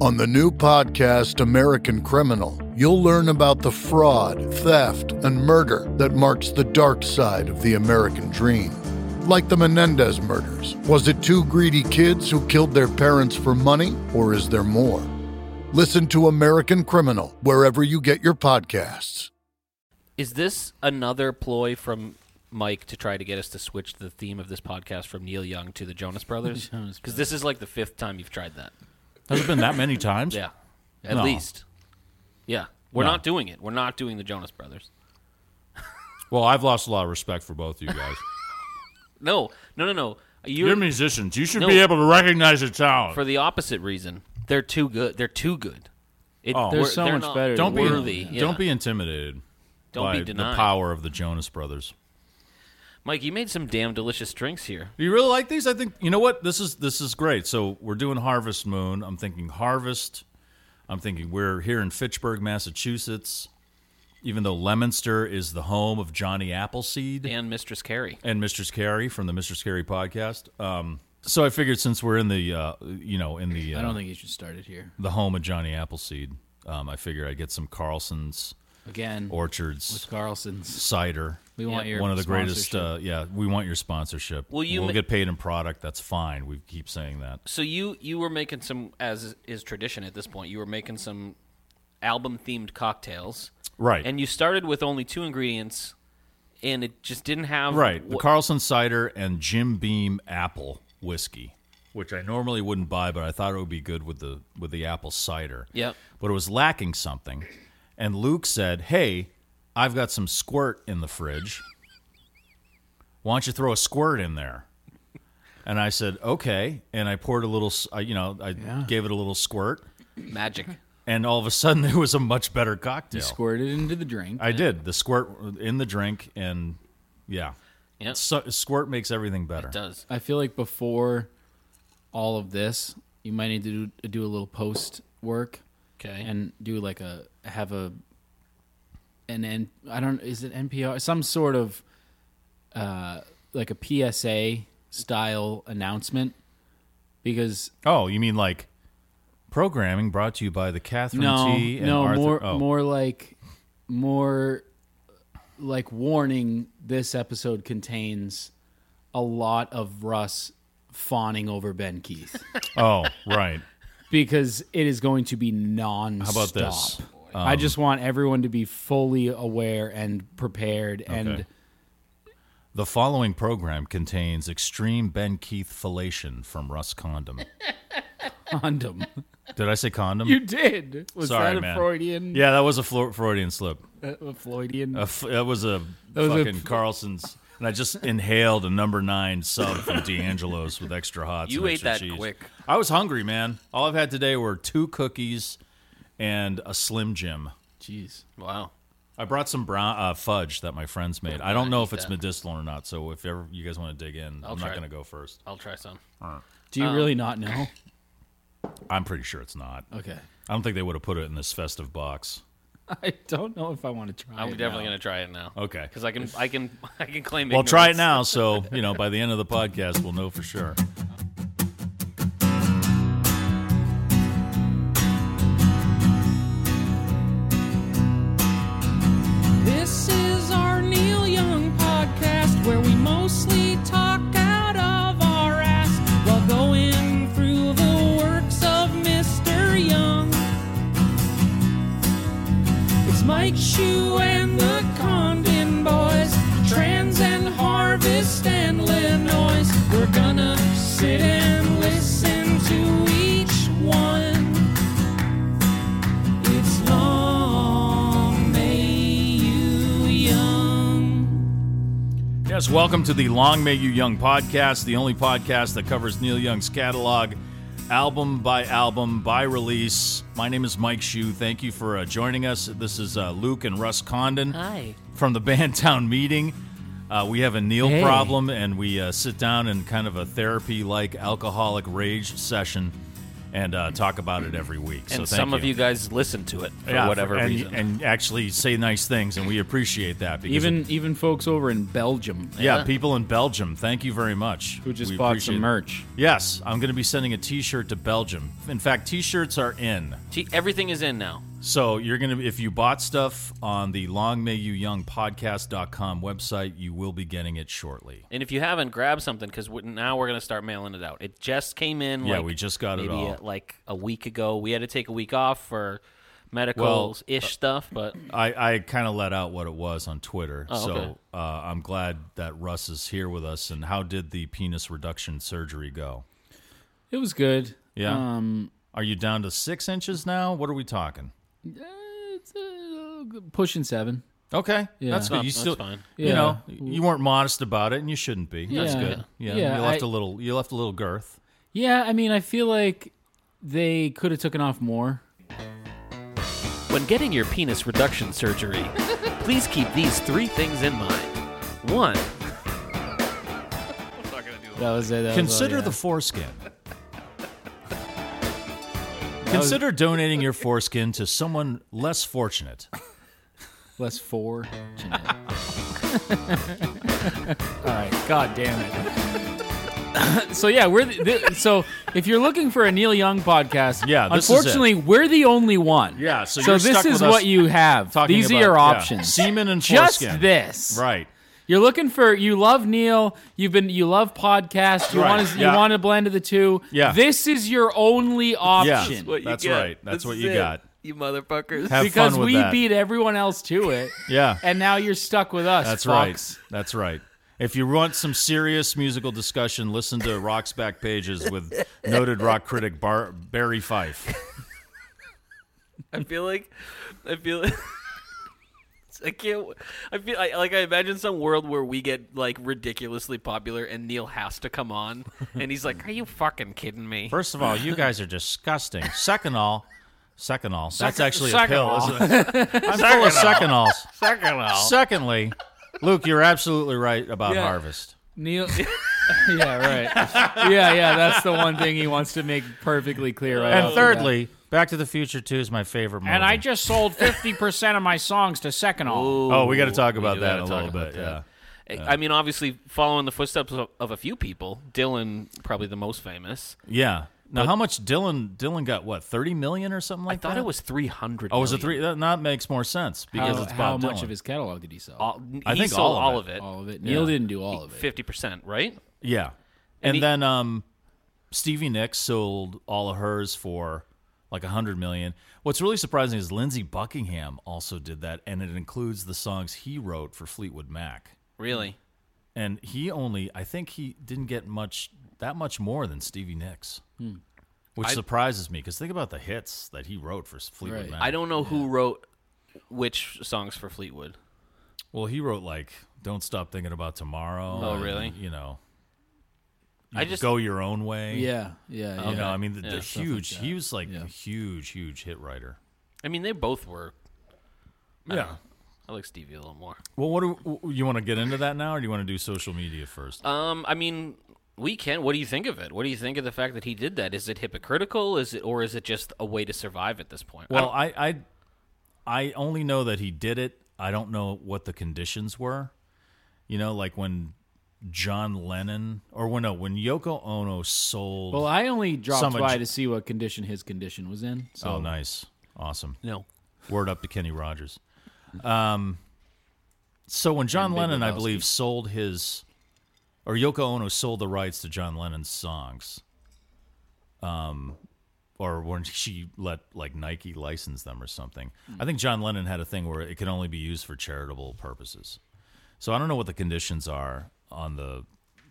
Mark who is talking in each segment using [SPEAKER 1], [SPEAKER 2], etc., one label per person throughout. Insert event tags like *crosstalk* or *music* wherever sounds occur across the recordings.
[SPEAKER 1] On the new podcast, American Criminal, you'll learn about the fraud, theft, and murder that marks the dark side of the American dream. Like the Menendez murders, was it two greedy kids who killed their parents for money, or is there more? Listen to American Criminal wherever you get your podcasts.
[SPEAKER 2] Is this another ploy from Mike to try to get us to switch the theme of this podcast from Neil Young to the Jonas Brothers?
[SPEAKER 3] *laughs* Jonas
[SPEAKER 2] Because this is like the fifth time you've tried that.
[SPEAKER 3] Has it been that many times?
[SPEAKER 2] Yeah, at
[SPEAKER 3] No.
[SPEAKER 2] least. Yeah, we're
[SPEAKER 3] No.
[SPEAKER 2] not doing it. We're not doing the Jonas Brothers.
[SPEAKER 3] Well, I've lost a lot of respect for both of you guys.
[SPEAKER 2] No, no, no, no. *laughs* You're,
[SPEAKER 3] You're musicians. You should
[SPEAKER 2] No.
[SPEAKER 3] be able to recognize a sound.
[SPEAKER 2] for the opposite reason. They're too good. They're too good. It,
[SPEAKER 3] Oh.
[SPEAKER 4] They're
[SPEAKER 2] we're-
[SPEAKER 4] so
[SPEAKER 2] they're
[SPEAKER 4] much
[SPEAKER 2] not
[SPEAKER 4] better
[SPEAKER 3] don't be
[SPEAKER 2] worthy. yeah.
[SPEAKER 3] don't be intimidated
[SPEAKER 2] Don't
[SPEAKER 3] by
[SPEAKER 2] be
[SPEAKER 3] the
[SPEAKER 2] denied.
[SPEAKER 3] power of the Jonas Brothers.
[SPEAKER 2] Mike, you made some damn delicious drinks here.
[SPEAKER 3] Do you really like these? I think you know what this is. This is great. So we're doing Harvest Moon. I'm thinking Harvest. I'm thinking we're here in Fitchburg, Massachusetts. Even though Leominster is the home of Johnny Appleseed
[SPEAKER 2] And Mistress Carey.
[SPEAKER 3] and Mistress Carey from the Mistress Carey podcast, um, so I figured since we're in the uh, you know in the uh,
[SPEAKER 4] I don't think you should start it here
[SPEAKER 3] the home of Johnny Appleseed, um, I figured I'd get some Carlson's
[SPEAKER 4] again.
[SPEAKER 3] Orchards
[SPEAKER 4] with Carlson's,
[SPEAKER 3] cider.
[SPEAKER 4] we want your
[SPEAKER 3] one of the greatest. Uh,
[SPEAKER 4] sponsorship.
[SPEAKER 3] yeah, we want your sponsorship.
[SPEAKER 2] Will you
[SPEAKER 3] we'll
[SPEAKER 2] ma-
[SPEAKER 3] get paid in product. That's fine. We keep saying that.
[SPEAKER 2] So you you were making some as is tradition at this point. You were making some album themed cocktails,
[SPEAKER 3] Right.
[SPEAKER 2] and you started with only two ingredients, and it just didn't have
[SPEAKER 3] right. The
[SPEAKER 2] wha-
[SPEAKER 3] Carlson cider and Jim Beam apple whiskey, which I normally wouldn't buy, but I thought it would be good with the with the apple cider.
[SPEAKER 2] Yep.
[SPEAKER 3] But it was lacking something. And Luke said, "Hey, I've got some squirt in the fridge. Why don't you throw a squirt in there?" And I said, "Okay." And I poured a little, s- I- you know, I gave it a little squirt, *laughs*
[SPEAKER 2] magic.
[SPEAKER 3] and all of a sudden *laughs* it was a much better cocktail.
[SPEAKER 4] You squirt it into the drink.
[SPEAKER 3] I did the squirt in the drink, and yeah,
[SPEAKER 2] Yeah, it
[SPEAKER 3] so, squirt makes everything better.
[SPEAKER 2] does.
[SPEAKER 4] I feel like before all of this, you might need to do, do a little post work
[SPEAKER 2] Okay, and
[SPEAKER 4] and do like a have a an N, I don't is it NPR some sort of uh like a PSA style announcement because
[SPEAKER 3] Oh, you mean like programming brought to you by the Catherine
[SPEAKER 4] no
[SPEAKER 3] T. And
[SPEAKER 4] no
[SPEAKER 3] Arthur.
[SPEAKER 4] more
[SPEAKER 3] oh.
[SPEAKER 4] more like more like warning this episode contains a lot of Russ fawning over
[SPEAKER 3] *laughs*
[SPEAKER 4] Ben Keith.
[SPEAKER 3] Oh, right.
[SPEAKER 4] because it is going to be non.
[SPEAKER 3] How about this? Um,
[SPEAKER 4] I just want everyone to be fully aware and prepared.
[SPEAKER 3] Okay. *laughs*
[SPEAKER 4] And
[SPEAKER 3] The following program contains extreme Ben Keith fellation from Russ Condom.
[SPEAKER 4] condom,
[SPEAKER 3] Did I say condom?
[SPEAKER 4] you did.
[SPEAKER 3] *laughs*
[SPEAKER 4] Was
[SPEAKER 3] Sorry,
[SPEAKER 4] that a
[SPEAKER 3] man.
[SPEAKER 4] Freudian? uh,
[SPEAKER 3] yeah, Uh, that was a Flo- Freudian slip.
[SPEAKER 4] a Freudian.
[SPEAKER 3] A f- that was a
[SPEAKER 4] was a
[SPEAKER 3] fucking Carlson's. And I just inhaled a number nine sub
[SPEAKER 4] *laughs*
[SPEAKER 3] from D'Angelo's with extra hots.
[SPEAKER 2] You
[SPEAKER 3] and
[SPEAKER 2] ate
[SPEAKER 3] extra
[SPEAKER 2] that
[SPEAKER 3] cheese.
[SPEAKER 2] quick.
[SPEAKER 3] I was hungry, man. All I've had today were two cookies and a Slim Jim.
[SPEAKER 4] Jeez.
[SPEAKER 2] wow.
[SPEAKER 3] I brought some brown uh, fudge that my friends made. I don't know if
[SPEAKER 2] eat
[SPEAKER 3] it's
[SPEAKER 2] that.
[SPEAKER 3] medicinal or not, so if ever you guys want to dig in, i am
[SPEAKER 2] try
[SPEAKER 3] not
[SPEAKER 2] it.
[SPEAKER 3] going to go first.
[SPEAKER 2] I'll try some.
[SPEAKER 4] Do you
[SPEAKER 3] um,
[SPEAKER 4] really
[SPEAKER 3] *laughs*
[SPEAKER 4] not know?
[SPEAKER 3] I'm pretty sure it's not.
[SPEAKER 4] Okay.
[SPEAKER 3] I don't think they would have put it in this festive box.
[SPEAKER 4] I don't know if I want to try.
[SPEAKER 2] I'm
[SPEAKER 4] it
[SPEAKER 2] Uh, definitely
[SPEAKER 4] now.
[SPEAKER 2] gonna try it now.
[SPEAKER 3] Okay.
[SPEAKER 2] because I can I can *laughs* I can claim.
[SPEAKER 3] Well, try it
[SPEAKER 2] ignorance.
[SPEAKER 3] now, so you know by the end of the podcast we'll know for sure.
[SPEAKER 5] This is our Neil Young podcast where we mostly talk out of our ass while going through the works of Mr. Young. It's Mike Shue and the Condon Boys, Trans and Harvest and Linois. We're gonna sit and listen to each one. It's long may you young.
[SPEAKER 3] Yes, welcome to the Long May You Young podcast, the only podcast that covers Neil Young's catalog, album by album, by release. My name is Mike Shue. Thank you for uh, joining us. This is uh, Luke and Russ Condon.
[SPEAKER 5] Hi.
[SPEAKER 3] from the *laughs* band town meeting. Uh, we have a Neil
[SPEAKER 4] Hey.
[SPEAKER 3] problem, and we uh, sit down in kind of a therapy like alcoholic rage session and uh, talk about it every week. so
[SPEAKER 2] and
[SPEAKER 3] thank
[SPEAKER 2] some of you guys listen to it for
[SPEAKER 3] Yeah,
[SPEAKER 2] whatever
[SPEAKER 3] and,
[SPEAKER 2] reason.
[SPEAKER 3] and actually say nice things, and we appreciate that. Because
[SPEAKER 4] Even even folks over in Belgium eh,
[SPEAKER 3] yeah,
[SPEAKER 2] Yeah.
[SPEAKER 3] people in Belgium, thank you very much.
[SPEAKER 4] who just
[SPEAKER 3] We
[SPEAKER 4] bought
[SPEAKER 3] appreciate
[SPEAKER 4] some
[SPEAKER 3] it.
[SPEAKER 4] merch.
[SPEAKER 3] Yes, I'm going to be sending a T-shirt to Belgium. In fact, T-shirts are in.
[SPEAKER 2] T- everything is in now.
[SPEAKER 3] So you're gonna if you bought stuff on the Long May You Young podcast.com website, you will be getting it shortly.
[SPEAKER 2] And if you haven't, grab something because now we're gonna start mailing it out. It just came in.
[SPEAKER 3] Yeah,
[SPEAKER 2] like,
[SPEAKER 3] we just got it
[SPEAKER 2] maybe
[SPEAKER 3] all.
[SPEAKER 2] uh, like a week ago. We had to take a week off for medical ish stuff, but
[SPEAKER 3] I, I kind of let out what it was on Twitter,
[SPEAKER 2] Oh,
[SPEAKER 3] so
[SPEAKER 2] okay.
[SPEAKER 3] uh, I'm glad that Russ is here with us. And how did the penis reduction surgery go?
[SPEAKER 4] It was good.
[SPEAKER 3] Yeah,
[SPEAKER 4] Um,
[SPEAKER 3] are you down to six inches now? What are we talking?
[SPEAKER 4] eh, it's uh, pushing seven.
[SPEAKER 3] Okay,
[SPEAKER 4] Yeah.
[SPEAKER 3] that's good.
[SPEAKER 2] Not-
[SPEAKER 3] You
[SPEAKER 2] that's
[SPEAKER 3] still,
[SPEAKER 2] fine.
[SPEAKER 3] you
[SPEAKER 4] Yeah.
[SPEAKER 3] know, you weren't modest about it, and you shouldn't be. That's
[SPEAKER 4] Yeah.
[SPEAKER 3] good. Yeah,
[SPEAKER 4] Yeah,
[SPEAKER 3] you left
[SPEAKER 4] I-
[SPEAKER 3] a
[SPEAKER 4] Oh,
[SPEAKER 3] little. You left a little girth.
[SPEAKER 4] Yeah, I mean, I feel like they could have taken off more.
[SPEAKER 2] When getting your penis reduction surgery, please keep these three things in mind. One,
[SPEAKER 4] That was it. that was all,
[SPEAKER 3] Consider
[SPEAKER 4] yeah.
[SPEAKER 3] the foreskin. Consider donating your foreskin to someone less fortunate. *laughs*
[SPEAKER 4] less four. all right, god damn it. *laughs* so yeah, we're the, the, so if you're looking for a Neil Young podcast,
[SPEAKER 3] Yeah, this is it.
[SPEAKER 4] unfortunately we're the only one.
[SPEAKER 3] Yeah, so
[SPEAKER 4] so
[SPEAKER 3] you're
[SPEAKER 4] this
[SPEAKER 3] stuck
[SPEAKER 4] is
[SPEAKER 3] with us
[SPEAKER 4] what you have.
[SPEAKER 3] Talking
[SPEAKER 4] These
[SPEAKER 3] about-
[SPEAKER 4] are your
[SPEAKER 3] yeah,
[SPEAKER 4] options.
[SPEAKER 3] semen and
[SPEAKER 4] Just
[SPEAKER 3] foreskin.
[SPEAKER 4] this,
[SPEAKER 3] Right.
[SPEAKER 4] You're looking for you love Neil. You've been you love podcasts. You
[SPEAKER 3] Right,
[SPEAKER 4] want to,
[SPEAKER 3] yeah.
[SPEAKER 4] you want to blend of the two.
[SPEAKER 3] Yeah.
[SPEAKER 4] This is your only option.
[SPEAKER 3] What you That's get. right. That's This what is you it, got.
[SPEAKER 2] You motherfuckers.
[SPEAKER 3] Have
[SPEAKER 4] because
[SPEAKER 3] fun with
[SPEAKER 4] we
[SPEAKER 3] that.
[SPEAKER 4] beat everyone else to it.
[SPEAKER 3] *laughs* Yeah.
[SPEAKER 4] And now you're stuck with us.
[SPEAKER 3] That's
[SPEAKER 4] Fox.
[SPEAKER 3] right. That's right. If you want some serious musical discussion, listen to Rock's Back Pages with noted rock critic Bar- Barry Fife.
[SPEAKER 2] I feel like I feel *laughs* I can't. I feel I, like I imagine some world where we get like ridiculously popular and Neil has to come on, and he's like, "Are you fucking kidding me?"
[SPEAKER 3] First of all, you guys are disgusting. Second all, second all, that's actually a
[SPEAKER 2] second
[SPEAKER 3] pill.
[SPEAKER 2] all.
[SPEAKER 3] Isn't it? I'm full of second alls.
[SPEAKER 2] Second of all,
[SPEAKER 3] Secondly, Luke, you're absolutely right about
[SPEAKER 4] Yeah.
[SPEAKER 3] harvest.
[SPEAKER 4] Neil. yeah, right. Yeah, yeah. That's the one thing he wants to make perfectly clear. Right off
[SPEAKER 3] And
[SPEAKER 4] the
[SPEAKER 3] thirdly, Back to the Future 2 is my favorite movie.
[SPEAKER 4] bat. and I just sold fifty percent of my songs to Second All.
[SPEAKER 3] Oh, we got to talk
[SPEAKER 2] We
[SPEAKER 3] about
[SPEAKER 2] do
[SPEAKER 3] that
[SPEAKER 2] gotta
[SPEAKER 3] a
[SPEAKER 2] talk
[SPEAKER 3] little
[SPEAKER 2] about
[SPEAKER 3] bit. Yeah.
[SPEAKER 2] that. I mean, obviously, following the footsteps of, of a few people, Dylan probably the most famous.
[SPEAKER 3] Yeah. Now, how much Dylan Dylan got? What thirty million or something
[SPEAKER 2] I
[SPEAKER 3] like
[SPEAKER 2] thought
[SPEAKER 3] that?
[SPEAKER 2] it was three hundred.
[SPEAKER 3] Oh, was it three? That, that makes more sense because
[SPEAKER 4] How,
[SPEAKER 3] it's Bob
[SPEAKER 4] how
[SPEAKER 3] Dylan.
[SPEAKER 4] much of his catalog did he sell?
[SPEAKER 2] All,
[SPEAKER 3] I
[SPEAKER 2] he
[SPEAKER 3] think
[SPEAKER 2] sold
[SPEAKER 3] all of
[SPEAKER 2] all
[SPEAKER 3] it.
[SPEAKER 2] of it.
[SPEAKER 4] All of it. Neil didn't do all of it.
[SPEAKER 2] Fifty percent, right?
[SPEAKER 3] Yeah, and,
[SPEAKER 2] he-
[SPEAKER 3] then um, Stevie Nicks sold all of hers for like a hundred million. What's really surprising is Lindsey Buckingham also did that, and it includes the songs he wrote for Fleetwood Mac.
[SPEAKER 2] Really?
[SPEAKER 3] And he only, I think, he didn't get much that much more than Stevie Nicks,
[SPEAKER 2] Hmm.
[SPEAKER 3] which surprises me because think about the hits that he wrote for Fleetwood
[SPEAKER 4] Right.
[SPEAKER 3] Mac.
[SPEAKER 2] I don't know who wrote which songs for Fleetwood.
[SPEAKER 3] Well, he wrote like "Don't Stop Thinking About Tomorrow."
[SPEAKER 2] Oh,
[SPEAKER 3] and,
[SPEAKER 2] really?
[SPEAKER 3] You know,
[SPEAKER 2] I just
[SPEAKER 3] go your own way.
[SPEAKER 4] Yeah, yeah,
[SPEAKER 3] You
[SPEAKER 4] yeah.
[SPEAKER 3] know, I mean, the, the
[SPEAKER 2] stuff
[SPEAKER 3] huge. he was like
[SPEAKER 4] Yeah.
[SPEAKER 3] a huge, huge hit writer.
[SPEAKER 2] I mean, they both were.
[SPEAKER 3] Yeah.
[SPEAKER 2] I like Stevie a little more.
[SPEAKER 3] Well, what do w- you want to get into that now, or do you want to do social media first?
[SPEAKER 2] Um, I mean, we can. What do you think of it? What do you think of the fact that he did that? Is it hypocritical? Is it, or is it just a way to survive at this point? I
[SPEAKER 3] well,
[SPEAKER 2] don't-
[SPEAKER 3] I, I, I only know that he did it. I don't know what the conditions were. You know, like when John Lennon, or when no, when Yoko Ono sold.
[SPEAKER 4] Well, I only dropped
[SPEAKER 3] Some
[SPEAKER 4] by
[SPEAKER 3] ad-
[SPEAKER 4] to see what condition his condition was in. So
[SPEAKER 3] oh, nice, awesome.
[SPEAKER 2] no.
[SPEAKER 3] Word up to Kenny Rogers. Um, so when John Lennon, I
[SPEAKER 4] Lebowski.
[SPEAKER 3] believe, sold his, or Yoko Ono sold the rights to John Lennon's songs, um, or when she let like Nike license them or something. I think John Lennon had a thing where it could only be used for charitable purposes. So I don't know what the conditions are on the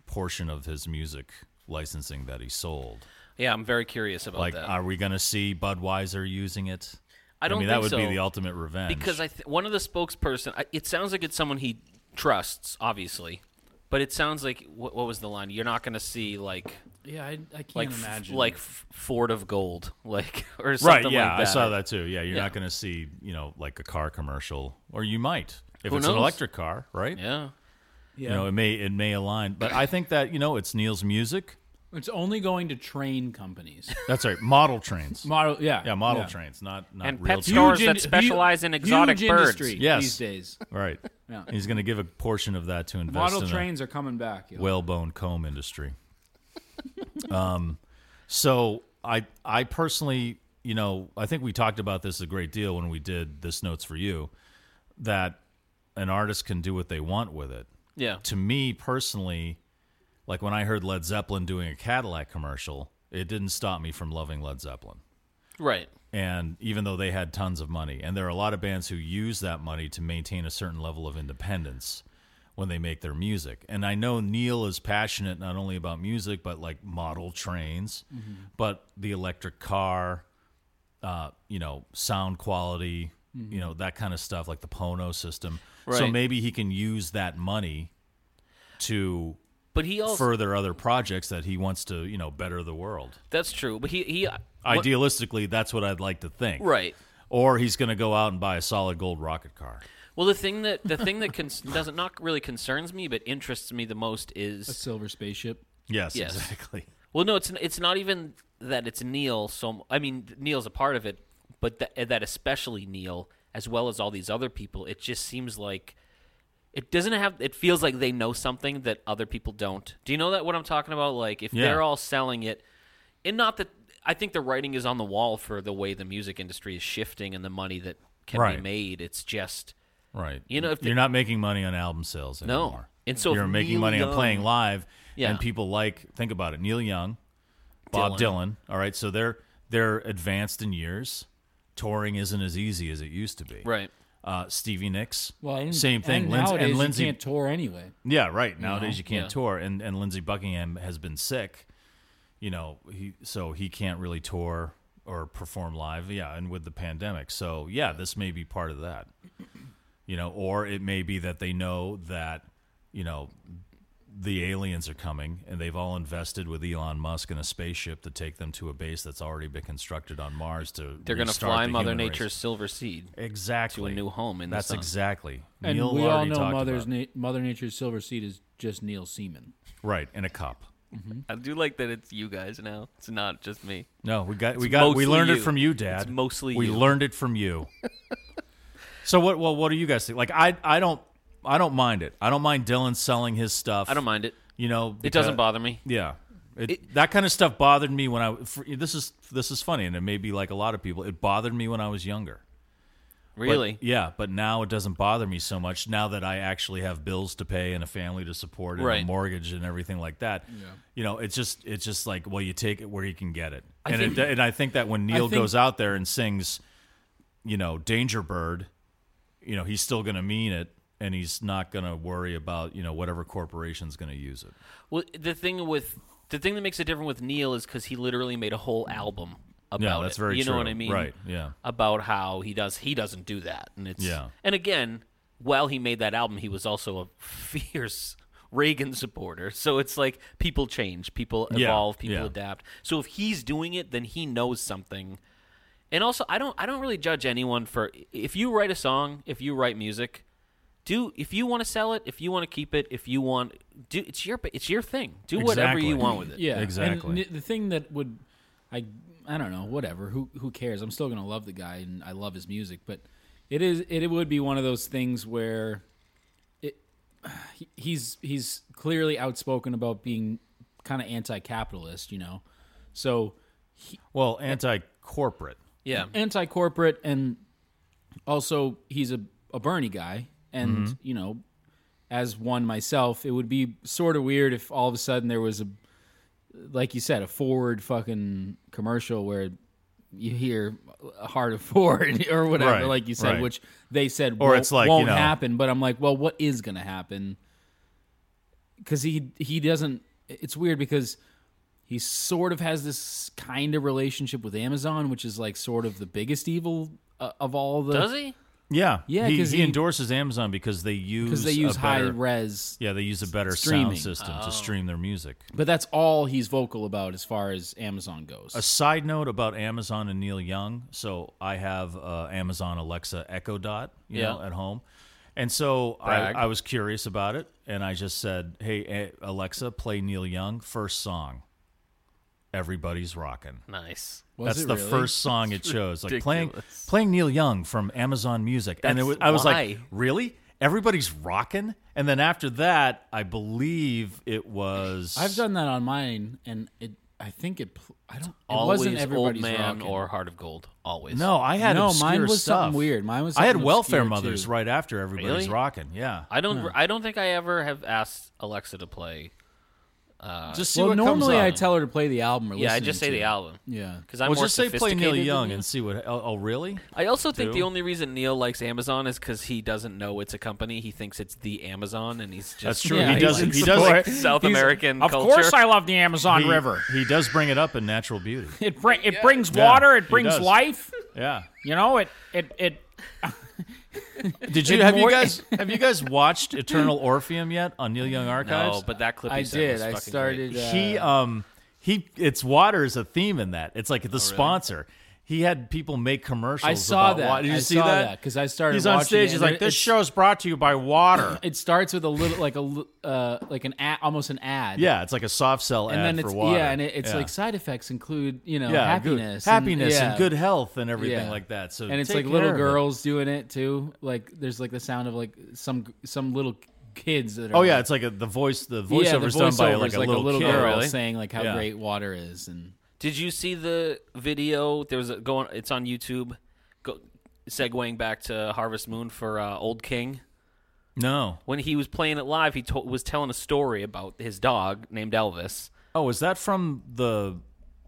[SPEAKER 3] portion of his music licensing that he sold.
[SPEAKER 2] Yeah, I'm very curious about
[SPEAKER 3] Like,
[SPEAKER 2] that.
[SPEAKER 3] are we going to see Budweiser using it?
[SPEAKER 2] I don't
[SPEAKER 3] mean, that
[SPEAKER 2] think
[SPEAKER 3] would
[SPEAKER 2] so.
[SPEAKER 3] be the ultimate revenge.
[SPEAKER 2] because I th- one of the spokesperson. I, it sounds like it's someone he trusts, obviously, but it sounds like what, what was the line? You're not going to see like
[SPEAKER 4] yeah, I, I can't
[SPEAKER 2] like f-
[SPEAKER 4] imagine.
[SPEAKER 2] like f- Ford of Gold, *laughs* like or something
[SPEAKER 3] Right. Yeah,
[SPEAKER 2] like
[SPEAKER 3] I
[SPEAKER 2] that.
[SPEAKER 3] saw that too. Yeah, you're
[SPEAKER 2] Yeah.
[SPEAKER 3] not going to see you know like a car commercial, or you might if
[SPEAKER 2] Who
[SPEAKER 3] it's
[SPEAKER 2] knows?
[SPEAKER 3] an electric car, right?
[SPEAKER 2] Yeah,
[SPEAKER 3] You know, it may it may align, but I think that you know it's Neil's music.
[SPEAKER 4] It's only going to train companies. *laughs*
[SPEAKER 3] That's right. Model trains.
[SPEAKER 4] Model, yeah,
[SPEAKER 3] yeah, model trains, not not
[SPEAKER 6] And
[SPEAKER 3] real trains.
[SPEAKER 6] pet store- Stores
[SPEAKER 4] Huge
[SPEAKER 6] that
[SPEAKER 4] in-
[SPEAKER 6] specialize in
[SPEAKER 4] huge
[SPEAKER 6] exotic birds.
[SPEAKER 4] industry
[SPEAKER 3] Yes.
[SPEAKER 4] these days.
[SPEAKER 3] Right.
[SPEAKER 4] Yeah.
[SPEAKER 3] He's going to give a portion of that to invest
[SPEAKER 4] Model
[SPEAKER 3] in
[SPEAKER 4] trains are coming back. yo.
[SPEAKER 3] whalebone comb industry. *laughs* um, so I I personally, you know, I think we talked about this a great deal when we did this notes for you that an artist can do what they want with it.
[SPEAKER 2] Yeah.
[SPEAKER 3] To me personally, like when I heard Led Zeppelin doing a Cadillac commercial, it didn't stop me from loving Led Zeppelin
[SPEAKER 2] Right.
[SPEAKER 3] and even though they had tons of money and there are a lot of bands who use that money to maintain a certain level of independence when they make their music and i know neil is passionate not only about music but like model trains but the electric car uh, you know sound quality you know that kind of stuff like the pono system so
[SPEAKER 2] Right.
[SPEAKER 3] maybe he can use that money to
[SPEAKER 2] But he also
[SPEAKER 3] further other projects that he wants to you know better the world
[SPEAKER 2] that's true. But he he
[SPEAKER 3] idealistically that's what i'd like to think
[SPEAKER 2] right.
[SPEAKER 3] or he's going to go out and buy a solid gold rocket car.
[SPEAKER 2] Well, the thing that the thing that cons- *laughs* doesn't not really concerns me, but interests me the most
[SPEAKER 4] A
[SPEAKER 2] is
[SPEAKER 4] silver spaceship.
[SPEAKER 3] Yes,
[SPEAKER 2] Yes.
[SPEAKER 3] exactly.
[SPEAKER 2] well, no, it's it's not even that it's Neil. So I mean, Neil's a part of it, but that that especially Neil, as well as all these other people, it just seems like it doesn't have. It feels like they know something that other people don't. Do you know that what I'm talking about? Like if
[SPEAKER 3] Yeah.
[SPEAKER 2] they're all selling it, and not that I think the writing is on the wall for the way the music industry is shifting and the money that can
[SPEAKER 3] Right.
[SPEAKER 2] be made. It's just.
[SPEAKER 3] *laughs* Right.
[SPEAKER 2] You know, if they-
[SPEAKER 3] you're not making money on album sales anymore.
[SPEAKER 2] And so if
[SPEAKER 3] you're making
[SPEAKER 2] Neil
[SPEAKER 3] money on
[SPEAKER 2] Young-
[SPEAKER 3] playing live,
[SPEAKER 2] Yeah.
[SPEAKER 3] and people like think about it. Neil Young, Bob Dylan. All right, so they're they're advanced in years. Touring isn't as easy as it used to be.
[SPEAKER 2] Right.
[SPEAKER 3] Uh, Stevie Nicks.
[SPEAKER 4] Well, and,
[SPEAKER 3] same thing.
[SPEAKER 4] And
[SPEAKER 3] Lindsay,
[SPEAKER 4] nowadays
[SPEAKER 3] and Lindsey.
[SPEAKER 4] you can't tour anyway.
[SPEAKER 3] Yeah, right. Nowadays you, can't
[SPEAKER 2] yeah.
[SPEAKER 3] tour, and and Lindsey Buckingham has been sick. You know, he so he can't really tour or perform live. Yeah, and with the pandemic, so yeah, this may be part of that. *clears throat* You know, or it may be that they know that you know the aliens are coming, and they've all invested with Elon Musk in a spaceship to take them to a base that's already been constructed on Mars. To
[SPEAKER 2] They're going to
[SPEAKER 3] restart
[SPEAKER 2] fly
[SPEAKER 3] the
[SPEAKER 2] Mother
[SPEAKER 3] human race.
[SPEAKER 2] Nature's silver seed
[SPEAKER 3] exactly
[SPEAKER 2] to a new home in the
[SPEAKER 3] That's
[SPEAKER 2] sun.
[SPEAKER 3] exactly.
[SPEAKER 4] And
[SPEAKER 3] Neil
[SPEAKER 4] we all
[SPEAKER 3] already
[SPEAKER 4] know
[SPEAKER 3] talked
[SPEAKER 4] Mother's
[SPEAKER 3] about-
[SPEAKER 4] Na- Mother Nature's silver seed is just Neil Seaman.
[SPEAKER 3] right in a cup.
[SPEAKER 2] I do like that it's you guys now. It's not just me.
[SPEAKER 3] No, we got we got we
[SPEAKER 2] mostly
[SPEAKER 3] learned it
[SPEAKER 2] you.
[SPEAKER 3] from you, Dad.
[SPEAKER 2] It's mostly
[SPEAKER 3] we
[SPEAKER 2] you.
[SPEAKER 3] learned it
[SPEAKER 2] *laughs*
[SPEAKER 3] from you. so what? Well, what do you guys think? Like, I I don't I don't mind it. I don't mind Dylan selling his stuff.
[SPEAKER 2] I don't mind it.
[SPEAKER 3] You know,
[SPEAKER 2] It
[SPEAKER 3] because-
[SPEAKER 2] doesn't bother me.
[SPEAKER 3] Yeah, it, that kind of stuff bothered me when I. For, this is this is funny, and it may be like a lot of people. It bothered me when I was younger. But-
[SPEAKER 2] Really?
[SPEAKER 3] yeah, but now it doesn't bother me so much now that I actually have bills to pay and a family to support and
[SPEAKER 2] Right.
[SPEAKER 3] a mortgage and everything like that. You know, it's just it's just like well, you take it where you can get it, and it, and I think that when Neil
[SPEAKER 4] think-
[SPEAKER 3] goes out there and sings, you know, Danger Bird, you know, he's still going to mean it. And he's not going to worry about you know whatever corporation's going to use it.
[SPEAKER 2] Well, the thing with the thing that makes it different with Neil is because he literally made a whole album about
[SPEAKER 3] Yeah, that's
[SPEAKER 2] it.
[SPEAKER 3] very
[SPEAKER 2] You know
[SPEAKER 3] true.
[SPEAKER 2] what I mean?
[SPEAKER 3] Right, yeah.
[SPEAKER 2] About how he does he doesn't do that, and it's
[SPEAKER 3] Yeah.
[SPEAKER 2] And again, while he made that album, he was also a *laughs* fierce Reagan supporter. So it's like people change, people
[SPEAKER 3] Yeah,
[SPEAKER 2] evolve, people
[SPEAKER 3] yeah.
[SPEAKER 2] adapt. So if he's doing it, then he knows something. And also, I don't I don't really judge anyone for if you write a song, if you write music, do if you want to sell it, if you want to keep it, if you want do it's your it's your thing. Do whatever
[SPEAKER 3] Exactly.
[SPEAKER 2] you want with it.
[SPEAKER 4] Yeah, and
[SPEAKER 3] Exactly.
[SPEAKER 4] n- the thing that would, I, I don't know, whatever. Who who cares? I'm still gonna love the guy, and I love his music. But it is it would be one of those things where, it, he- he's he's clearly outspoken about being kind of anti-capitalist, you know, so
[SPEAKER 3] Well, anti-corporate.
[SPEAKER 2] Yeah.
[SPEAKER 4] Mm-hmm. anti-corporate, and also he's a a Bernie guy, and
[SPEAKER 3] Mm-hmm.
[SPEAKER 4] you know. As one myself, it would be sort of weird if all of a sudden there was a like you said, a Ford fucking commercial where you hear a heart of *laughs* Ford or whatever,
[SPEAKER 3] Right,
[SPEAKER 4] like you said,
[SPEAKER 3] right.
[SPEAKER 4] which they said
[SPEAKER 3] Or
[SPEAKER 4] won't,
[SPEAKER 3] it's like, you
[SPEAKER 4] won't
[SPEAKER 3] know-
[SPEAKER 4] happen. But I'm like, well, what is going to happen? Because he he doesn't. It's weird because he sort of has this kind of relationship with Amazon, which is like sort of the biggest evil uh, of all the.
[SPEAKER 2] Does he?
[SPEAKER 3] Yeah,
[SPEAKER 4] Yeah,
[SPEAKER 3] He,
[SPEAKER 4] 'cause
[SPEAKER 3] he
[SPEAKER 4] he-
[SPEAKER 3] endorses Amazon because they use
[SPEAKER 4] Because they use
[SPEAKER 3] a
[SPEAKER 4] high
[SPEAKER 3] better-
[SPEAKER 4] res.
[SPEAKER 3] Yeah, they use a better
[SPEAKER 4] Streaming.
[SPEAKER 3] sound system to stream their music.
[SPEAKER 4] But that's all he's vocal about as far as Amazon goes.
[SPEAKER 3] A side note about Amazon and Neil Young. So I have uh, Amazon Alexa Echo Dot, you
[SPEAKER 2] Yeah.
[SPEAKER 3] know, at home, and so I,
[SPEAKER 2] Brag.
[SPEAKER 3] I was curious about it, and I just said, "Hey A- Alexa, play Neil Young first song," Everybody's Rockin'.
[SPEAKER 2] Nice.
[SPEAKER 4] Was
[SPEAKER 3] That's
[SPEAKER 4] it
[SPEAKER 3] the
[SPEAKER 4] really?
[SPEAKER 3] first song it shows. Like playing
[SPEAKER 2] ridiculous.
[SPEAKER 3] playing Neil Young from Amazon Music. and it
[SPEAKER 2] That's
[SPEAKER 3] was, I was like,
[SPEAKER 2] why.
[SPEAKER 3] really? Everybody's rocking? And then after that, I believe it was
[SPEAKER 4] I've done that on mine, and it. I think it. pl- I don't. It
[SPEAKER 2] Always
[SPEAKER 4] wasn't
[SPEAKER 2] old
[SPEAKER 4] everybody's
[SPEAKER 2] man
[SPEAKER 4] Rockin'.
[SPEAKER 2] or heart of gold. Always.
[SPEAKER 3] No, I had
[SPEAKER 4] no.
[SPEAKER 3] obscure
[SPEAKER 4] Mine was
[SPEAKER 3] stuff.
[SPEAKER 4] something weird. Mine was.
[SPEAKER 3] I had
[SPEAKER 4] something
[SPEAKER 3] welfare
[SPEAKER 4] obscure,
[SPEAKER 3] mothers
[SPEAKER 4] too.
[SPEAKER 3] right after everybody's
[SPEAKER 2] Really?
[SPEAKER 3] rocking. Yeah,
[SPEAKER 2] I don't. I don't think I ever have asked Alexa to play.
[SPEAKER 3] just see
[SPEAKER 4] Well,
[SPEAKER 3] what
[SPEAKER 4] normally
[SPEAKER 3] comes
[SPEAKER 4] I
[SPEAKER 3] on.
[SPEAKER 4] tell her to play the album or
[SPEAKER 2] Yeah, I
[SPEAKER 4] listen
[SPEAKER 2] just say
[SPEAKER 4] to
[SPEAKER 2] the
[SPEAKER 4] it.
[SPEAKER 2] album
[SPEAKER 4] Yeah,
[SPEAKER 2] because I'm
[SPEAKER 3] Well,
[SPEAKER 2] more
[SPEAKER 3] just say play Neil
[SPEAKER 2] sophisticated than
[SPEAKER 3] Young
[SPEAKER 2] you.
[SPEAKER 3] and see what. Oh, oh really?
[SPEAKER 2] I also think the
[SPEAKER 3] Two.
[SPEAKER 2] only reason Neil likes Amazon is because he doesn't know it's a company. He thinks it's the Amazon, and he's just
[SPEAKER 3] That's true.
[SPEAKER 4] Yeah,
[SPEAKER 3] he
[SPEAKER 4] he
[SPEAKER 3] doesn't.
[SPEAKER 4] likes *laughs*
[SPEAKER 3] He
[SPEAKER 4] the
[SPEAKER 3] does.
[SPEAKER 2] like South
[SPEAKER 4] He's-
[SPEAKER 2] American
[SPEAKER 4] Of
[SPEAKER 2] culture.
[SPEAKER 4] course,
[SPEAKER 3] *laughs*
[SPEAKER 4] I love the Amazon
[SPEAKER 3] he,
[SPEAKER 4] River.
[SPEAKER 3] He does bring it up in Natural Beauty.
[SPEAKER 4] *laughs* It bring it brings
[SPEAKER 3] Yeah,
[SPEAKER 4] water.
[SPEAKER 3] he
[SPEAKER 4] It brings
[SPEAKER 3] does.
[SPEAKER 4] life.
[SPEAKER 3] Yeah.
[SPEAKER 4] You know, it it it.
[SPEAKER 3] Did you
[SPEAKER 4] It
[SPEAKER 3] have you
[SPEAKER 4] more- *laughs*
[SPEAKER 3] guys have you guys watched Eternal Orpheum yet on Neil Young Archives?
[SPEAKER 2] no, but that clip he
[SPEAKER 4] I
[SPEAKER 2] sent
[SPEAKER 4] did.
[SPEAKER 2] was
[SPEAKER 4] I
[SPEAKER 2] fucking
[SPEAKER 4] started.
[SPEAKER 2] Great.
[SPEAKER 4] Uh,
[SPEAKER 3] he um he it's water is a theme in that. It's like
[SPEAKER 2] Oh,
[SPEAKER 3] the sponsor. He had people make commercials.
[SPEAKER 4] I saw
[SPEAKER 3] about
[SPEAKER 4] that.
[SPEAKER 3] water. Did you
[SPEAKER 4] I
[SPEAKER 3] see
[SPEAKER 4] saw
[SPEAKER 3] that?
[SPEAKER 4] that, 'cause I started
[SPEAKER 3] He's on
[SPEAKER 4] watching
[SPEAKER 3] stage.
[SPEAKER 4] it,
[SPEAKER 3] He's
[SPEAKER 4] and
[SPEAKER 3] like,
[SPEAKER 4] it-
[SPEAKER 3] "This
[SPEAKER 4] it's-
[SPEAKER 3] show is brought to you by water."
[SPEAKER 4] it starts with a little like a li- uh like an ad, almost an ad.
[SPEAKER 3] yeah, it's like a soft sell
[SPEAKER 4] and
[SPEAKER 3] ad
[SPEAKER 4] then
[SPEAKER 3] for
[SPEAKER 4] it's
[SPEAKER 3] water.
[SPEAKER 4] yeah, and it, it's
[SPEAKER 3] Yeah.
[SPEAKER 4] like side effects include you know
[SPEAKER 3] yeah, good-
[SPEAKER 4] happiness,
[SPEAKER 3] happiness,
[SPEAKER 4] and,
[SPEAKER 3] and,
[SPEAKER 4] yeah.
[SPEAKER 3] good health, and everything
[SPEAKER 4] Yeah.
[SPEAKER 3] like that. So
[SPEAKER 4] and it's
[SPEAKER 3] take
[SPEAKER 4] like
[SPEAKER 3] care
[SPEAKER 4] little
[SPEAKER 3] of it.
[SPEAKER 4] girls doing it too. Like there's like the sound of like some some little kids that are.
[SPEAKER 3] Oh yeah, it's like a, the voice. The
[SPEAKER 4] like, yeah, the
[SPEAKER 3] voiceover's done by
[SPEAKER 4] voiceover
[SPEAKER 3] like
[SPEAKER 4] is
[SPEAKER 3] a
[SPEAKER 4] like
[SPEAKER 3] little, kid.
[SPEAKER 4] girl
[SPEAKER 2] Really?
[SPEAKER 4] saying like how
[SPEAKER 3] Yeah.
[SPEAKER 4] great water is, and
[SPEAKER 2] Did you see the video? There was a going. It's on YouTube. Go, segueing back to Harvest Moon for uh, Old King.
[SPEAKER 3] No.
[SPEAKER 2] When he was playing it live, he to- was telling a story about his dog named Elvis.
[SPEAKER 3] Oh, is that from the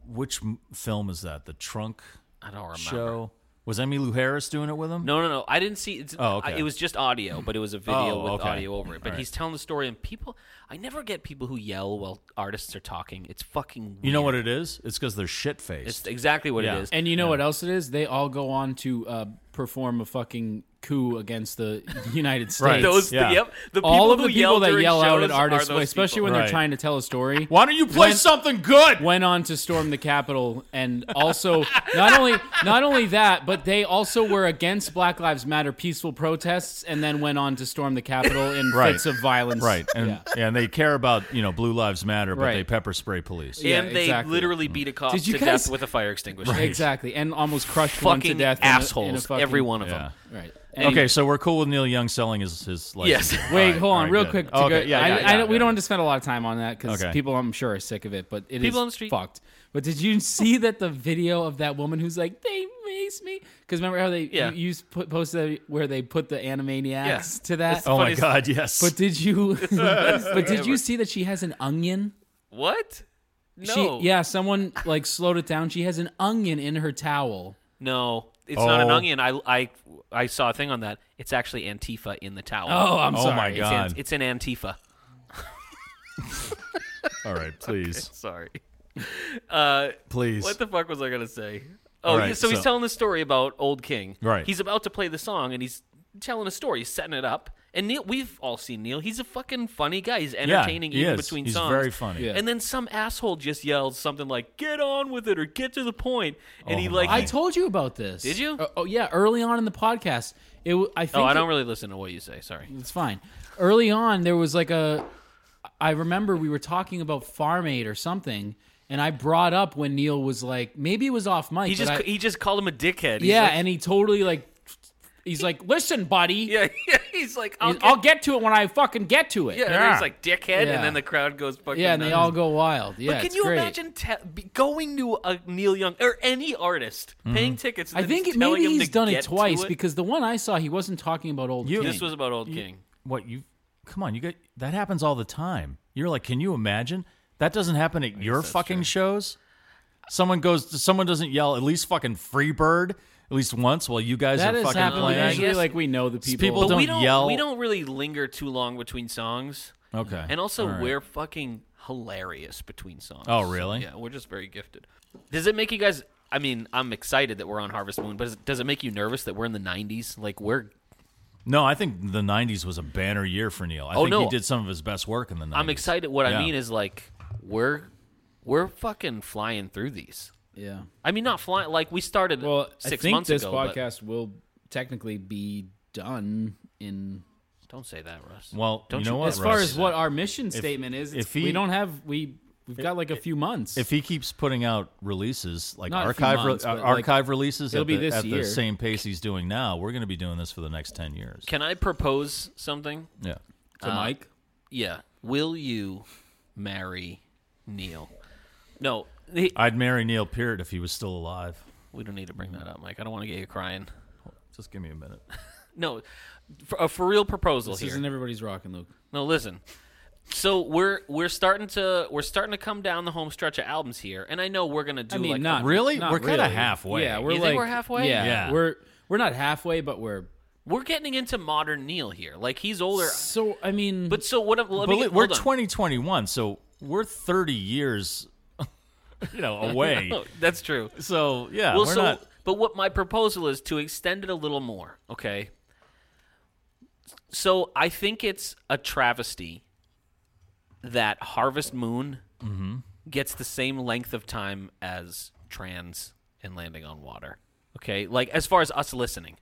[SPEAKER 3] which m- film is that? The Trunk
[SPEAKER 2] I don't remember.
[SPEAKER 3] show. Was Emmylou Harris doing it with him?
[SPEAKER 2] No, no, no. I didn't see. It's,
[SPEAKER 3] Oh, okay.
[SPEAKER 2] I- it was just audio, but it was a video
[SPEAKER 3] Oh,
[SPEAKER 2] with
[SPEAKER 3] okay.
[SPEAKER 2] audio over it. But
[SPEAKER 3] All right.
[SPEAKER 2] he's telling the story, and people. I never get people who yell while artists are talking. It's fucking. Weird.
[SPEAKER 3] You know what it is? It's because they're shit faced.
[SPEAKER 2] It's exactly what
[SPEAKER 3] Yeah.
[SPEAKER 2] it is.
[SPEAKER 4] and you know what else it is? They all go on to uh, perform a fucking coup against the United States.
[SPEAKER 3] *laughs* Right.
[SPEAKER 2] *laughs* those.
[SPEAKER 3] yeah.
[SPEAKER 2] Yep. The people
[SPEAKER 4] all of the
[SPEAKER 2] who
[SPEAKER 4] people
[SPEAKER 2] yell
[SPEAKER 4] that
[SPEAKER 2] during
[SPEAKER 4] yell out
[SPEAKER 2] shows
[SPEAKER 4] at
[SPEAKER 2] are
[SPEAKER 4] artists,
[SPEAKER 2] those
[SPEAKER 4] especially
[SPEAKER 2] people.
[SPEAKER 4] when
[SPEAKER 3] Right.
[SPEAKER 4] they're trying to tell a story.
[SPEAKER 3] Why don't you play
[SPEAKER 4] When-
[SPEAKER 3] something good?
[SPEAKER 4] went on to storm the Capitol, and also not only not only that, but they also were against Black Lives Matter peaceful protests, and then went on to storm the Capitol in
[SPEAKER 3] Right.
[SPEAKER 4] fits of violence.
[SPEAKER 3] Right, and yeah.
[SPEAKER 4] Yeah.
[SPEAKER 3] and they care about you know Blue Lives Matter, but
[SPEAKER 4] Right.
[SPEAKER 3] they pepper spray police.
[SPEAKER 4] Yeah,
[SPEAKER 2] and they
[SPEAKER 4] exactly.
[SPEAKER 2] literally beat a cop
[SPEAKER 4] Did you
[SPEAKER 2] to
[SPEAKER 4] guys-
[SPEAKER 2] death with a fire extinguisher.
[SPEAKER 4] Exactly, and almost crushed one to
[SPEAKER 2] Fucking
[SPEAKER 4] death. in a- in a
[SPEAKER 2] assholes,
[SPEAKER 4] fucking-
[SPEAKER 2] every one of
[SPEAKER 3] Yeah.
[SPEAKER 2] them.
[SPEAKER 4] Right.
[SPEAKER 3] Okay, so we're cool with Neil Young selling his his license.
[SPEAKER 2] Yes.
[SPEAKER 3] All
[SPEAKER 4] Wait,
[SPEAKER 3] right,
[SPEAKER 4] hold
[SPEAKER 3] all
[SPEAKER 4] on,
[SPEAKER 3] right,
[SPEAKER 4] real
[SPEAKER 3] good.
[SPEAKER 4] quick. To
[SPEAKER 3] Okay,
[SPEAKER 4] go,
[SPEAKER 3] yeah,
[SPEAKER 4] I,
[SPEAKER 3] yeah,
[SPEAKER 4] I
[SPEAKER 3] yeah,
[SPEAKER 4] don't, we
[SPEAKER 3] yeah.
[SPEAKER 4] don't want to spend a lot of time on that because
[SPEAKER 3] Okay.
[SPEAKER 4] people, I'm sure, are sick of it. But it is
[SPEAKER 2] People on the street.
[SPEAKER 4] fucked. But did you *laughs* see that the video of that woman who's like, "They mace me"? Because remember how they
[SPEAKER 2] Yeah.
[SPEAKER 4] you, you put, posted where they put the Animaniacs
[SPEAKER 2] Yeah.
[SPEAKER 4] to that?
[SPEAKER 3] Oh my
[SPEAKER 2] Funny-
[SPEAKER 3] God, yes.
[SPEAKER 4] But
[SPEAKER 2] *laughs*
[SPEAKER 4] did you? but did you see that she has an onion?
[SPEAKER 2] What? No.
[SPEAKER 4] She, yeah, someone like slowed it down. She has an onion in her towel.
[SPEAKER 2] No, it's not an
[SPEAKER 3] Oh.
[SPEAKER 2] onion. I, I, I saw a thing on that. It's actually Antifa in the towel.
[SPEAKER 4] I'm
[SPEAKER 3] oh my
[SPEAKER 2] It's, an,
[SPEAKER 3] God!
[SPEAKER 2] it's an Antifa. *laughs*
[SPEAKER 3] All right,
[SPEAKER 4] *laughs*
[SPEAKER 3] please,
[SPEAKER 2] Sorry. Uh,
[SPEAKER 3] please.
[SPEAKER 2] what the fuck was I gonna say? Oh,
[SPEAKER 3] Alright,
[SPEAKER 2] yeah, so, he's
[SPEAKER 3] so-
[SPEAKER 2] telling the story about Old King.
[SPEAKER 3] Right.
[SPEAKER 2] He's about to play the song, and he's telling a story. He's setting it up. And Neil, we've all seen Neil. He's a fucking funny guy. He's entertaining
[SPEAKER 3] he
[SPEAKER 2] even
[SPEAKER 3] is.
[SPEAKER 2] between
[SPEAKER 3] He's
[SPEAKER 2] songs.
[SPEAKER 3] very funny. Yeah.
[SPEAKER 2] And then some asshole just yells something like "Get on with it" or "Get to the point," and he
[SPEAKER 3] Oh
[SPEAKER 2] like
[SPEAKER 3] my.
[SPEAKER 4] I told you about this.
[SPEAKER 2] Did you?
[SPEAKER 4] Uh, oh yeah, early on in the podcast. It. w- I think.
[SPEAKER 2] Oh, I
[SPEAKER 4] it-
[SPEAKER 2] don't really listen to what you say. Sorry.
[SPEAKER 4] It's fine. Early on, there was like a. I remember we were talking about Farm Aid or something, and I brought up when Neil was like, maybe it was off mic.
[SPEAKER 2] He
[SPEAKER 4] but
[SPEAKER 2] just
[SPEAKER 4] I-
[SPEAKER 2] he just called him a dickhead. He's
[SPEAKER 4] yeah,
[SPEAKER 2] like-
[SPEAKER 4] and he totally like, he's like, listen, buddy,
[SPEAKER 2] *laughs* yeah, yeah. He's like, I'll,
[SPEAKER 4] I'll,
[SPEAKER 2] get,
[SPEAKER 4] I'll get to it when I fucking get to it.
[SPEAKER 2] yeah. And then he's like dickhead,
[SPEAKER 4] Yeah.
[SPEAKER 2] and then the crowd goes fucking.
[SPEAKER 4] Yeah, and they
[SPEAKER 2] nuts.
[SPEAKER 4] all go wild. Yeah,
[SPEAKER 2] But can
[SPEAKER 4] it's
[SPEAKER 2] you
[SPEAKER 4] great.
[SPEAKER 2] imagine te- be- going to a Neil Young or any artist paying tickets? And
[SPEAKER 4] Mm-hmm. I
[SPEAKER 2] then just
[SPEAKER 4] think it, maybe
[SPEAKER 2] telling him
[SPEAKER 4] he's
[SPEAKER 2] to
[SPEAKER 4] done
[SPEAKER 2] get
[SPEAKER 4] it
[SPEAKER 2] to
[SPEAKER 4] twice because the one I saw, he wasn't talking about old
[SPEAKER 3] You-
[SPEAKER 4] King.
[SPEAKER 2] this was about Old King.
[SPEAKER 3] what you? Come on, you get that happens all the time. You're like, can you imagine? That doesn't happen at your fucking shows. Someone goes, someone doesn't yell at least fucking Freebird at least once while you guys
[SPEAKER 4] that
[SPEAKER 3] are
[SPEAKER 4] has
[SPEAKER 3] fucking
[SPEAKER 4] happened.
[SPEAKER 3] playing.
[SPEAKER 4] Usually,
[SPEAKER 2] Yes.
[SPEAKER 4] like we know the people.
[SPEAKER 3] people
[SPEAKER 2] But we
[SPEAKER 3] don't
[SPEAKER 2] don't
[SPEAKER 3] yell.
[SPEAKER 2] we don't really linger too long between songs.
[SPEAKER 3] Okay.
[SPEAKER 2] And also,
[SPEAKER 3] All right.
[SPEAKER 2] we're fucking hilarious between songs.
[SPEAKER 3] Oh, really?
[SPEAKER 2] So, yeah, we're just very gifted. Does it make you guys? I mean, I'm excited that we're on Harvest Moon, but does, does it make you nervous that we're in the '90s? Like we're
[SPEAKER 3] No, I think the '90s was a banner year for Neil. I think he
[SPEAKER 2] Oh, no.
[SPEAKER 3] did some of his best work in the '90s.
[SPEAKER 2] I'm excited. What
[SPEAKER 3] Yeah.
[SPEAKER 2] I mean is like we're we're fucking flying through these.
[SPEAKER 4] yeah.
[SPEAKER 2] I mean, not flying. Like we started
[SPEAKER 4] Well,
[SPEAKER 2] six
[SPEAKER 4] I think
[SPEAKER 2] months
[SPEAKER 4] this
[SPEAKER 2] ago. but-
[SPEAKER 4] podcast will technically be done in
[SPEAKER 2] don't say that, Russ.
[SPEAKER 3] Well,
[SPEAKER 2] Don't
[SPEAKER 3] you know
[SPEAKER 2] you-
[SPEAKER 3] what?
[SPEAKER 4] as far
[SPEAKER 3] Russ?
[SPEAKER 4] as what our mission statement is.
[SPEAKER 3] if
[SPEAKER 4] If
[SPEAKER 3] he-
[SPEAKER 4] we don't have we We've got like a few months.
[SPEAKER 3] If he keeps putting out releases like
[SPEAKER 4] Not a few
[SPEAKER 3] archive
[SPEAKER 4] months,
[SPEAKER 3] re-
[SPEAKER 4] but,
[SPEAKER 3] uh,
[SPEAKER 4] like,
[SPEAKER 3] archive releases
[SPEAKER 4] it'll
[SPEAKER 3] at,
[SPEAKER 4] be
[SPEAKER 3] the,
[SPEAKER 4] this
[SPEAKER 3] at
[SPEAKER 4] year.
[SPEAKER 3] the same pace he's doing now, we're going to be doing this for the next 10 years.
[SPEAKER 2] Can I propose something?
[SPEAKER 3] Yeah.
[SPEAKER 4] to Mike,
[SPEAKER 2] Yeah. Will you marry Neil? No, he-
[SPEAKER 3] I'd marry Neil Peart if he was still alive.
[SPEAKER 2] we don't need to bring that up, Mike. I don't want to get you crying.
[SPEAKER 3] Just give me a minute. no.
[SPEAKER 2] No, for, a for real proposal
[SPEAKER 4] this
[SPEAKER 2] here.
[SPEAKER 4] isn't everybody's rocking, Luke.
[SPEAKER 2] No, listen. So we're we're starting to we're starting to come down the home stretch of albums here, and I know we're gonna do
[SPEAKER 4] I mean,
[SPEAKER 2] like
[SPEAKER 4] not
[SPEAKER 3] Really?
[SPEAKER 4] not
[SPEAKER 3] We're kinda
[SPEAKER 4] really.
[SPEAKER 3] halfway.
[SPEAKER 4] Yeah, we're
[SPEAKER 2] You
[SPEAKER 4] like
[SPEAKER 2] think we're halfway?
[SPEAKER 4] Yeah,
[SPEAKER 3] Yeah.
[SPEAKER 4] we're we're not halfway, but we're
[SPEAKER 2] we're getting into modern Neil here. Like he's older,
[SPEAKER 4] so. I mean,
[SPEAKER 2] but so what? Let
[SPEAKER 3] But
[SPEAKER 2] me,
[SPEAKER 3] li- we're
[SPEAKER 2] hold on.
[SPEAKER 3] 2021, so we're 30 years *laughs* you know, away.
[SPEAKER 2] Oh, that's true.
[SPEAKER 3] So, yeah,
[SPEAKER 2] well,
[SPEAKER 3] we're
[SPEAKER 2] so
[SPEAKER 3] not
[SPEAKER 2] but what my proposal is to extend it a little more. Okay. So I think it's a travesty that Harvest Moon
[SPEAKER 3] Mm-hmm.
[SPEAKER 2] gets the same length of time as Trans and Landing on Water. Okay, like as far as us listening.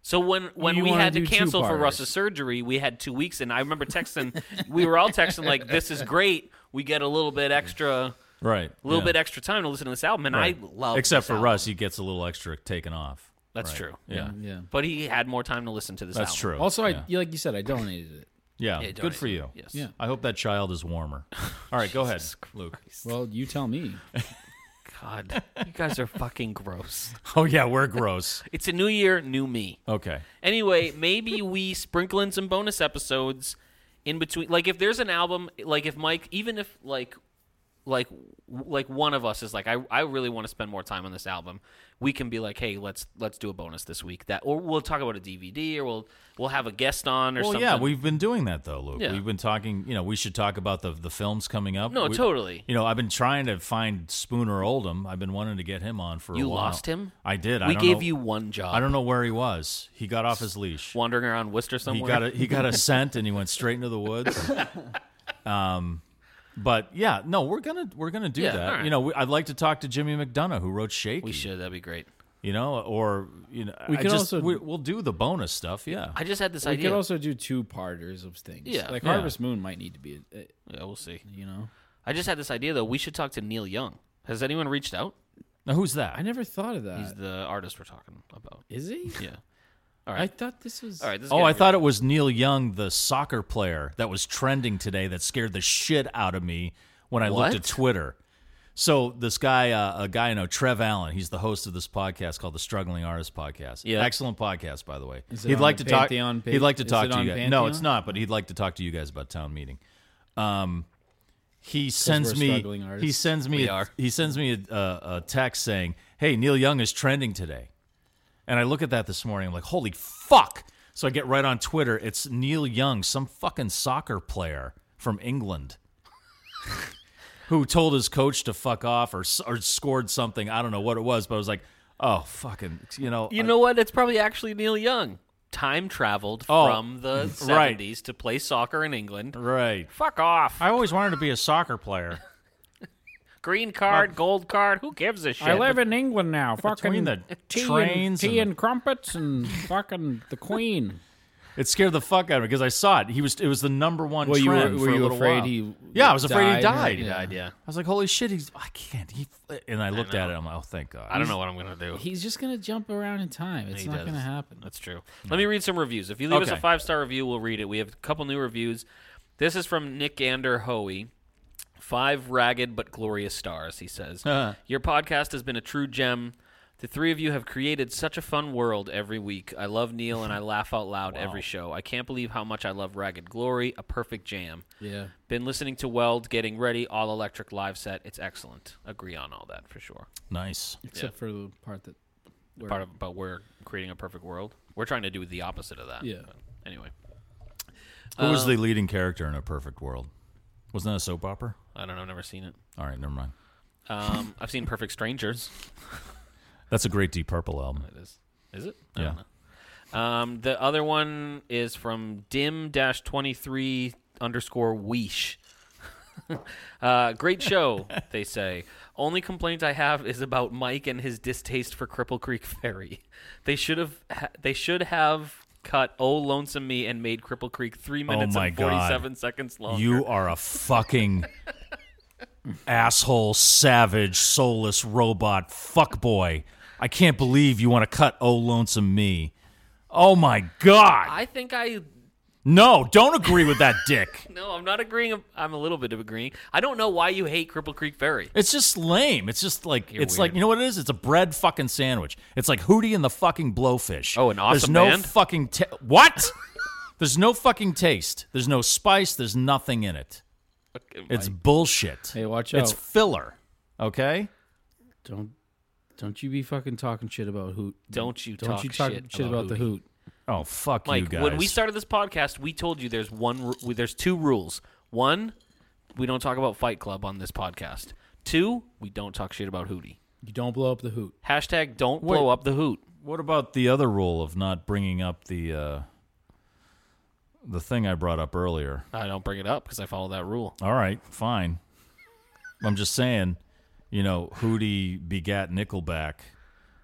[SPEAKER 2] So when when
[SPEAKER 4] You
[SPEAKER 2] we
[SPEAKER 4] wanna
[SPEAKER 2] had to
[SPEAKER 4] do
[SPEAKER 2] cancel for
[SPEAKER 4] two-parters.
[SPEAKER 2] Russ's surgery, we had two weeks, and I remember texting. we were all texting like, "This is great. We get a little bit extra."
[SPEAKER 3] right.
[SPEAKER 2] A little
[SPEAKER 3] yeah,
[SPEAKER 2] bit extra time to listen to this album, and
[SPEAKER 3] right.
[SPEAKER 2] I love.
[SPEAKER 3] Except
[SPEAKER 2] this
[SPEAKER 3] for
[SPEAKER 2] album.
[SPEAKER 3] Russ, he gets a little extra taken off.
[SPEAKER 2] That's
[SPEAKER 3] Right.
[SPEAKER 2] true.
[SPEAKER 3] Yeah.
[SPEAKER 4] yeah.
[SPEAKER 2] But he had more time to listen to this
[SPEAKER 3] That's
[SPEAKER 2] album.
[SPEAKER 3] true.
[SPEAKER 4] Also, I
[SPEAKER 3] yeah.
[SPEAKER 4] yeah, like you said, I donated it.
[SPEAKER 3] Yeah,
[SPEAKER 2] Yeah,
[SPEAKER 3] good for
[SPEAKER 2] donate.
[SPEAKER 3] you.
[SPEAKER 2] Yes. *laughs*
[SPEAKER 4] Yeah.
[SPEAKER 3] I hope that child is warmer. All right, go ahead, Luke.
[SPEAKER 4] Well, you tell *laughs* me.
[SPEAKER 2] God, you guys are fucking gross.
[SPEAKER 3] Oh yeah, we're gross.
[SPEAKER 2] It's a new year, new me.
[SPEAKER 3] Okay.
[SPEAKER 2] Anyway, maybe we sprinkle in some bonus episodes in between. Like if there's an album, like if Mike, even if like like like one of us is like I, I really want to spend more time on this album we can be like hey let's let's do a bonus this week that or we'll talk about a dvd or we'll we'll have a guest on or
[SPEAKER 3] Well,
[SPEAKER 2] something
[SPEAKER 3] yeah, we've been doing that though, Luke.
[SPEAKER 2] Yeah.
[SPEAKER 3] We've been talking. You know, we should talk about the the films coming up.
[SPEAKER 2] No,
[SPEAKER 3] We-
[SPEAKER 2] totally.
[SPEAKER 3] You know, I've been trying to find Spooner Oldham. I've been wanting to get him on for. a
[SPEAKER 2] You
[SPEAKER 3] while.
[SPEAKER 2] lost him?
[SPEAKER 3] I did. I
[SPEAKER 2] we
[SPEAKER 3] don't
[SPEAKER 2] gave
[SPEAKER 3] know-
[SPEAKER 2] you one job
[SPEAKER 3] I don't know where he was. He got off his leash.
[SPEAKER 2] wandering around worcester
[SPEAKER 3] He
[SPEAKER 2] somewhere
[SPEAKER 3] got a he
[SPEAKER 2] *laughs*
[SPEAKER 3] got a scent and he went straight into the woods. um, but yeah, no, we're gonna we're gonna do
[SPEAKER 2] Yeah,
[SPEAKER 3] that.
[SPEAKER 2] all right.
[SPEAKER 3] You know, we, I'd like to talk to Jimmy McDonough who wrote Shake.
[SPEAKER 2] we should that'd be great
[SPEAKER 3] you know, or you know,
[SPEAKER 4] We
[SPEAKER 3] I
[SPEAKER 4] could
[SPEAKER 3] just-
[SPEAKER 4] also-
[SPEAKER 3] we, we'll do the bonus stuff. Yeah,
[SPEAKER 2] I just had this
[SPEAKER 4] We
[SPEAKER 2] idea.
[SPEAKER 4] could also do two parters of things.
[SPEAKER 2] Yeah.
[SPEAKER 4] like
[SPEAKER 3] Yeah.
[SPEAKER 4] Harvest Moon might need to be, uh,
[SPEAKER 2] yeah, we'll see.
[SPEAKER 4] you know.
[SPEAKER 2] I just had this idea though. We should talk to Neil Young. Has anyone reached out?
[SPEAKER 3] now who's that?
[SPEAKER 4] I never thought of
[SPEAKER 2] He's
[SPEAKER 4] that.
[SPEAKER 2] the artist we're talking about.
[SPEAKER 4] Is he?
[SPEAKER 2] Yeah.
[SPEAKER 4] I thought this was.
[SPEAKER 2] All right. This is
[SPEAKER 3] Oh,
[SPEAKER 2] getting
[SPEAKER 3] I
[SPEAKER 2] weird.
[SPEAKER 3] thought it was Neil Young, the soccer player that was trending today that scared the shit out of me when I
[SPEAKER 2] What?
[SPEAKER 3] looked at Twitter. So this guy, uh, a guy I know, Trev Allen, he's the host of this podcast called the Struggling Artist Podcast.
[SPEAKER 2] Yeah.
[SPEAKER 3] excellent podcast, by the way.
[SPEAKER 4] Is it
[SPEAKER 3] he'd
[SPEAKER 4] on
[SPEAKER 3] like to talk.
[SPEAKER 4] Pantheon pa-
[SPEAKER 3] he'd like to
[SPEAKER 4] is
[SPEAKER 3] talk
[SPEAKER 4] it
[SPEAKER 3] to you
[SPEAKER 4] on
[SPEAKER 3] guys. No,
[SPEAKER 4] Pantheon?
[SPEAKER 3] it's not. But he'd like to talk to you guys about town meeting. Um, he
[SPEAKER 4] we're
[SPEAKER 3] sends
[SPEAKER 4] struggling
[SPEAKER 3] me. He
[SPEAKER 4] artists.
[SPEAKER 3] sends me.
[SPEAKER 2] We
[SPEAKER 3] a-
[SPEAKER 2] are.
[SPEAKER 3] He sends me a, a, a text saying, "Hey, Neil Young is trending today." And I look at that this morning. I'm like, holy fuck. So I get right on Twitter. It's Neil Young, some fucking soccer player from England *laughs* who told his coach to fuck off or, s- or scored something. I don't know what it was, but I was like, oh, fucking, you know.
[SPEAKER 2] You
[SPEAKER 3] I-
[SPEAKER 2] know what? It's probably actually Neil Young. Time traveled
[SPEAKER 3] Oh,
[SPEAKER 2] from the
[SPEAKER 3] *laughs* right.
[SPEAKER 2] 70s to play soccer in England.
[SPEAKER 3] uh, right.
[SPEAKER 2] Fuck off.
[SPEAKER 3] I always wanted to be a soccer *laughs* player.
[SPEAKER 2] Green card, gold card. Who gives a shit?
[SPEAKER 4] I live in England now.
[SPEAKER 3] Between
[SPEAKER 4] Fucking
[SPEAKER 3] the
[SPEAKER 4] tea
[SPEAKER 3] trains
[SPEAKER 4] and, tea
[SPEAKER 3] and
[SPEAKER 4] and crumpets and *laughs* fucking the Queen.
[SPEAKER 3] It scared the fuck out of me because I saw it. He was it was the number one
[SPEAKER 4] Well, you
[SPEAKER 3] trend
[SPEAKER 4] were- were
[SPEAKER 3] for a
[SPEAKER 4] you
[SPEAKER 3] little
[SPEAKER 4] afraid
[SPEAKER 3] while.
[SPEAKER 4] he
[SPEAKER 3] yeah, I was afraid he
[SPEAKER 4] died or-
[SPEAKER 3] died.
[SPEAKER 4] Yeah.
[SPEAKER 2] Died, yeah.
[SPEAKER 3] I was like, holy shit, he's I can't. He and I looked at it. I'm like, oh, thank God.
[SPEAKER 2] I don't know what I'm gonna do.
[SPEAKER 4] He's just gonna jump around in time. It's
[SPEAKER 2] He
[SPEAKER 4] not
[SPEAKER 2] does.
[SPEAKER 4] gonna happen.
[SPEAKER 2] That's true. Let me read some reviews. If you leave us
[SPEAKER 3] Okay.
[SPEAKER 2] a five star review, we'll read it. We have a couple new reviews. This is from Nick Gander Hoey. Five ragged but glorious stars, he says.
[SPEAKER 3] Uh-huh.
[SPEAKER 2] Your podcast has been a true gem. The three of you have created such a fun world every week. I love Neil and I laugh out loud every show. I can't believe how much I love Ragged Glory, a perfect jam.
[SPEAKER 4] Yeah.
[SPEAKER 2] Been listening to Weld, getting ready, all electric live set. It's excellent. Agree on all that for sure.
[SPEAKER 3] Nice.
[SPEAKER 4] Except for the part that. Word.
[SPEAKER 2] part of but we're creating a perfect world. We're trying to do the opposite of that.
[SPEAKER 4] Yeah.
[SPEAKER 2] But anyway,
[SPEAKER 3] Who was the leading character in A Perfect World? Wasn't that a soap opera?
[SPEAKER 2] I don't know. Never seen it.
[SPEAKER 3] All right, never mind.
[SPEAKER 2] Um, *laughs* I've seen Perfect Strangers.
[SPEAKER 3] That's a great Deep Purple album.
[SPEAKER 2] It is. Is it? I
[SPEAKER 3] Yeah.
[SPEAKER 2] don't know. Um, the other one is from dim dash twenty three underscore weesh. *laughs* uh, great show, they say. Only complaint I have is about Mike and his distaste for Cripple Creek Ferry. They should have. Ha- they should have cut "Oh Lonesome Me" and made Cripple Creek three minutes
[SPEAKER 3] Oh my
[SPEAKER 2] and
[SPEAKER 3] God. *laughs*
[SPEAKER 2] forty seven seconds long.
[SPEAKER 3] You are a fucking asshole, savage, soulless robot fuckboy. I can't believe you want to cut Oh Lonesome Me. Oh my God.
[SPEAKER 2] I think I
[SPEAKER 3] No, don't agree with that dick.
[SPEAKER 2] no, I'm not agreeing. I'm a little bit of agreeing. I don't know why you hate Cripple Creek Ferry.
[SPEAKER 3] It's just lame. It's just like it's like you know what it is. It's a bread fucking sandwich. It's like Hootie and the fucking Blowfish.
[SPEAKER 2] Oh, an
[SPEAKER 3] There's
[SPEAKER 2] awesome
[SPEAKER 3] no
[SPEAKER 2] band?
[SPEAKER 3] fucking ta- what? *laughs* There's no fucking taste. There's no spice. There's nothing in it. It's bullshit.
[SPEAKER 4] Hey, watch
[SPEAKER 3] It's
[SPEAKER 4] out.
[SPEAKER 3] filler. Okay.
[SPEAKER 4] Don't don't you be fucking talking shit about hoot.
[SPEAKER 2] Don't you
[SPEAKER 4] Don't
[SPEAKER 2] talk
[SPEAKER 4] you talk
[SPEAKER 2] shit
[SPEAKER 4] shit, about,
[SPEAKER 2] about
[SPEAKER 4] the
[SPEAKER 2] Hootie.
[SPEAKER 4] hoot.
[SPEAKER 3] Oh fuck you
[SPEAKER 2] Mike,
[SPEAKER 3] guys.
[SPEAKER 2] when we started this podcast, we told you there's one, ru- there's two rules. One, we don't talk about Fight Club on this podcast. Two, we don't talk shit about Hootie.
[SPEAKER 4] You don't blow up the hoot.
[SPEAKER 2] Hashtag don't blow
[SPEAKER 3] Wait.
[SPEAKER 2] up the hoot.
[SPEAKER 3] what about the other rule of not bringing up the uh, the thing I brought up earlier?
[SPEAKER 2] I don't bring it up because I follow that rule.
[SPEAKER 3] All right, fine. I'm just saying, you know, Hootie begat Nickelback.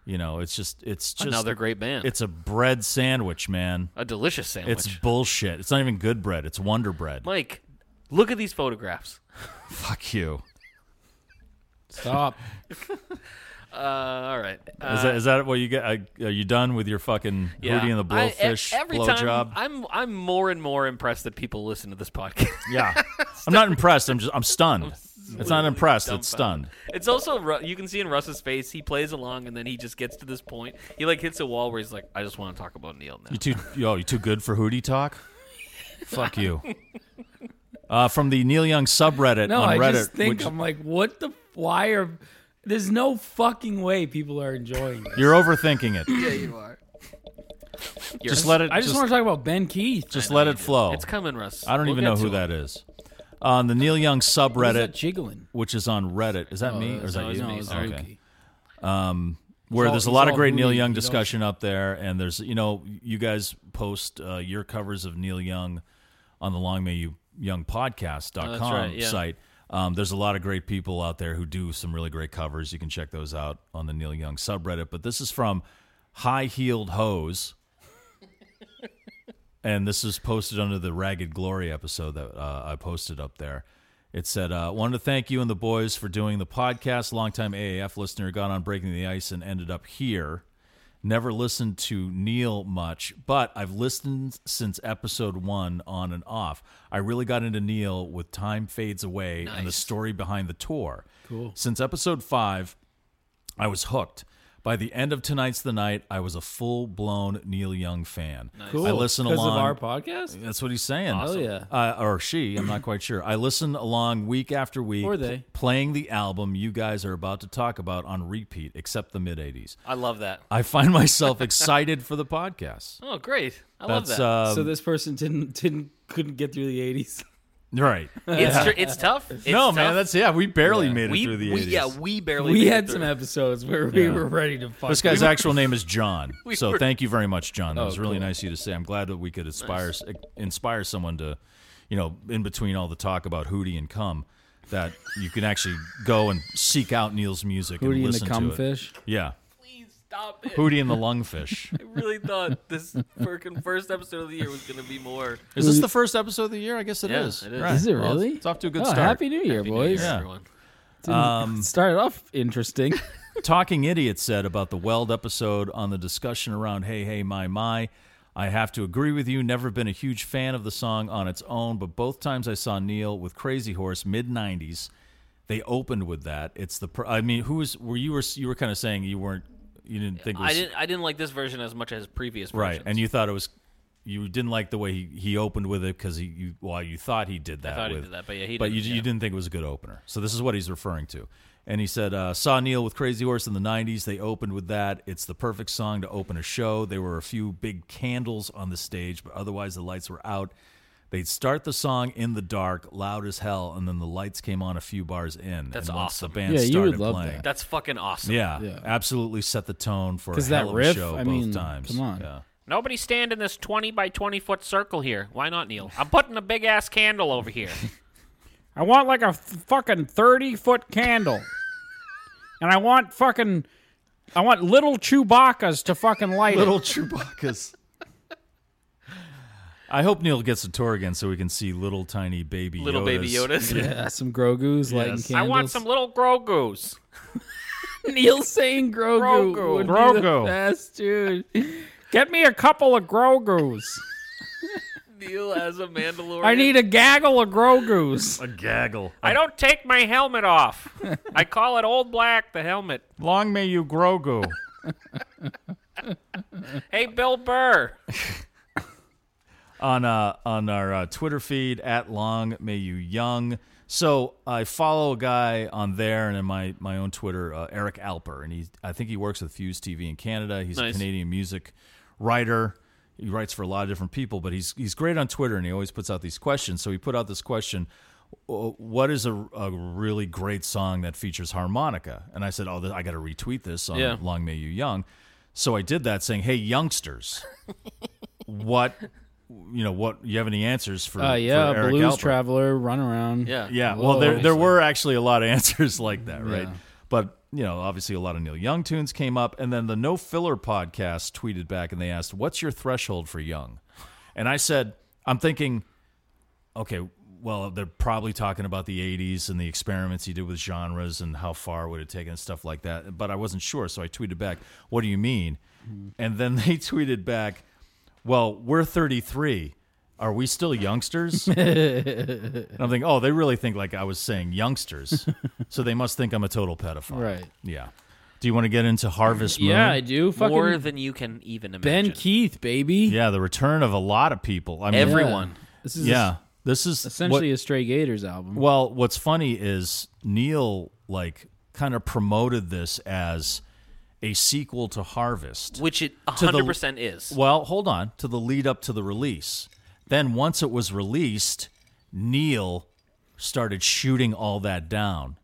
[SPEAKER 3] You know, it's just, it's just
[SPEAKER 2] Another great band.
[SPEAKER 3] It's a bread sandwich, man.
[SPEAKER 2] a delicious sandwich.
[SPEAKER 3] It's bullshit. It's not even good bread. It's Wonder Bread.
[SPEAKER 2] Mike, look at these photographs.
[SPEAKER 3] Fuck you.
[SPEAKER 4] Stop.
[SPEAKER 2] Uh, all right. Uh,
[SPEAKER 3] Is that is that what you get? I- Are you done with your fucking
[SPEAKER 2] Yeah.
[SPEAKER 3] Hootie and the
[SPEAKER 2] I- e-
[SPEAKER 3] Blowfish
[SPEAKER 2] every
[SPEAKER 3] blowjob?
[SPEAKER 2] Time, I'm I'm more and more impressed that people listen to this podcast. *laughs*
[SPEAKER 3] yeah, I'm not impressed. I'm just I'm stunned. it's not impressed. It's
[SPEAKER 2] dumbfounded.
[SPEAKER 3] stunned.
[SPEAKER 2] It's also Ru- you can see in Russ's face he plays along and then he just gets to this point. He like hits a wall where he's like, I just want to talk about Neil now.
[SPEAKER 3] You too? Yo, you too good for Hootie talk? Fuck you. Uh, from the Neil Young subreddit
[SPEAKER 4] No,
[SPEAKER 3] on
[SPEAKER 4] I
[SPEAKER 3] Reddit,
[SPEAKER 4] just think
[SPEAKER 3] which-
[SPEAKER 4] I'm like, what the? Why are? There's no fucking way people are enjoying this.
[SPEAKER 3] You're overthinking it. Yeah, you are. Just let it.
[SPEAKER 4] I just, want to talk about Ben Keith.
[SPEAKER 3] just let it flow.
[SPEAKER 2] It's coming, Russ.
[SPEAKER 3] I don't even know who that is. On the Neil Young
[SPEAKER 4] What is that
[SPEAKER 3] subreddit,
[SPEAKER 4] jiggling.
[SPEAKER 3] which is on Reddit, is that me or is
[SPEAKER 4] no,
[SPEAKER 3] that you?
[SPEAKER 4] no, it's
[SPEAKER 3] Okay.
[SPEAKER 4] Luki.
[SPEAKER 3] Where
[SPEAKER 4] all-
[SPEAKER 3] there's a
[SPEAKER 4] it's
[SPEAKER 3] lot of
[SPEAKER 4] all
[SPEAKER 3] great Neil
[SPEAKER 4] Hootie,
[SPEAKER 3] Young
[SPEAKER 4] you know.
[SPEAKER 3] discussion up there, and there's you know you guys post uh, your covers of Neil Young on the Long May You Young podcast.com
[SPEAKER 2] Oh, right, yeah.
[SPEAKER 3] site. Um, there's a lot of great people out there who do some really great covers. You can check those out on the Neil Young subreddit. But this is from High Heeled Hose. *laughs* and this is posted under the Ragged Glory episode that uh, I posted up there. It said, uh, "Wanted to thank you and the boys for doing the podcast. Longtime AAF listener got on Breaking the Ice and ended up here. Never listened to Neil much, but I've listened since episode one on and off. I really got into Neil with Time Fades Away and the story behind the tour. Cool. Since episode five, I was hooked." By the end of tonight's the night, I was a full blown Neil Young fan.
[SPEAKER 4] Cool.
[SPEAKER 3] I listen
[SPEAKER 4] because
[SPEAKER 3] along.
[SPEAKER 4] of our podcast.
[SPEAKER 3] That's what he's saying.
[SPEAKER 4] Awesome. yeah.
[SPEAKER 3] Uh, or she, I'm not quite sure. I listen along week after week,
[SPEAKER 4] Or they.
[SPEAKER 3] pl- playing the album you guys are about to talk about on repeat, except the mid 80s.
[SPEAKER 2] I love that.
[SPEAKER 3] I find myself excited for the podcast.
[SPEAKER 2] Oh, great! *laughs* I love
[SPEAKER 3] That's
[SPEAKER 2] that.
[SPEAKER 3] uh,
[SPEAKER 4] so this person didn't didn't couldn't get through the 80s.
[SPEAKER 3] *laughs* right.
[SPEAKER 2] *laughs* it's tr- it's
[SPEAKER 3] *laughs*
[SPEAKER 2] tough. It's
[SPEAKER 3] no,
[SPEAKER 2] tough.
[SPEAKER 3] man, that's yeah. We barely made it
[SPEAKER 2] we,
[SPEAKER 3] through the
[SPEAKER 2] we-
[SPEAKER 3] 80s.
[SPEAKER 2] yeah we barely
[SPEAKER 4] We
[SPEAKER 2] made it
[SPEAKER 4] had some *laughs*
[SPEAKER 2] through.
[SPEAKER 4] episodes where we were ready to fuck.
[SPEAKER 3] This guy's actual name is John.
[SPEAKER 2] *laughs* We
[SPEAKER 3] so
[SPEAKER 2] were- Oh,
[SPEAKER 3] thank you very much, John. That was really nice of you to say. I'm glad that we could inspire eh, inspire someone to, you know, in between all the talk about Hootie and Cum, that you can actually go and seek out Neil's music and
[SPEAKER 4] Hootie and the
[SPEAKER 3] listen to it.
[SPEAKER 4] cumfish.
[SPEAKER 3] Yeah,
[SPEAKER 2] Please stop it.
[SPEAKER 3] Hootie and the
[SPEAKER 4] *laughs*
[SPEAKER 3] Lungfish.
[SPEAKER 2] I really thought this *laughs* freaking first episode of the year was gonna be more.
[SPEAKER 3] Is this the first episode of the year? I guess it is.
[SPEAKER 2] Yeah, it is.
[SPEAKER 3] Right.
[SPEAKER 4] Is it
[SPEAKER 3] Well,
[SPEAKER 4] really?
[SPEAKER 3] it's off to a good
[SPEAKER 4] oh,
[SPEAKER 3] start.
[SPEAKER 4] Happy New Year, boys.
[SPEAKER 2] Yeah.
[SPEAKER 3] Yeah.
[SPEAKER 2] Everyone.
[SPEAKER 4] Didn't- *laughs*
[SPEAKER 3] Um,
[SPEAKER 4] started off interesting.
[SPEAKER 3] *laughs* Talking Idiot said about the Weld episode on the discussion around Hey Hey My My. I have to agree with you, never been a huge fan of the song on its own, but both times I saw Neil with Crazy Horse mid 90s, they opened with that. It's the pr- I mean, who was were you were you were kind of saying you weren't you didn't think it was
[SPEAKER 2] I didn't I didn't like this version as much as previous
[SPEAKER 3] right,
[SPEAKER 2] versions.
[SPEAKER 3] and you thought it was you didn't like the way he, he opened with it cuz he you well, you thought he did that
[SPEAKER 2] thought he
[SPEAKER 3] with
[SPEAKER 2] did that, but yeah, he
[SPEAKER 3] but you,
[SPEAKER 2] didn't,
[SPEAKER 3] you
[SPEAKER 2] yeah.
[SPEAKER 3] didn't think it was a good opener. So this is what he's referring to. And he said, uh, saw Neil with Crazy Horse in the 90s. They opened with that. It's the perfect song to open a show. There were a few big candles on the stage, but otherwise the lights were out. They'd start the song in the dark, loud as hell, and then the lights came on a few bars in.
[SPEAKER 2] That's
[SPEAKER 3] and once
[SPEAKER 2] awesome.
[SPEAKER 3] The band
[SPEAKER 4] Yeah, you would
[SPEAKER 3] started
[SPEAKER 4] love
[SPEAKER 3] playing.
[SPEAKER 4] that.
[SPEAKER 2] That's fucking awesome.
[SPEAKER 3] Yeah,
[SPEAKER 4] Yeah.
[SPEAKER 3] absolutely set the tone for a
[SPEAKER 4] 'Cause that
[SPEAKER 3] hell of
[SPEAKER 4] riff,
[SPEAKER 3] a show
[SPEAKER 4] I
[SPEAKER 3] both
[SPEAKER 4] mean,
[SPEAKER 3] times.
[SPEAKER 4] come on.
[SPEAKER 3] Yeah.
[SPEAKER 2] Nobody stand in this 20 by 20 foot circle here. Why not, Neil? I'm putting a big ass candle over
[SPEAKER 3] *laughs*
[SPEAKER 2] here.
[SPEAKER 6] I want like a f- fucking 30 foot candle. and I want fucking. I want little Chewbacca's to fucking light it.
[SPEAKER 3] Little Chewbacca's. I hope Neil gets a tour again so we can see little tiny baby
[SPEAKER 2] Little
[SPEAKER 3] Yodas.
[SPEAKER 2] baby Yodas.
[SPEAKER 4] Yeah, *laughs* some Grogu's lighting
[SPEAKER 3] Yes.
[SPEAKER 4] candles.
[SPEAKER 2] I want some little Grogu's.
[SPEAKER 4] *laughs* Neil saying Grogu.
[SPEAKER 2] Grogu.
[SPEAKER 4] Would Be the
[SPEAKER 6] Grogu.
[SPEAKER 3] *laughs*
[SPEAKER 4] best, dude.
[SPEAKER 6] Get me a couple of Grogu's.
[SPEAKER 2] Neil as a Mandalorian.
[SPEAKER 6] I need a gaggle of Grogu's.
[SPEAKER 3] A gaggle.
[SPEAKER 2] I don't take my helmet
[SPEAKER 3] *laughs*
[SPEAKER 2] off. I call it old black the helmet.
[SPEAKER 3] Long may you Grogu.
[SPEAKER 2] Hey, Bill Burr.
[SPEAKER 3] on uh, on our uh, Twitter feed at Long May You Young. So I follow a guy on there and in my my own Twitter, uh, Eric Alper, and he I think he works with Fuse TV in Canada. He's a
[SPEAKER 2] Nice.
[SPEAKER 3] Canadian music writer. He writes for a lot of different people, but he's he's great on Twitter and he always puts out these questions. So he put out this question. "Wh- What is a, a really great song that features harmonica? And I said, "Oh, th- I got to retweet this on
[SPEAKER 2] Yeah.
[SPEAKER 3] Long May You Young." So I did that, saying, "Hey, youngsters, what you know what you have any answers for
[SPEAKER 4] Uh, yeah,
[SPEAKER 3] for Eric
[SPEAKER 4] blues
[SPEAKER 3] Alpert?
[SPEAKER 4] traveler, run around.
[SPEAKER 2] Yeah.
[SPEAKER 3] yeah well
[SPEAKER 4] Whoa.
[SPEAKER 3] there there were actually a lot of *laughs* answers like that right but you know obviously a lot of neil young tunes came up and then the no filler podcast tweeted back and they asked what's your threshold for young and i said i'm thinking okay well they're probably talking about the 80s and the experiments he did with genres and how far would it take and stuff like that but i wasn't sure so i tweeted back what do you mean
[SPEAKER 4] Hmm.
[SPEAKER 3] and then *laughs* they tweeted back well, we're 33. Are we still
[SPEAKER 4] *laughs*
[SPEAKER 3] youngsters? and I'm thinking, oh, they really think like I was saying
[SPEAKER 4] *laughs*
[SPEAKER 3] youngsters. so they must think I'm a total pedophile.
[SPEAKER 4] Right.
[SPEAKER 3] Yeah. Do you want to get into Harvest Moon?
[SPEAKER 4] Yeah, I do. Fucking
[SPEAKER 2] More than you can even
[SPEAKER 4] Ben
[SPEAKER 2] imagine.
[SPEAKER 4] Keith, baby.
[SPEAKER 3] Yeah, the return of a lot of people. I mean,
[SPEAKER 2] Everyone.
[SPEAKER 4] This is
[SPEAKER 3] Yeah. This is
[SPEAKER 4] essentially
[SPEAKER 3] what-
[SPEAKER 4] a Stray Gators album.
[SPEAKER 3] Well, what's funny is Neil like kind of promoted this as a sequel to Harvest.
[SPEAKER 2] Which it
[SPEAKER 3] To the-
[SPEAKER 2] 100% is.
[SPEAKER 3] Well, hold on to the lead up to the release. Then once it was released, Neil started shooting all that down,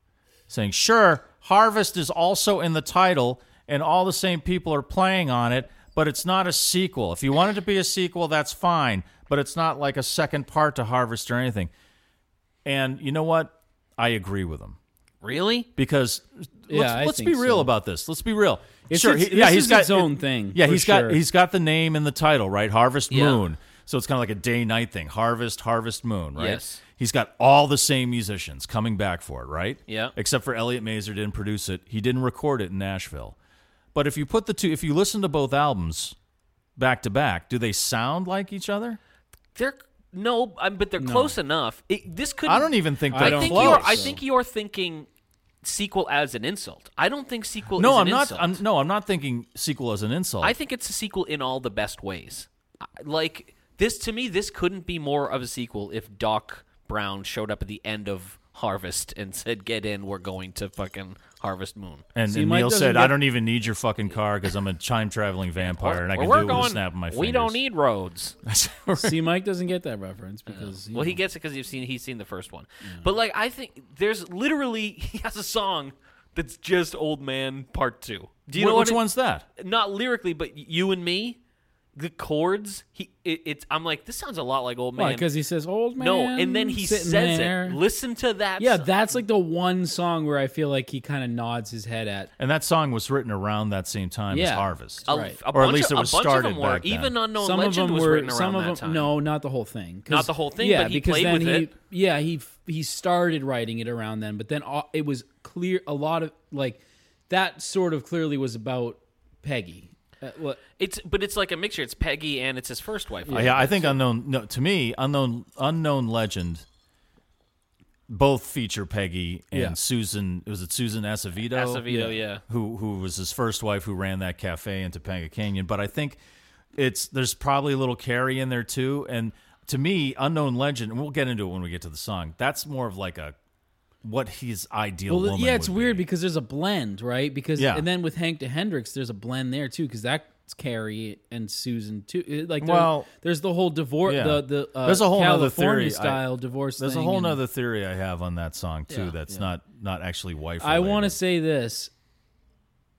[SPEAKER 3] saying, "Sure, Harvest is also in the title, and all the same people are playing on it, but it's not a sequel. If you want it to be a sequel, that's fine, but it's not like a second part to Harvest or anything." And you know what? I agree with him
[SPEAKER 2] Really?
[SPEAKER 3] because let's,
[SPEAKER 4] Yeah, I
[SPEAKER 3] let's be
[SPEAKER 4] think
[SPEAKER 3] real
[SPEAKER 4] so.
[SPEAKER 3] about this. Let's be real.
[SPEAKER 4] It's-
[SPEAKER 3] sure,
[SPEAKER 4] it's-
[SPEAKER 3] he, yeah,
[SPEAKER 4] this
[SPEAKER 3] he's
[SPEAKER 4] is
[SPEAKER 3] got
[SPEAKER 4] his own thing,
[SPEAKER 3] Yeah,
[SPEAKER 4] for
[SPEAKER 3] he's
[SPEAKER 4] sure.
[SPEAKER 3] got he's got the name in the title, right? Harvest
[SPEAKER 2] Yeah.
[SPEAKER 3] Moon. So it's kind of like a day night thing. Harvest, Harvest Moon, right?
[SPEAKER 2] Yes.
[SPEAKER 3] He's got all the same musicians coming back for it, right?
[SPEAKER 2] Yeah.
[SPEAKER 3] Except for Elliot Mazer didn't produce it. He didn't record it in Nashville. But if you put the two, if you listen to both albums back to back, do they sound like each other?
[SPEAKER 2] They're no, um, but they're close enough. It, this could.
[SPEAKER 3] I don't even think they're
[SPEAKER 2] I think
[SPEAKER 3] close.
[SPEAKER 2] you're. I think you're thinking sequel as an insult. I don't think sequel.
[SPEAKER 3] no,
[SPEAKER 2] is
[SPEAKER 3] I'm
[SPEAKER 2] an
[SPEAKER 3] not.
[SPEAKER 2] Insult.
[SPEAKER 3] I'm, no, I'm not thinking sequel as an insult.
[SPEAKER 2] I think it's a sequel in all the best ways. I- Like this to me, this couldn't be more of a sequel if Doc Brown showed up at the end of Harvest and *laughs* said, "Get in, we're going to fucking Harvest Moon."
[SPEAKER 3] And,
[SPEAKER 4] See,
[SPEAKER 3] and
[SPEAKER 4] Mike
[SPEAKER 3] Neil
[SPEAKER 4] doesn't
[SPEAKER 3] said, "I
[SPEAKER 4] get-
[SPEAKER 3] don't even need your fucking car because I'm a time traveling vampire and I
[SPEAKER 2] Where
[SPEAKER 3] can do
[SPEAKER 2] we're
[SPEAKER 3] it
[SPEAKER 2] going,
[SPEAKER 3] with a snap of my fingers."
[SPEAKER 2] We don't need
[SPEAKER 3] *laughs*
[SPEAKER 2] roads.
[SPEAKER 4] *laughs* See, Mike doesn't get that reference because you
[SPEAKER 2] Well, he
[SPEAKER 4] know,
[SPEAKER 2] gets it because he's seen he's seen the first one. But like, I think there's literally *laughs* he has a song that's just Old Man Part Two. Do you
[SPEAKER 3] Wh-
[SPEAKER 2] know
[SPEAKER 3] which
[SPEAKER 2] what it-
[SPEAKER 3] one's that?
[SPEAKER 2] Not lyrically, but you and me, the chords. He, it, it's. I'm like, this sounds a lot like Old Man.
[SPEAKER 4] because he says old man.
[SPEAKER 2] no, and then he
[SPEAKER 4] sitting
[SPEAKER 2] says
[SPEAKER 4] there."
[SPEAKER 2] it. Listen to that.
[SPEAKER 4] Yeah,
[SPEAKER 2] song.
[SPEAKER 4] that's like the one song where I feel like he kind of nods his head at.
[SPEAKER 3] And that song was written around that same time as
[SPEAKER 4] Yeah.
[SPEAKER 3] Harvest.
[SPEAKER 2] A,
[SPEAKER 4] right.
[SPEAKER 2] a
[SPEAKER 3] Or at
[SPEAKER 2] bunch
[SPEAKER 3] least
[SPEAKER 2] of-
[SPEAKER 3] it was
[SPEAKER 2] a bunch of them
[SPEAKER 3] started
[SPEAKER 2] were,
[SPEAKER 3] back then.
[SPEAKER 2] Even Unknown
[SPEAKER 4] some
[SPEAKER 2] Legend
[SPEAKER 4] of them
[SPEAKER 2] was
[SPEAKER 4] were.
[SPEAKER 2] written around
[SPEAKER 4] some of
[SPEAKER 2] that
[SPEAKER 4] them.
[SPEAKER 2] time.
[SPEAKER 4] No, not the whole thing. 'Cause-
[SPEAKER 2] Not the whole thing,
[SPEAKER 4] Yeah,
[SPEAKER 2] but he
[SPEAKER 4] because
[SPEAKER 2] played
[SPEAKER 4] then
[SPEAKER 2] with
[SPEAKER 4] he,
[SPEAKER 2] it.
[SPEAKER 4] Yeah, he f- he started writing it around then, but then all, it was clear. A lot of like that sort of clearly was about Peggy. Uh, what,
[SPEAKER 2] it's but it's like a mixture. It's Peggy and it's his first wife.
[SPEAKER 3] yeah, I think unknown. No, to me, unknown, unknown legend. Both feature Peggy and
[SPEAKER 4] Yeah.
[SPEAKER 3] Susan. Was it Susan Acevedo?
[SPEAKER 4] Oh,
[SPEAKER 2] Acevedo, yeah.
[SPEAKER 3] Who who was his first wife? Who ran that cafe in Topanga Canyon? But I think it's there's probably a little Carrie in there too. And to me, unknown legend. And we'll get into it when we get to the song. That's more of like a what his ideal.
[SPEAKER 4] Well,
[SPEAKER 3] woman
[SPEAKER 4] yeah, it's
[SPEAKER 3] would
[SPEAKER 4] weird
[SPEAKER 3] be.
[SPEAKER 4] because there's a blend, right? Because
[SPEAKER 3] Yeah.
[SPEAKER 4] and then with Hank to Hendrix, there's a blend there too, because that's Carrie and Susan too. It- Like, there-
[SPEAKER 3] Well,
[SPEAKER 4] there's the whole divorce,
[SPEAKER 3] yeah.
[SPEAKER 4] the the uh,
[SPEAKER 3] There's a whole nother
[SPEAKER 4] California
[SPEAKER 3] theory. I-
[SPEAKER 4] style divorce.
[SPEAKER 3] There's a
[SPEAKER 4] thing,
[SPEAKER 3] whole
[SPEAKER 4] and
[SPEAKER 3] nother theory I have on that song too.
[SPEAKER 4] Yeah,
[SPEAKER 3] that's
[SPEAKER 4] yeah.
[SPEAKER 3] not not actually wife.
[SPEAKER 4] I want to
[SPEAKER 3] related.
[SPEAKER 4] say this,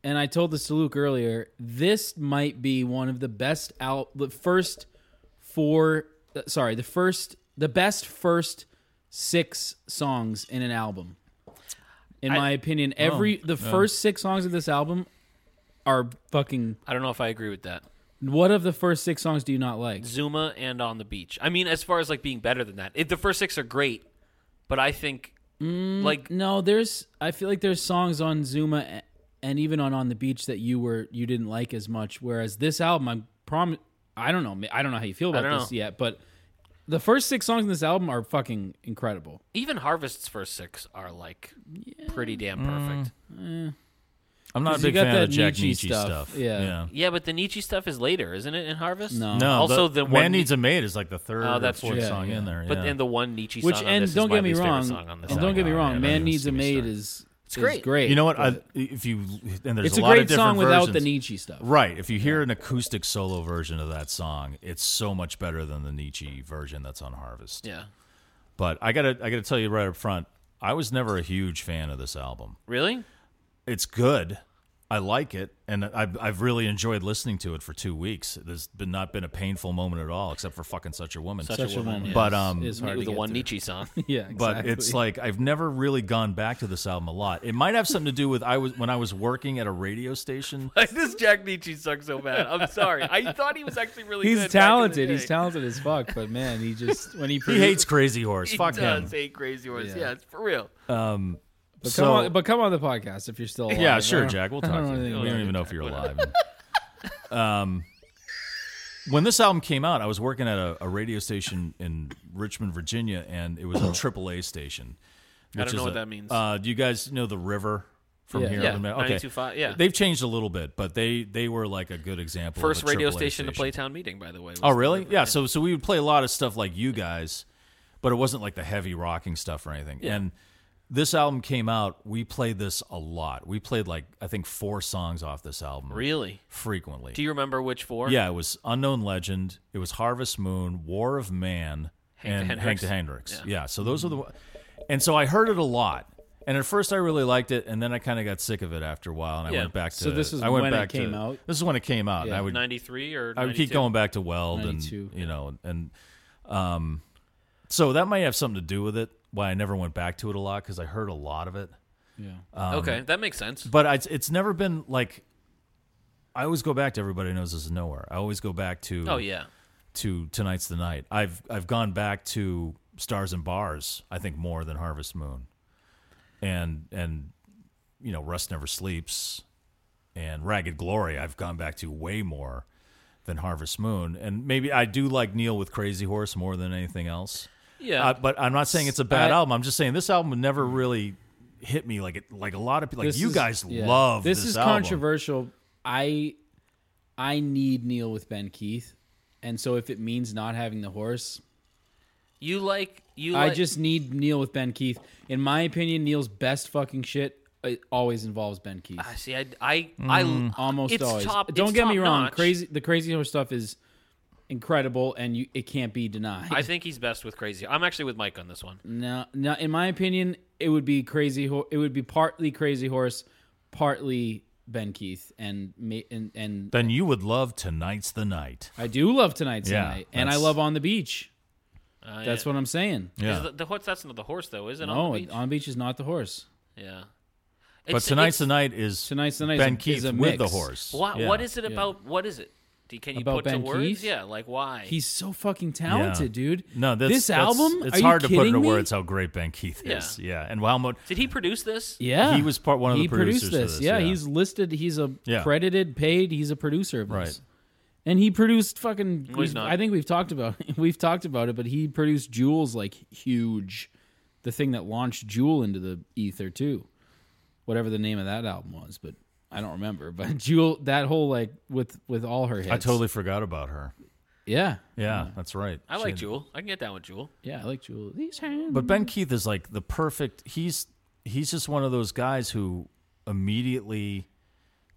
[SPEAKER 4] and I told this to Luke earlier. This might be one of the best out the first four. uh, Sorry, the first, the best first six songs in an album. In my opinion, every the first six songs of this album are fucking
[SPEAKER 2] I don't know if I agree with that.
[SPEAKER 4] What of the first six songs do you not like?
[SPEAKER 2] Zuma and On the Beach. I mean, as far as like being better than that, it, the first six are great, but I think
[SPEAKER 4] Mm,
[SPEAKER 2] like
[SPEAKER 4] No, there's. I feel like there's songs on Zuma a- and even on On the Beach that you were you didn't like as much. Whereas this album, I prom. I don't know. ma- I don't know how you feel about
[SPEAKER 2] don't
[SPEAKER 4] this
[SPEAKER 2] know.
[SPEAKER 4] yet, but the first six songs in this album are fucking incredible.
[SPEAKER 2] even Harvest's first six are like pretty damn
[SPEAKER 3] Mm.
[SPEAKER 2] perfect.
[SPEAKER 3] I'm not a
[SPEAKER 4] 'Cause you
[SPEAKER 3] big
[SPEAKER 4] got
[SPEAKER 3] fan of
[SPEAKER 4] that
[SPEAKER 3] the Jack
[SPEAKER 4] Nietzsche
[SPEAKER 3] Nietzsche
[SPEAKER 4] stuff.
[SPEAKER 3] stuff.
[SPEAKER 4] Yeah.
[SPEAKER 2] Yeah, but the Nietzsche stuff is later, isn't it? In Harvest,
[SPEAKER 4] No.
[SPEAKER 3] No.
[SPEAKER 2] Also,
[SPEAKER 3] the,
[SPEAKER 2] the
[SPEAKER 3] Man
[SPEAKER 2] one-
[SPEAKER 3] Needs a Maid is like the third
[SPEAKER 2] Oh,
[SPEAKER 3] or
[SPEAKER 2] that's
[SPEAKER 3] fourth
[SPEAKER 2] true.
[SPEAKER 3] song
[SPEAKER 4] Yeah,
[SPEAKER 3] in
[SPEAKER 4] yeah.
[SPEAKER 3] there.
[SPEAKER 2] but
[SPEAKER 3] yeah.
[SPEAKER 2] then the one Nietzsche
[SPEAKER 4] Which
[SPEAKER 2] song on
[SPEAKER 4] and
[SPEAKER 2] this
[SPEAKER 4] don't
[SPEAKER 2] is my
[SPEAKER 4] get me
[SPEAKER 2] least favorite
[SPEAKER 4] wrong.
[SPEAKER 2] song on this
[SPEAKER 4] and don't
[SPEAKER 2] album.
[SPEAKER 4] get me wrong.
[SPEAKER 3] Yeah, don't
[SPEAKER 4] Man
[SPEAKER 3] even
[SPEAKER 4] needs a
[SPEAKER 3] get me
[SPEAKER 4] maid
[SPEAKER 3] started.
[SPEAKER 4] is it's
[SPEAKER 2] great.
[SPEAKER 4] great.
[SPEAKER 3] you know what?
[SPEAKER 4] but
[SPEAKER 3] I, if you and there's
[SPEAKER 4] it's
[SPEAKER 3] a,
[SPEAKER 4] a
[SPEAKER 3] lot of
[SPEAKER 4] great
[SPEAKER 3] different
[SPEAKER 4] song without the
[SPEAKER 3] versions.
[SPEAKER 4] Nietzsche stuff.
[SPEAKER 3] Right. If you hear an acoustic solo version of that song, it's so much better than the Nietzsche version that's on Harvest.
[SPEAKER 2] Yeah,
[SPEAKER 3] But I gotta I gotta tell you right up front, I was never a huge fan of this album.
[SPEAKER 2] really?
[SPEAKER 3] It's good. I like it, and I've, I've really enjoyed listening to it for two weeks. There's been not been a painful moment at all, except for fucking such a woman.
[SPEAKER 4] Such a woman.
[SPEAKER 2] yeah.
[SPEAKER 3] But um,
[SPEAKER 4] It's hard
[SPEAKER 2] With
[SPEAKER 4] to
[SPEAKER 2] the
[SPEAKER 4] get
[SPEAKER 2] one
[SPEAKER 4] through.
[SPEAKER 2] Nietzsche *laughs* song.
[SPEAKER 4] *laughs* Yeah, exactly.
[SPEAKER 3] but it's like I've never really gone back to this album a lot. It might have something to do with I was when I was working at a radio station.
[SPEAKER 2] this Jack Nietzsche song so bad. I'm sorry. I thought he was actually really.
[SPEAKER 4] he's
[SPEAKER 2] good back in the
[SPEAKER 4] talented.
[SPEAKER 2] day.
[SPEAKER 4] He's talented as fuck. But man, he just when he
[SPEAKER 3] He hates Crazy Horse.
[SPEAKER 2] He
[SPEAKER 3] Fuck him.
[SPEAKER 2] does hate Crazy Horse.
[SPEAKER 4] Yeah.
[SPEAKER 2] Yeah. it's for real.
[SPEAKER 4] But come
[SPEAKER 3] So-
[SPEAKER 4] on, but come on the podcast if you're still. Alive.
[SPEAKER 3] Yeah,
[SPEAKER 4] I
[SPEAKER 3] sure,
[SPEAKER 4] don't-
[SPEAKER 3] Jack. We'll
[SPEAKER 4] I
[SPEAKER 3] talk. to
[SPEAKER 4] don't know
[SPEAKER 3] you.
[SPEAKER 4] anything
[SPEAKER 3] We don't
[SPEAKER 4] about
[SPEAKER 3] even
[SPEAKER 4] it.
[SPEAKER 3] know if you're alive. um, *laughs* when this album came out, I was working at a, a radio station in Richmond, Virginia, and it was *coughs* a AAA station.
[SPEAKER 2] I
[SPEAKER 3] which
[SPEAKER 2] don't know
[SPEAKER 3] is
[SPEAKER 2] what
[SPEAKER 3] a-
[SPEAKER 2] that means.
[SPEAKER 3] Uh, do you guys know the river from
[SPEAKER 4] Yeah.
[SPEAKER 3] here?
[SPEAKER 2] Yeah,
[SPEAKER 3] okay.
[SPEAKER 2] 92.5, yeah.
[SPEAKER 3] They've changed a little bit, but they they were like a good example. of
[SPEAKER 2] First
[SPEAKER 3] a
[SPEAKER 2] radio
[SPEAKER 3] AAA
[SPEAKER 2] station to play town meeting, by the way. was
[SPEAKER 3] Oh,
[SPEAKER 2] the
[SPEAKER 3] really?
[SPEAKER 2] River.
[SPEAKER 3] Yeah. So so we would play a lot of stuff like you guys, but it wasn't like the heavy rocking stuff or anything. And this album came out. We played this a lot. We played like I think four songs off this album.
[SPEAKER 2] Really?
[SPEAKER 3] Frequently.
[SPEAKER 2] Do you remember which four?
[SPEAKER 3] yeah, it was Unknown Legend. It was Harvest Moon, War of Man,
[SPEAKER 2] Hank
[SPEAKER 3] and
[SPEAKER 2] to
[SPEAKER 3] Hank
[SPEAKER 2] Hendrix.
[SPEAKER 3] to Hendrix. Yeah. So those are the. And so I heard it a lot. And at first, I really liked it, and then I kind of got sick of it after a while, and I
[SPEAKER 2] Yeah.
[SPEAKER 3] went back to.
[SPEAKER 4] So this is
[SPEAKER 3] I went
[SPEAKER 4] when it
[SPEAKER 3] back to-
[SPEAKER 4] came out?
[SPEAKER 3] This is when it came out. and
[SPEAKER 4] Yeah.
[SPEAKER 3] I would
[SPEAKER 2] Ninety-three or
[SPEAKER 3] I would keep
[SPEAKER 2] 92?
[SPEAKER 3] going back to Weld and
[SPEAKER 4] 92,
[SPEAKER 3] you know and um, so that might have something to do with it. Why I never went back to it a lot because I heard a lot of it,
[SPEAKER 2] okay, that makes sense.
[SPEAKER 3] but I, it's never been like. I always go back to everybody knows this is nowhere. I always go back to
[SPEAKER 2] Oh yeah,
[SPEAKER 3] to tonight's the night. I've I've gone back to stars and bars. I think more than Harvest Moon, and and you know Rust Never Sleeps, and Ragged Glory. I've gone back to way more than Harvest Moon, and maybe I do like Neil with Crazy Horse more than anything else.
[SPEAKER 2] yeah.
[SPEAKER 3] Uh, but I'm not saying it's a bad
[SPEAKER 4] I-
[SPEAKER 3] album. I'm just saying this album never really hit me like it like a lot of people like
[SPEAKER 4] This
[SPEAKER 3] you
[SPEAKER 4] is-
[SPEAKER 3] guys
[SPEAKER 4] yeah.
[SPEAKER 3] love this,
[SPEAKER 4] This is
[SPEAKER 3] album.
[SPEAKER 4] controversial. I I need Neil with Ben Keith, and so if it means not having the horse,
[SPEAKER 2] you like you.
[SPEAKER 4] I
[SPEAKER 2] like-
[SPEAKER 4] just need Neil with Ben Keith. In my opinion, Neil's best fucking shit it always involves Ben Keith.
[SPEAKER 2] I see. I I,
[SPEAKER 3] Mm.
[SPEAKER 2] I
[SPEAKER 4] Almost
[SPEAKER 2] it's
[SPEAKER 4] always.
[SPEAKER 2] Top,
[SPEAKER 4] Don't
[SPEAKER 2] it's
[SPEAKER 4] get me
[SPEAKER 2] top
[SPEAKER 4] wrong.
[SPEAKER 2] notch.
[SPEAKER 4] Crazy the crazy horse stuff is incredible, and you it can't be denied.
[SPEAKER 2] I think he's best with crazy. I'm actually with Mike on this one.
[SPEAKER 4] No, no. In my opinion, it would be crazy. Ho- it would be partly Crazy Horse, partly Ben Keith, and ma- and and
[SPEAKER 3] then you would love tonight's the night.
[SPEAKER 4] I do love tonight's
[SPEAKER 3] Yeah,
[SPEAKER 4] tonight, and I
[SPEAKER 3] that's-
[SPEAKER 4] love on the beach. That's what I'm saying.
[SPEAKER 3] Yeah.
[SPEAKER 2] Is Uh, the, the what's that's not the horse though, is it?
[SPEAKER 4] No,
[SPEAKER 2] on the beach?
[SPEAKER 4] on the beach is not the horse.
[SPEAKER 2] yeah.
[SPEAKER 3] But
[SPEAKER 2] It's-
[SPEAKER 3] tonight's the
[SPEAKER 2] it's-
[SPEAKER 3] night is
[SPEAKER 4] Tonight's the Night is
[SPEAKER 3] Ben
[SPEAKER 4] a-
[SPEAKER 3] Keith
[SPEAKER 4] is a
[SPEAKER 3] with the
[SPEAKER 4] mix.
[SPEAKER 3] horse.
[SPEAKER 2] What
[SPEAKER 3] Yeah.
[SPEAKER 2] what is it about? What is it? Do, can you
[SPEAKER 4] About
[SPEAKER 2] put
[SPEAKER 4] Ben
[SPEAKER 2] to words?
[SPEAKER 4] Keith?
[SPEAKER 2] Yeah, like why?
[SPEAKER 4] He's so fucking talented, dude.
[SPEAKER 3] No, that's,
[SPEAKER 4] this
[SPEAKER 3] that's-
[SPEAKER 4] album.
[SPEAKER 3] It's
[SPEAKER 4] are you
[SPEAKER 3] hard to put
[SPEAKER 4] kidding
[SPEAKER 3] into
[SPEAKER 4] me?
[SPEAKER 3] words how great Ben Keith
[SPEAKER 2] Yeah.
[SPEAKER 3] is. Yeah, and how much
[SPEAKER 2] Did he produce this?
[SPEAKER 4] Yeah,
[SPEAKER 3] he was part one of
[SPEAKER 4] he
[SPEAKER 3] the producers
[SPEAKER 4] produced
[SPEAKER 3] for
[SPEAKER 4] this.
[SPEAKER 3] this,
[SPEAKER 4] Yeah,
[SPEAKER 3] yeah.
[SPEAKER 4] he's listed. He's a
[SPEAKER 3] Yeah.
[SPEAKER 4] credited, paid. He's a producer of this.
[SPEAKER 3] Right.
[SPEAKER 4] And he produced fucking.
[SPEAKER 2] he's
[SPEAKER 4] we've-
[SPEAKER 2] not.
[SPEAKER 4] I think we've talked about *laughs* we've talked about it, but he produced Jules like huge, the thing that launched Jewel into the ether too, whatever the name of that album was, but I don't remember. *laughs* But Jewel, that whole like with with all her hits.
[SPEAKER 3] I totally forgot about her.
[SPEAKER 4] yeah
[SPEAKER 3] Yeah, that's right.
[SPEAKER 2] I
[SPEAKER 3] She
[SPEAKER 2] like
[SPEAKER 3] had-
[SPEAKER 2] Jewel. I can get down with Jewel.
[SPEAKER 4] yeah I like Jewel. These hands.
[SPEAKER 3] But Ben Keith is like the perfect. He's he's just one of those guys who immediately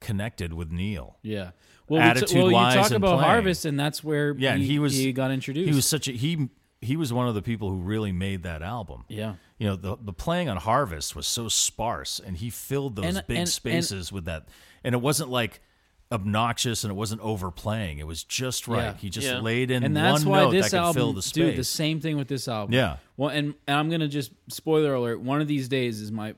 [SPEAKER 3] connected with Neil.
[SPEAKER 4] yeah. Well, we t- well,
[SPEAKER 3] Attitude-wise
[SPEAKER 4] you talk
[SPEAKER 3] and
[SPEAKER 4] about
[SPEAKER 3] playing.
[SPEAKER 4] Harvest, and that's where
[SPEAKER 3] Yeah, and
[SPEAKER 4] he,
[SPEAKER 3] he was-
[SPEAKER 4] he got introduced.
[SPEAKER 3] He was such a he he was one of the people who really made that album.
[SPEAKER 4] yeah.
[SPEAKER 3] You know, the the playing on Harvest was so sparse and he filled those
[SPEAKER 4] And-
[SPEAKER 3] big
[SPEAKER 4] and- and-
[SPEAKER 3] spaces with that. And it wasn't like obnoxious and it wasn't overplaying. It was just right.
[SPEAKER 4] Yeah.
[SPEAKER 3] He just
[SPEAKER 2] Yeah.
[SPEAKER 3] laid in
[SPEAKER 4] and that's
[SPEAKER 3] one
[SPEAKER 4] why
[SPEAKER 3] note
[SPEAKER 4] this
[SPEAKER 3] that could
[SPEAKER 4] album
[SPEAKER 3] fill the space.
[SPEAKER 4] dude the same thing with this album
[SPEAKER 3] Yeah.
[SPEAKER 4] well and, and i'm gonna just spoiler alert one of these days is my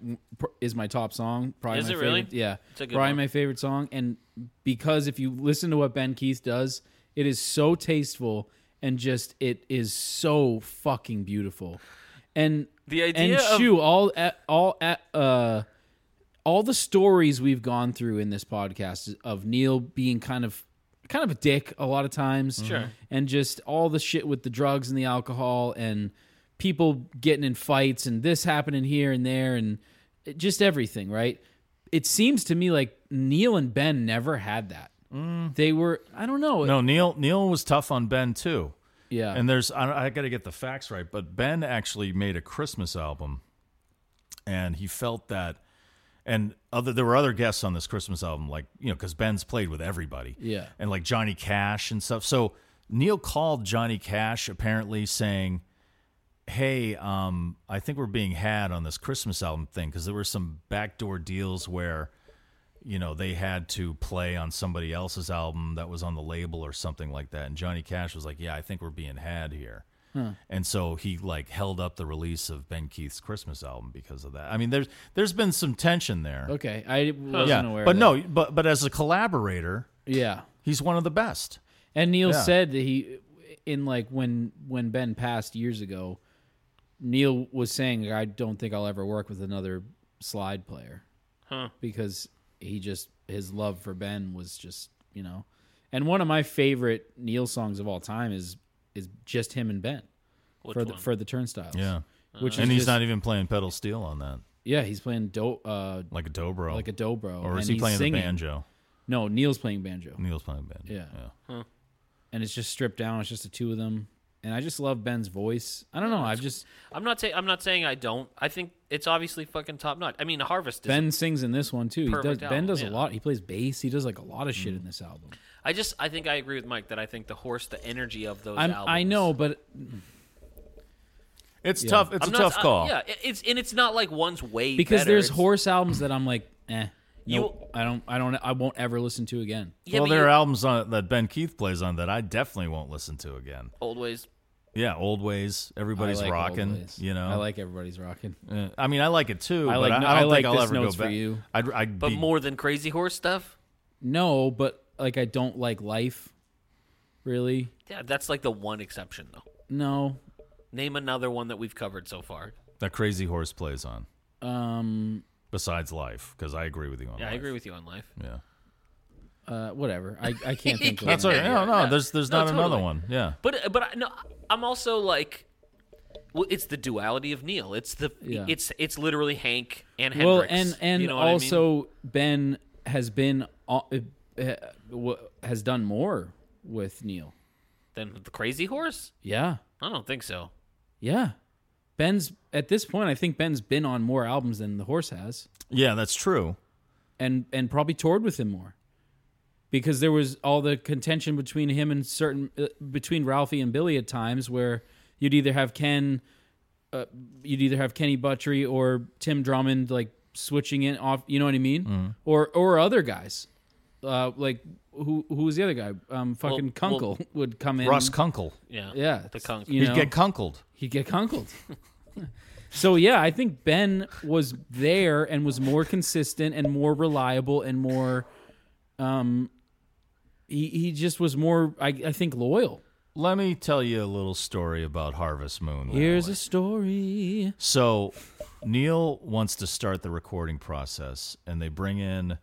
[SPEAKER 4] is my top song probably
[SPEAKER 2] Is
[SPEAKER 4] my
[SPEAKER 2] it really?
[SPEAKER 4] favorite yeah
[SPEAKER 2] It's a good
[SPEAKER 4] probably
[SPEAKER 2] one.
[SPEAKER 4] my favorite song and because if you listen to what ben keith does it is so tasteful and just it is so fucking beautiful and
[SPEAKER 2] The
[SPEAKER 4] and
[SPEAKER 2] idea of-
[SPEAKER 4] shoe all at, all at, uh all the stories we've gone through in this podcast of Neil being kind of kind of a dick a lot of times
[SPEAKER 2] Mm-hmm. Sure.
[SPEAKER 4] and just all the shit with the drugs and the alcohol and people getting in fights and this happening here and there and it- just everything right it seems to me like Neil and Ben never had that
[SPEAKER 2] Mm.
[SPEAKER 4] they were I don't know
[SPEAKER 3] no, Neil Neil was tough on Ben too.
[SPEAKER 4] yeah
[SPEAKER 3] And there's I, I got to get the facts right, but Ben actually made a Christmas album, and he felt that. And other there were other guests on this Christmas album, like you know, because Ben's played with everybody,
[SPEAKER 4] Yeah.
[SPEAKER 3] and like Johnny Cash and stuff. So Neil called Johnny Cash apparently saying, "Hey, um, I think we're being had on this Christmas album thing because there were some backdoor deals where." you know, they had to play on somebody else's album that was on the label or something like that. And Johnny Cash was like, Yeah, I think we're being had here.
[SPEAKER 4] Hmm.
[SPEAKER 3] And so he like held up the release of Ben Keith's Christmas album because of that. I mean, there's there's been some tension there.
[SPEAKER 4] okay I wasn't
[SPEAKER 3] yeah,
[SPEAKER 4] aware of
[SPEAKER 3] but
[SPEAKER 4] that.
[SPEAKER 3] no, but but as a collaborator,
[SPEAKER 4] yeah
[SPEAKER 3] he's one of the best.
[SPEAKER 4] And Neil
[SPEAKER 3] Yeah.
[SPEAKER 4] said that he, in like when when Ben passed years ago, Neil was saying, "I don't think I'll ever work with another slide player,"
[SPEAKER 2] Huh.
[SPEAKER 4] Because he just his love for Ben was just you know, and one of my favorite Neil songs of all time is is just him and Ben
[SPEAKER 2] Which
[SPEAKER 4] for the
[SPEAKER 2] one? Uh,
[SPEAKER 4] for the Turnstiles.
[SPEAKER 3] Yeah,
[SPEAKER 4] which
[SPEAKER 3] and
[SPEAKER 4] is
[SPEAKER 3] he's
[SPEAKER 4] just-
[SPEAKER 3] not even playing pedal steel on that,
[SPEAKER 4] yeah he's playing do uh
[SPEAKER 3] like a dobro,
[SPEAKER 4] like a dobro
[SPEAKER 3] or is
[SPEAKER 4] and
[SPEAKER 3] he
[SPEAKER 4] he's
[SPEAKER 3] playing
[SPEAKER 4] singing.
[SPEAKER 3] the banjo?
[SPEAKER 4] No, Neil's playing banjo.
[SPEAKER 3] Neil's playing banjo.
[SPEAKER 4] Yeah. and it's just stripped down. It's just the two of them, and I just love Ben's voice. I don't know. I've just
[SPEAKER 2] I'm not saying I'm not saying I don't. I think it's obviously fucking top notch. I mean, Harvest. Is
[SPEAKER 4] Ben sings in this one too. He does.
[SPEAKER 2] perfect
[SPEAKER 4] ben does
[SPEAKER 2] album,
[SPEAKER 4] a
[SPEAKER 2] yeah. Mm.
[SPEAKER 4] lot. He plays bass. He does like a lot of shit in this album.
[SPEAKER 2] I just I think I agree with Mike that I think the horse, the energy of those
[SPEAKER 4] I'm,
[SPEAKER 2] albums.
[SPEAKER 4] I know, but
[SPEAKER 3] It's tough. It's
[SPEAKER 2] I'm
[SPEAKER 3] a
[SPEAKER 2] not-
[SPEAKER 3] tough
[SPEAKER 2] I-
[SPEAKER 3] call.
[SPEAKER 2] yeah, it- it's and it's not like one's way
[SPEAKER 4] because
[SPEAKER 2] better,
[SPEAKER 4] there's
[SPEAKER 2] it's-
[SPEAKER 4] horse albums that I'm like, eh,
[SPEAKER 2] You-
[SPEAKER 4] nope, I don't, I don't, I won't ever listen to again.
[SPEAKER 2] Yeah,
[SPEAKER 3] well,
[SPEAKER 2] but
[SPEAKER 3] there
[SPEAKER 2] you-
[SPEAKER 3] are albums on that Ben Keith plays on that I definitely won't listen to again.
[SPEAKER 2] old ways.
[SPEAKER 3] Yeah, old ways. Everybody's
[SPEAKER 4] I like
[SPEAKER 3] rocking.
[SPEAKER 4] Old Ways.
[SPEAKER 3] You know,
[SPEAKER 4] I like everybody's rocking.
[SPEAKER 3] Uh, I mean, I like it too.
[SPEAKER 4] I
[SPEAKER 3] but
[SPEAKER 4] like-
[SPEAKER 3] I,
[SPEAKER 4] no,
[SPEAKER 3] I
[SPEAKER 4] I
[SPEAKER 3] don't
[SPEAKER 4] like
[SPEAKER 3] think I'll
[SPEAKER 4] This
[SPEAKER 3] ever
[SPEAKER 4] Note's
[SPEAKER 3] go
[SPEAKER 4] for
[SPEAKER 3] back.
[SPEAKER 4] You.
[SPEAKER 3] I'd, I'd
[SPEAKER 2] But
[SPEAKER 3] be,
[SPEAKER 2] more than crazy horse stuff.
[SPEAKER 4] No, but like I don't like life, really.
[SPEAKER 2] Yeah, that's like the one exception though.
[SPEAKER 4] No,
[SPEAKER 2] Name another one that we've covered so far.
[SPEAKER 3] that crazy horse plays on.
[SPEAKER 4] um,
[SPEAKER 3] Besides life, because I agree with you on.
[SPEAKER 2] Yeah,
[SPEAKER 3] life.
[SPEAKER 2] I agree with you on life.
[SPEAKER 3] Yeah,
[SPEAKER 4] uh, whatever. I, I
[SPEAKER 2] *laughs*
[SPEAKER 4] can't think. of
[SPEAKER 3] that's
[SPEAKER 4] one.
[SPEAKER 3] all right. No, no,
[SPEAKER 2] yeah.
[SPEAKER 3] there's there's
[SPEAKER 2] No,
[SPEAKER 3] not another
[SPEAKER 2] totally.
[SPEAKER 3] one. Yeah,
[SPEAKER 2] But but I- no, I'm also like, well, it's the duality of Neil. It's the
[SPEAKER 4] Yeah.
[SPEAKER 2] it's it's literally Hank and
[SPEAKER 4] well,
[SPEAKER 2] Hendrix.
[SPEAKER 4] and and
[SPEAKER 2] you know what I mean?
[SPEAKER 4] also Ben has been uh, uh, w- has done more with Neil.
[SPEAKER 2] then the Crazy Horse.
[SPEAKER 4] Yeah,
[SPEAKER 2] I don't think so.
[SPEAKER 4] yeah. Ben's at this point. I think Ben's been on more albums than the horse has,
[SPEAKER 3] yeah, that's true.
[SPEAKER 4] and and probably toured with him more, because there was all the contention between him and certain uh, between Ralphie and Billy at times where you'd either have Ken, uh, you'd either have Kenny Butchery or Tim Drummond like switching it off. You know what I mean?
[SPEAKER 3] Mm-hmm.
[SPEAKER 4] Or or other guys, uh, like who who was the other guy? Um, fucking
[SPEAKER 2] well-
[SPEAKER 4] Kunkel *laughs* would come in.
[SPEAKER 3] Russ Kunkel.
[SPEAKER 2] Yeah,
[SPEAKER 4] Yeah,
[SPEAKER 2] the Kunk.
[SPEAKER 4] You
[SPEAKER 3] He'd
[SPEAKER 4] know,
[SPEAKER 3] get kunkled.
[SPEAKER 4] he'd get conkled. so yeah, I think Ben was there and was more consistent and more reliable and more, um, he he just was more I, I think loyal.
[SPEAKER 3] Let me tell you a little story about Harvest Moon.
[SPEAKER 4] Here's
[SPEAKER 3] Valley.
[SPEAKER 4] a story.
[SPEAKER 3] So Neil wants to start the recording process, and they bring in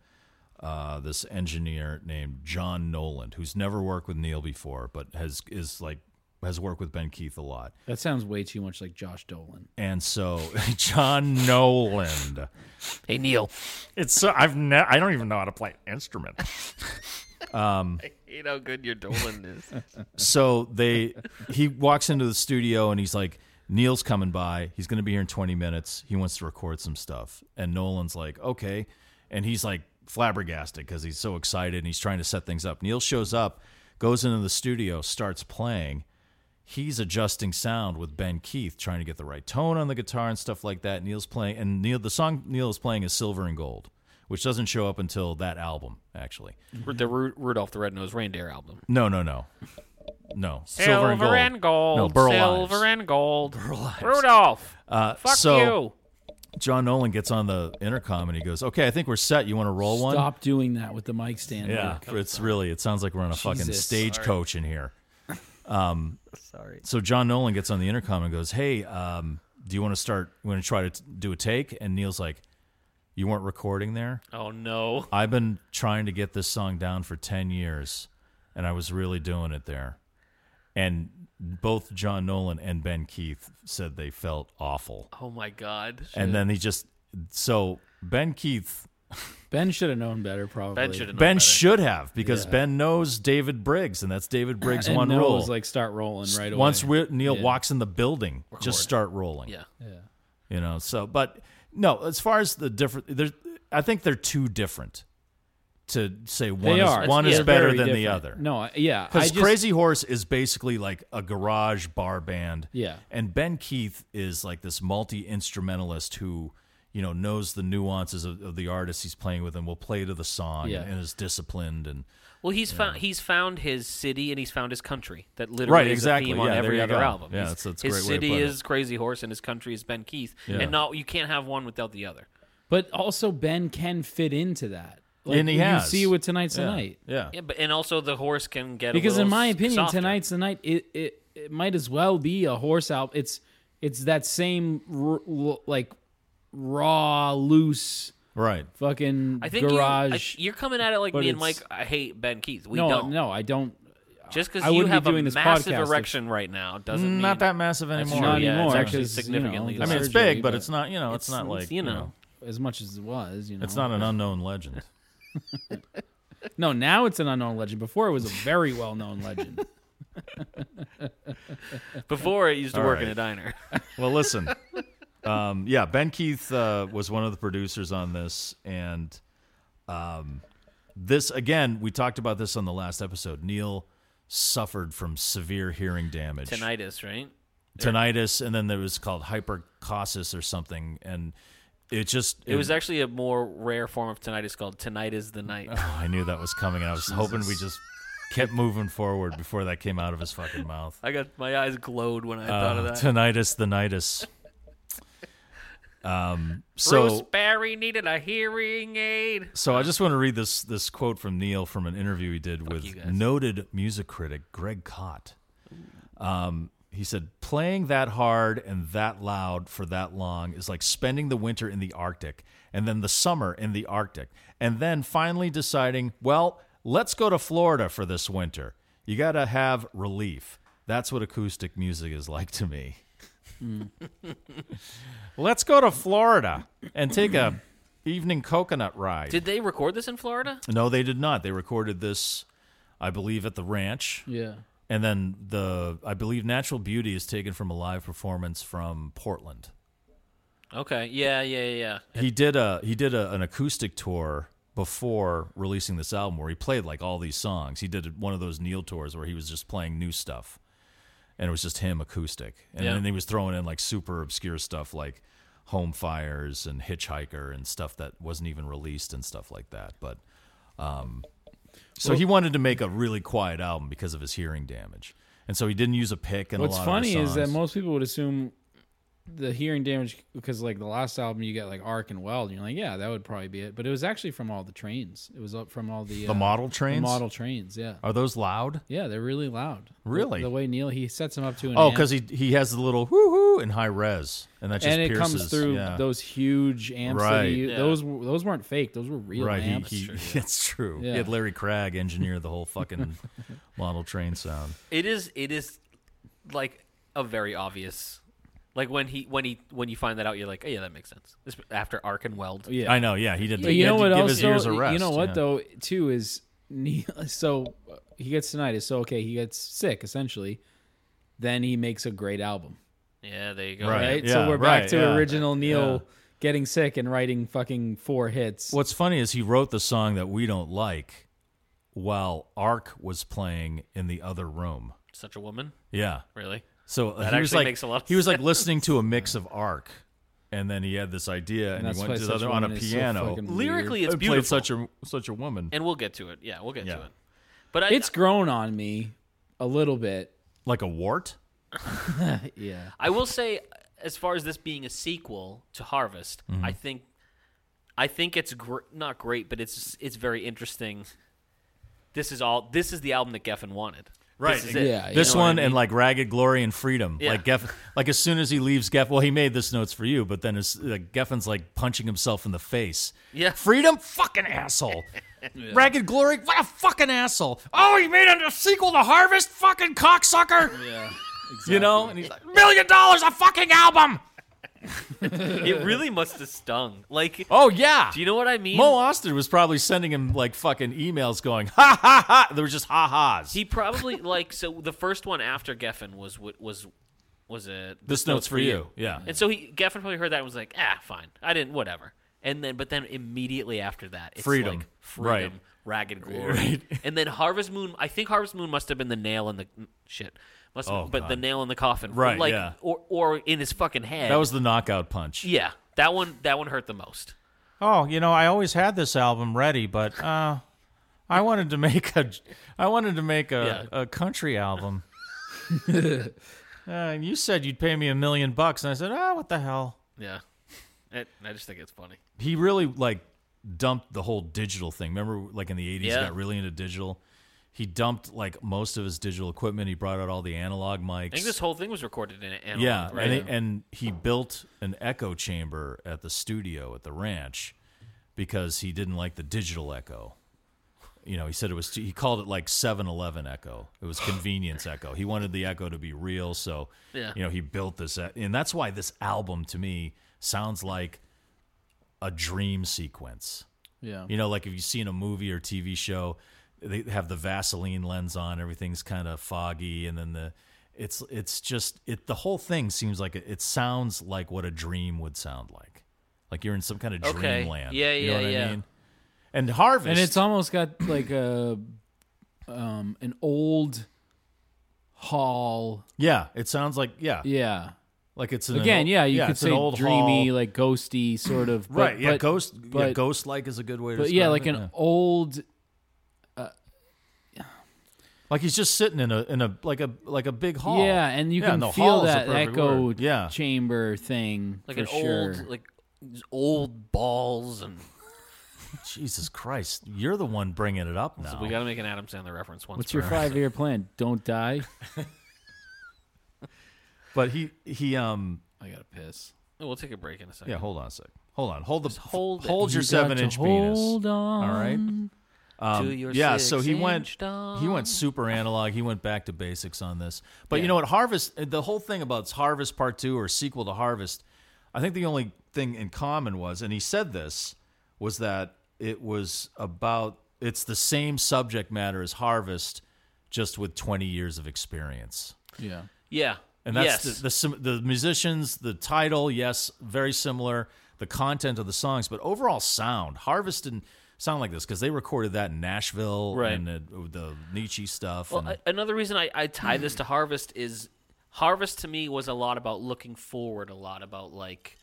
[SPEAKER 3] uh, this engineer named John Noland, who's never worked with Neil before, but has is like has worked with Ben Keith a lot.
[SPEAKER 4] That sounds way too much like Josh Dolan.
[SPEAKER 3] And so *laughs* John Noland,
[SPEAKER 2] Hey Neil,
[SPEAKER 3] it's so I've ne- I don't even know how to play
[SPEAKER 2] *laughs*
[SPEAKER 3] an instrument. Um,
[SPEAKER 2] you know how good your Dolan is.
[SPEAKER 3] *laughs* so they he walks into the studio and he's like neil's coming by he's going to be here in 20 minutes he wants to record some stuff and nolan's like okay and he's like flabbergasted because he's so excited and he's trying to set things up neil shows up goes into the studio starts playing he's adjusting sound with ben keith trying to get the right tone on the guitar and stuff like that neil's playing and neil the song neil is playing is silver and gold which doesn't show up until that album actually.
[SPEAKER 2] The Ru- Rudolph the Red-Nosed Reindeer album.
[SPEAKER 3] No, no, no, no.
[SPEAKER 6] Silver
[SPEAKER 3] Silver, and gold. No, Burl
[SPEAKER 6] Silver
[SPEAKER 3] Ives.
[SPEAKER 6] and gold.
[SPEAKER 2] Rudolph,
[SPEAKER 3] Uh,
[SPEAKER 2] fuck
[SPEAKER 3] so
[SPEAKER 2] you.
[SPEAKER 3] John Nolan gets on the intercom and he goes, "Okay, I think we're set. You want to roll one?"
[SPEAKER 4] Stop doing that with the mic stand.
[SPEAKER 3] Yeah, it's really. It sounds like we're on a fucking
[SPEAKER 4] Jesus.
[SPEAKER 3] stagecoach in here. Um,
[SPEAKER 2] Sorry.
[SPEAKER 3] So John Nolan gets on the intercom and goes, "Hey, um, do you want to start? We want to try to t- do a take?" And Neil's like, "You weren't recording there.
[SPEAKER 2] Oh no.
[SPEAKER 3] I've been trying to get this song down for ten years, and I was really doing it there." And both John Nolan and Ben Keith said they felt awful.
[SPEAKER 2] Oh my god.
[SPEAKER 3] And then he just so Ben Keith
[SPEAKER 4] Ben should have known better. Probably.
[SPEAKER 2] Ben should have known
[SPEAKER 3] Ben
[SPEAKER 2] better.
[SPEAKER 3] should have because Ben knows David Briggs, and that's
[SPEAKER 4] *clears throat*
[SPEAKER 3] David Briggs'
[SPEAKER 4] And
[SPEAKER 3] one
[SPEAKER 4] Noel
[SPEAKER 3] rule.
[SPEAKER 4] was like start rolling right away.
[SPEAKER 3] Once we Neil
[SPEAKER 4] Yeah.
[SPEAKER 3] walks in the building, just start rolling.
[SPEAKER 2] Yeah.
[SPEAKER 3] you know. So, but no, as far as the different, there's, I think they're too different to say one
[SPEAKER 4] they
[SPEAKER 3] is,
[SPEAKER 4] are
[SPEAKER 3] one is
[SPEAKER 4] They're
[SPEAKER 3] better
[SPEAKER 4] very
[SPEAKER 3] than the
[SPEAKER 4] different.
[SPEAKER 3] other.
[SPEAKER 4] No, I- yeah, I
[SPEAKER 3] because
[SPEAKER 4] just-
[SPEAKER 3] Crazy Horse is basically like a garage bar band.
[SPEAKER 4] Yeah.
[SPEAKER 3] and Ben Keith is like this multi instrumentalist who. You know, knows the nuances of, of the artist he's playing with, and will play to the song,
[SPEAKER 4] Yeah.
[SPEAKER 3] and is disciplined, and
[SPEAKER 2] Well, he's found he's found his city and he's found his country. That literally
[SPEAKER 3] Right,
[SPEAKER 2] is
[SPEAKER 3] exactly.
[SPEAKER 2] a theme on
[SPEAKER 3] Yeah, there
[SPEAKER 2] every
[SPEAKER 3] you
[SPEAKER 2] other
[SPEAKER 3] go.
[SPEAKER 2] album.
[SPEAKER 3] Yeah,
[SPEAKER 2] He's-
[SPEAKER 3] that's- that's a
[SPEAKER 2] his
[SPEAKER 3] great way to
[SPEAKER 2] city
[SPEAKER 3] put it.
[SPEAKER 2] is Crazy Horse and his country is Ben Keith.
[SPEAKER 3] Yeah.
[SPEAKER 2] And not you can't have one without the other.
[SPEAKER 4] But also Ben can fit into that. Like,
[SPEAKER 3] and he
[SPEAKER 4] you
[SPEAKER 3] has.
[SPEAKER 4] see with tonight's
[SPEAKER 3] Yeah.
[SPEAKER 4] the night.
[SPEAKER 3] Yeah,
[SPEAKER 2] Yeah, but and also the horse can get a
[SPEAKER 4] Because in
[SPEAKER 2] little
[SPEAKER 4] my
[SPEAKER 2] s-
[SPEAKER 4] opinion,
[SPEAKER 2] softer.
[SPEAKER 4] tonight's the night. It, it it might as well be a horse album. It's it's that same r- l- like raw, loose,
[SPEAKER 3] right.
[SPEAKER 4] fucking
[SPEAKER 2] I think you-
[SPEAKER 4] garage.
[SPEAKER 2] I- you're coming at it like
[SPEAKER 4] but
[SPEAKER 2] me and Mike.
[SPEAKER 4] it's-
[SPEAKER 2] I hate Ben Keith. We
[SPEAKER 4] no,
[SPEAKER 2] don't.
[SPEAKER 4] no, I don't.
[SPEAKER 2] Just because
[SPEAKER 4] I
[SPEAKER 2] you
[SPEAKER 4] wouldn't be
[SPEAKER 2] have a
[SPEAKER 4] doing this
[SPEAKER 2] massive
[SPEAKER 4] podcast if-
[SPEAKER 2] erection right now doesn't mean
[SPEAKER 3] Mm, Not that massive anymore.
[SPEAKER 4] not
[SPEAKER 2] yeah,
[SPEAKER 4] anymore.
[SPEAKER 2] It's actually
[SPEAKER 4] because, you know,
[SPEAKER 2] significantly
[SPEAKER 4] the
[SPEAKER 2] less.
[SPEAKER 3] I mean, it's
[SPEAKER 4] surgery,
[SPEAKER 3] big, but, it's not. You know, it's, not like
[SPEAKER 2] you know.
[SPEAKER 4] as much as it was. You know,
[SPEAKER 3] It's not an unknown legend.
[SPEAKER 4] No, now it's an unknown legend. Before it *laughs* was a very well known legend.
[SPEAKER 2] Before I used to
[SPEAKER 3] All
[SPEAKER 2] work in
[SPEAKER 3] right.
[SPEAKER 2] a
[SPEAKER 3] *laughs*
[SPEAKER 2] diner.
[SPEAKER 3] well, listen. Um, yeah, Ben Keith uh, was one of the producers on this, and um, this again, we talked about this on the last episode. Neil suffered from severe hearing damage,
[SPEAKER 2] Tinnitus, right?
[SPEAKER 3] tinnitus, and then there was called hypercosis or something, and it just
[SPEAKER 2] It was actually a more rare form of tinnitus called "Tonight Is the Night."
[SPEAKER 3] *laughs* I knew that was coming, and I was hoping we just kept moving forward before that came out of his fucking mouth.
[SPEAKER 2] I got my eyes glowed
[SPEAKER 3] Uh,
[SPEAKER 2] when I thought of that.
[SPEAKER 3] Tinnitus, the nitus. Um, so,
[SPEAKER 2] Bruce Barry needed a hearing aid.
[SPEAKER 3] so I just want to read this this quote from Neil from an interview he did
[SPEAKER 2] you
[SPEAKER 3] with
[SPEAKER 2] guys.
[SPEAKER 3] noted music critic Greg Cott. Um, he said, "Playing that hard and that loud for that long is like spending the winter in the Arctic and then the summer in the Arctic, and then finally deciding, well, let's go to Florida for this winter. You got to have relief. That's what acoustic music is like to me."
[SPEAKER 2] Hmm.
[SPEAKER 3] *laughs* Let's go to Florida and take a evening coconut ride.
[SPEAKER 2] Did they record this in Florida?
[SPEAKER 3] No, they did not. They recorded this, I believe, at the ranch,
[SPEAKER 4] yeah.
[SPEAKER 3] and then the I believe "Natural Beauty" is taken from a live performance from Portland.
[SPEAKER 2] Okay. Yeah, yeah, yeah, yeah.
[SPEAKER 3] He did a he did a, an acoustic tour before releasing this album, where he played like all these songs. He did one of those Neil tours where he was just playing new stuff, and it was just him acoustic, and
[SPEAKER 2] Yeah.
[SPEAKER 3] then he was throwing in like super obscure stuff like Home Fires and Hitchhiker and stuff that wasn't even released and stuff like that, but. um, So he wanted to make a really quiet album because of his hearing damage, and so he didn't use a pick. And
[SPEAKER 4] What's
[SPEAKER 3] a lot
[SPEAKER 4] funny
[SPEAKER 3] of his
[SPEAKER 4] is that
[SPEAKER 3] songs.
[SPEAKER 4] most people would assume the hearing damage because like the last album you got like Arc and Weld, and you're like, yeah, that would probably be it. But it was actually from all the trains. It was up from all the, uh,
[SPEAKER 3] the model
[SPEAKER 4] the
[SPEAKER 3] trains
[SPEAKER 4] model trains. Yeah,
[SPEAKER 3] are those loud?
[SPEAKER 4] yeah, they're really loud.
[SPEAKER 3] Really?
[SPEAKER 4] the, the way Neil he sets them up to an
[SPEAKER 3] Oh,
[SPEAKER 4] amp,
[SPEAKER 3] because he he has the little whoo hoo in high res, and that just
[SPEAKER 4] and it
[SPEAKER 3] pierces.
[SPEAKER 4] comes through
[SPEAKER 3] yeah.
[SPEAKER 4] those huge amps. That
[SPEAKER 3] Right.
[SPEAKER 4] he, u-
[SPEAKER 2] Yeah.
[SPEAKER 4] Those w- those weren't fake. Those were real
[SPEAKER 3] Right,
[SPEAKER 4] amps.
[SPEAKER 3] he, he, *laughs* it's true.
[SPEAKER 4] Yeah.
[SPEAKER 3] He had Larry Cragg engineer the whole
[SPEAKER 4] *laughs*
[SPEAKER 3] fucking model train sound.
[SPEAKER 2] It is it is like a very obvious like when he when he when you find that out you're like, "Oh yeah, that makes sense." This after Ark and Weld.
[SPEAKER 4] yeah,
[SPEAKER 3] I know. Yeah, he did.
[SPEAKER 4] But
[SPEAKER 3] he
[SPEAKER 4] you
[SPEAKER 3] had
[SPEAKER 4] know
[SPEAKER 3] to
[SPEAKER 4] what
[SPEAKER 3] give
[SPEAKER 4] else?
[SPEAKER 3] his ears a
[SPEAKER 4] though?
[SPEAKER 3] rest.
[SPEAKER 4] you know what
[SPEAKER 3] yeah.
[SPEAKER 4] though too is Neil. *laughs* So uh, he gets tinnitus. So okay, he gets sick essentially. Then he makes a great album,
[SPEAKER 2] Yeah, there you go.
[SPEAKER 3] Right.
[SPEAKER 4] right?
[SPEAKER 3] yeah,
[SPEAKER 4] so we're
[SPEAKER 3] right,
[SPEAKER 4] back to
[SPEAKER 3] yeah.
[SPEAKER 4] original Neil getting sick and writing fucking four hits.
[SPEAKER 3] What's funny is he wrote the song that we don't like while Ark was playing in the other room.
[SPEAKER 2] Such a woman,
[SPEAKER 3] Yeah.
[SPEAKER 2] really.
[SPEAKER 3] So
[SPEAKER 2] That
[SPEAKER 3] he was
[SPEAKER 2] actually
[SPEAKER 3] like,
[SPEAKER 2] makes a lot of *laughs*
[SPEAKER 3] he was like listening to a mix of Arc, and then he had this idea, and,
[SPEAKER 4] That's
[SPEAKER 3] he
[SPEAKER 4] why
[SPEAKER 3] went to
[SPEAKER 4] such
[SPEAKER 3] the other on a
[SPEAKER 4] woman is so
[SPEAKER 3] piano
[SPEAKER 4] fucking
[SPEAKER 2] Lyrically, it's
[SPEAKER 3] and played
[SPEAKER 2] beautiful,
[SPEAKER 3] such a such a woman,
[SPEAKER 2] and we'll get to it. Yeah, we'll get to
[SPEAKER 3] Yeah.
[SPEAKER 2] it. But I,
[SPEAKER 4] It's grown on me a little bit.
[SPEAKER 3] like a wart.
[SPEAKER 4] Yeah.
[SPEAKER 2] I will say, as far as this being a sequel to Harvest,
[SPEAKER 3] Mm-hmm.
[SPEAKER 2] I think, I think it's gr- not great, but it's it's very interesting. This is all. This is the album that Geffen wanted.
[SPEAKER 3] Right.
[SPEAKER 2] This is it.
[SPEAKER 4] Yeah,
[SPEAKER 2] You
[SPEAKER 3] This
[SPEAKER 2] know what I
[SPEAKER 3] one
[SPEAKER 2] mean?
[SPEAKER 3] and like Ragged Glory and Freedom.
[SPEAKER 2] Yeah.
[SPEAKER 3] Like Geff, like as soon as he leaves Geff, well, he made this notes for you, but then as, like Geffen's like punching himself in the face.
[SPEAKER 2] Yeah.
[SPEAKER 3] Freedom, fucking
[SPEAKER 2] *laughs*
[SPEAKER 3] asshole. Ragged Glory, what a fucking asshole. Oh, he made a sequel to Harvest, fucking cocksucker.
[SPEAKER 4] Yeah.
[SPEAKER 3] You know, and he's like million dollars a fucking album.
[SPEAKER 2] it really must have stung. Like,
[SPEAKER 3] *laughs* Oh yeah.
[SPEAKER 2] do you know what I mean?
[SPEAKER 3] Mo Austin was probably sending him like fucking emails going ha ha ha. There was just ha ha's.
[SPEAKER 2] He probably *laughs* like so the first one after Geffen was what was was it
[SPEAKER 3] This Note's For You, yeah.
[SPEAKER 2] And so he Geffen probably heard that and was like, ah, fine, I didn't, whatever. And then, but then immediately after that, it's
[SPEAKER 3] Freedom.
[SPEAKER 2] like freedom,
[SPEAKER 3] Right.
[SPEAKER 2] ragged
[SPEAKER 3] *laughs*
[SPEAKER 2] glory, and then Harvest Moon. I think Harvest Moon must have been the nail in the shit, must,
[SPEAKER 3] Oh,
[SPEAKER 2] but the
[SPEAKER 3] God.
[SPEAKER 2] nail in the coffin,
[SPEAKER 3] Right,
[SPEAKER 2] Like,
[SPEAKER 3] yeah.
[SPEAKER 2] or or in his fucking head.
[SPEAKER 3] that was the knockout punch.
[SPEAKER 2] yeah, that one. That one hurt the most.
[SPEAKER 3] oh, you know, I always had this album ready, but uh, I wanted to make a, I wanted to make a, a country *laughs* album. uh, and you said you'd pay me a million bucks, and I said, ah, what the hell?
[SPEAKER 2] Yeah, It- I just think it's funny.
[SPEAKER 3] He really like dumped the whole digital thing. Remember, like in the eighties,
[SPEAKER 2] Yeah.
[SPEAKER 3] he got really into digital. He dumped like most of his digital equipment. He brought out all the analog mics.
[SPEAKER 2] I think this whole thing was recorded in analog,
[SPEAKER 3] Yeah,
[SPEAKER 2] right?
[SPEAKER 3] and, it- and he built an echo chamber at the studio at the ranch because he didn't like the digital echo. You know, he said it was. He called it like 7-Eleven echo. It was convenience echo. He wanted the echo to be real, so
[SPEAKER 2] Yeah.
[SPEAKER 3] you know he built this, e- and that's why this album to me sounds like a dream sequence.
[SPEAKER 4] Yeah.
[SPEAKER 3] You know, like if you've seen a movie or TV show, they have the Vaseline lens on, everything's kind of foggy, and then the it's it's just it the whole thing seems like it, it sounds like what a dream would sound like, like you're in some kind of
[SPEAKER 2] Okay.
[SPEAKER 3] dreamland.
[SPEAKER 2] Yeah,
[SPEAKER 3] you know
[SPEAKER 2] yeah,
[SPEAKER 3] what
[SPEAKER 2] yeah.
[SPEAKER 3] I mean? And harvest,
[SPEAKER 4] And it's almost got like a um an old hall.
[SPEAKER 3] yeah, it sounds like yeah,
[SPEAKER 4] Yeah.
[SPEAKER 3] like it's an,
[SPEAKER 4] Again,
[SPEAKER 3] an,
[SPEAKER 4] yeah, you could
[SPEAKER 3] it's an
[SPEAKER 4] say
[SPEAKER 3] old
[SPEAKER 4] dreamy,
[SPEAKER 3] hall.
[SPEAKER 4] like ghosty sort of. But,
[SPEAKER 3] right? yeah,
[SPEAKER 4] but-
[SPEAKER 3] ghost, yeah,
[SPEAKER 4] but-
[SPEAKER 3] ghost like is a good way to.
[SPEAKER 4] But yeah,
[SPEAKER 3] describe
[SPEAKER 4] like
[SPEAKER 3] it,
[SPEAKER 4] an
[SPEAKER 3] yeah.
[SPEAKER 4] old
[SPEAKER 3] like he's just sitting in a in a like a like a big hall.
[SPEAKER 4] Yeah, and you
[SPEAKER 3] Yeah,
[SPEAKER 4] can
[SPEAKER 3] the
[SPEAKER 4] feel
[SPEAKER 3] hall is the
[SPEAKER 4] that
[SPEAKER 3] perfect
[SPEAKER 4] echo
[SPEAKER 3] word. Yeah.
[SPEAKER 4] chamber thing.
[SPEAKER 2] like
[SPEAKER 4] for
[SPEAKER 2] an
[SPEAKER 4] sure.
[SPEAKER 2] old like old balls and
[SPEAKER 3] Jesus Christ, you're the one bringing it up now.
[SPEAKER 2] we got to make an Adam Sandler reference once.
[SPEAKER 4] What's your
[SPEAKER 2] per-
[SPEAKER 4] five year plan?
[SPEAKER 3] *laughs*
[SPEAKER 4] Don't die.
[SPEAKER 3] but he he um
[SPEAKER 4] I gotta piss.
[SPEAKER 2] *laughs* We'll take a break in a second.
[SPEAKER 3] Yeah, hold on a sec. Hold on. Hold the
[SPEAKER 2] hold it.
[SPEAKER 3] hold your
[SPEAKER 4] You got
[SPEAKER 3] seven
[SPEAKER 4] to
[SPEAKER 3] inch penis.
[SPEAKER 4] Hold on.
[SPEAKER 3] All right.
[SPEAKER 2] to your
[SPEAKER 3] Yeah. So he
[SPEAKER 2] six-inch
[SPEAKER 3] went
[SPEAKER 2] dong.
[SPEAKER 3] he went super analog. He went back to basics on this. But you know what? Harvest. The whole thing about Harvest Part Two or sequel to Harvest. I think the only thing in common was, and he said this, was that it was about it's the same subject matter as Harvest, just with twenty years of experience.
[SPEAKER 4] Yeah.
[SPEAKER 2] Yeah,
[SPEAKER 3] And that's
[SPEAKER 2] yes.
[SPEAKER 3] the, the sim- the musicians, the title, yes, very similar. The content of the songs, but overall sound. Harvest didn't sound like this because they recorded that in Nashville
[SPEAKER 2] Right.
[SPEAKER 3] and the, the Nietzsche stuff.
[SPEAKER 2] well, uh,
[SPEAKER 3] and-
[SPEAKER 2] a- another reason I, I tie this to Harvest is Harvest to me was a lot about looking forward, a lot about like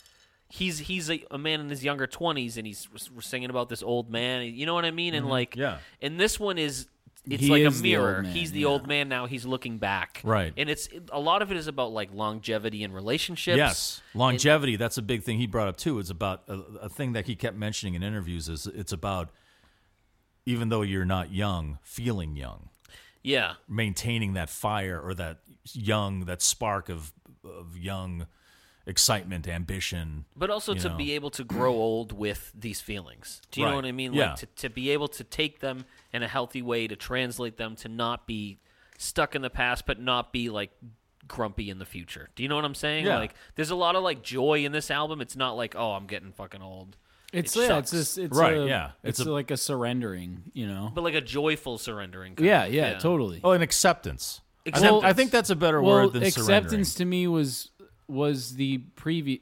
[SPEAKER 2] he's he's a, a man in his younger twenties and he's s- singing about this old man. You know what I mean? And like
[SPEAKER 3] Mm-hmm. Yeah.
[SPEAKER 2] and this one is. It's
[SPEAKER 4] He
[SPEAKER 2] like a
[SPEAKER 4] is the old
[SPEAKER 2] mirror.
[SPEAKER 4] man,
[SPEAKER 2] he's the
[SPEAKER 4] yeah.
[SPEAKER 2] old man now. He's looking back.
[SPEAKER 3] Right.
[SPEAKER 2] And it's a lot of it is about like longevity and relationships.
[SPEAKER 3] yes, longevity. that's a big thing he brought up too. It's about a, a thing that he kept mentioning in interviews. Is it's about even though you're not young, feeling young.
[SPEAKER 2] Yeah.
[SPEAKER 3] maintaining that fire or that young that spark of of young excitement ambition
[SPEAKER 2] But also to
[SPEAKER 3] know.
[SPEAKER 2] be able to grow old with these feelings. Do you know
[SPEAKER 3] Right.
[SPEAKER 2] what I mean?
[SPEAKER 3] Yeah.
[SPEAKER 2] Like to, to be able to take them in a healthy way, to translate them, to not be stuck in the past, but not be like grumpy in the future. Do you know what I'm saying?
[SPEAKER 3] Yeah.
[SPEAKER 2] Like there's a lot of like joy in this album. It's not like, oh, I'm getting fucking old.
[SPEAKER 4] It's
[SPEAKER 2] It
[SPEAKER 4] yeah,
[SPEAKER 2] sucks.
[SPEAKER 4] it's just it's
[SPEAKER 3] Right,
[SPEAKER 4] a-
[SPEAKER 3] yeah.
[SPEAKER 4] It's,
[SPEAKER 3] It's a-
[SPEAKER 4] like a surrendering, you know.
[SPEAKER 2] But like a joyful surrendering. kind
[SPEAKER 4] Yeah,
[SPEAKER 2] of-
[SPEAKER 4] yeah, totally.
[SPEAKER 3] oh and acceptance I think-
[SPEAKER 2] Acceptance.
[SPEAKER 3] I, think that's a better
[SPEAKER 4] well,
[SPEAKER 3] word than
[SPEAKER 4] acceptance to me was was the previous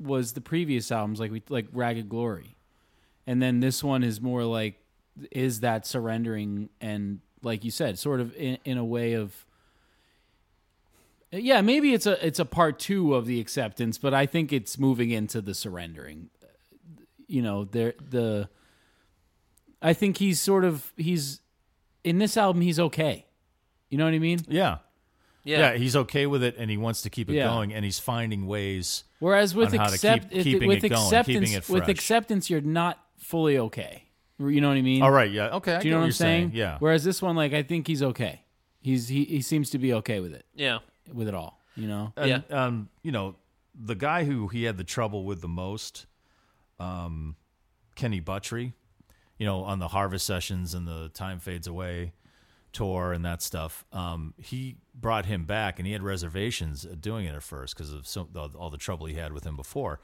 [SPEAKER 4] was the previous albums like we like Ragged Glory, and then this one is more like is that surrendering and like you said, sort of in, in a way of Yeah, maybe it's a it's a part two of the acceptance, but I think it's moving into the surrendering. You know, there the. I think he's sort of he's in this album. He's okay. You know what I mean?
[SPEAKER 3] Yeah.
[SPEAKER 2] Yeah.
[SPEAKER 3] Yeah, he's okay with it and he wants to keep it
[SPEAKER 4] Yeah.
[SPEAKER 3] going and he's finding ways.
[SPEAKER 4] Whereas with
[SPEAKER 3] on how to
[SPEAKER 4] accept
[SPEAKER 3] keep-
[SPEAKER 4] if-
[SPEAKER 3] keeping
[SPEAKER 4] with
[SPEAKER 3] it going, keeping
[SPEAKER 4] acceptance
[SPEAKER 3] it
[SPEAKER 4] with
[SPEAKER 3] fresh.
[SPEAKER 4] acceptance, you're not fully okay. You know what I mean?
[SPEAKER 3] All right, yeah. Okay, I
[SPEAKER 4] Do
[SPEAKER 3] get
[SPEAKER 4] you know what I'm
[SPEAKER 3] you're saying?
[SPEAKER 4] saying?
[SPEAKER 3] Yeah.
[SPEAKER 4] Whereas this one, like, I think he's okay. He's he, he seems to be okay with it
[SPEAKER 2] yeah.
[SPEAKER 4] with it all. You know?
[SPEAKER 2] Yeah.
[SPEAKER 3] And, um, you know, the guy who he had the trouble with the most, um, Kenny Buttry, you know, on the Harvest Sessions and the Time Fades Away tour and that stuff, um, he brought him back and he had reservations at doing it at first because of so, all all the trouble he had with him before.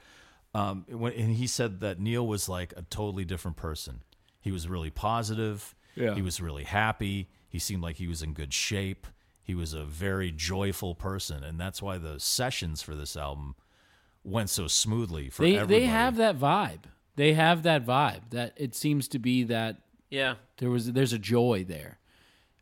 [SPEAKER 3] Um, when, and he said that Neil was like a totally different person. He was really positive.
[SPEAKER 4] Yeah.
[SPEAKER 3] He was really happy. He seemed like he was in good shape. He was a very joyful person, and that's why the sessions for this album went so smoothly for
[SPEAKER 4] They
[SPEAKER 3] everybody.
[SPEAKER 4] they have that vibe. They have that vibe. That it seems to be that
[SPEAKER 2] Yeah.
[SPEAKER 4] there was there's a joy there.